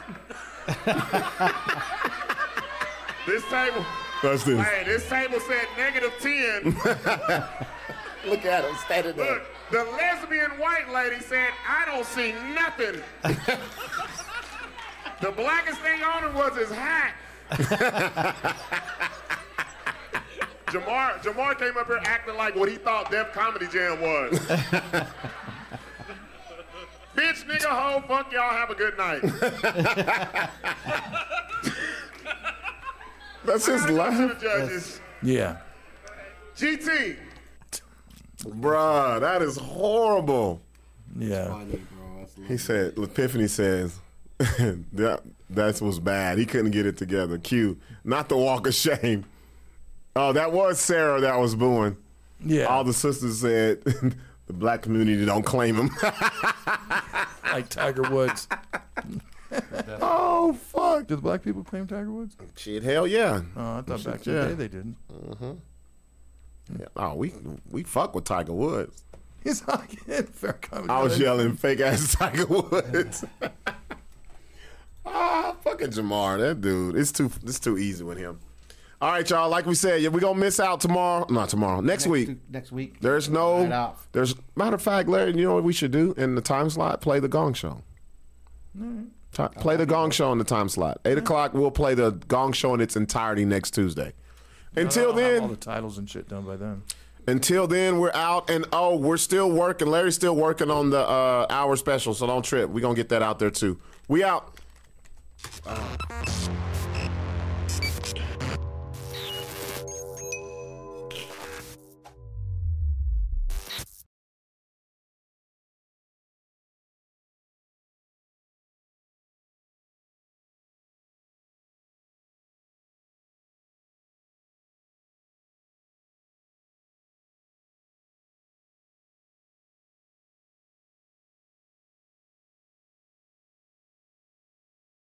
Speaker 3: this table.
Speaker 2: That's this.
Speaker 3: Hey, this table said negative ten.
Speaker 2: Look at him standing
Speaker 3: Look, the lesbian white lady said, I don't see nothing. the blackest thing on him was his hat. Jamar, Jamar came up here acting like what he thought Def Comedy Jam was. Bitch, nigga, hoe, fuck y'all, have a good night.
Speaker 2: That's his
Speaker 3: To the
Speaker 2: laugh.
Speaker 3: judges.
Speaker 5: Yeah.
Speaker 3: GT,
Speaker 2: Bruh, that is horrible.
Speaker 5: Yeah.
Speaker 2: He said, Epiphany says, that, that was bad. He couldn't get it together. Q, not the walk of shame. Oh, that was Sarah that was booing.
Speaker 5: Yeah.
Speaker 2: All the sisters said, the black community don't claim him.
Speaker 5: like Tiger Woods.
Speaker 2: oh, fuck.
Speaker 5: Do the black people claim Tiger Woods?
Speaker 2: Shit, hell yeah.
Speaker 5: Oh, I thought
Speaker 2: Shit,
Speaker 5: back in
Speaker 2: yeah.
Speaker 5: the day they didn't.
Speaker 2: Mm-hmm. Yeah. Oh, we we fuck with Tiger Woods.
Speaker 5: He's not getting fair comedy.
Speaker 2: I was yelling fake ass Tiger Woods. ah, fucking Jamar, that dude. It's too it's too easy with him. All right, y'all. Like we said, yeah, we gonna miss out tomorrow. Not tomorrow. Next, week.
Speaker 4: Next week.
Speaker 2: There's
Speaker 4: Right
Speaker 2: no.
Speaker 4: off.
Speaker 2: There's matter of fact, Larry. You know what we should do in the time slot? Play the Gong Show. Ti- play the Gong Show in the time slot. Eight o'clock. We'll play the Gong Show in its entirety next Tuesday. Until
Speaker 5: I'll have
Speaker 2: then,
Speaker 5: all the titles and shit done by then.
Speaker 2: until then, we're out and oh, we're still working. Larry's still working on the uh, hour special, so don't trip. We're gonna get that out there too. We out.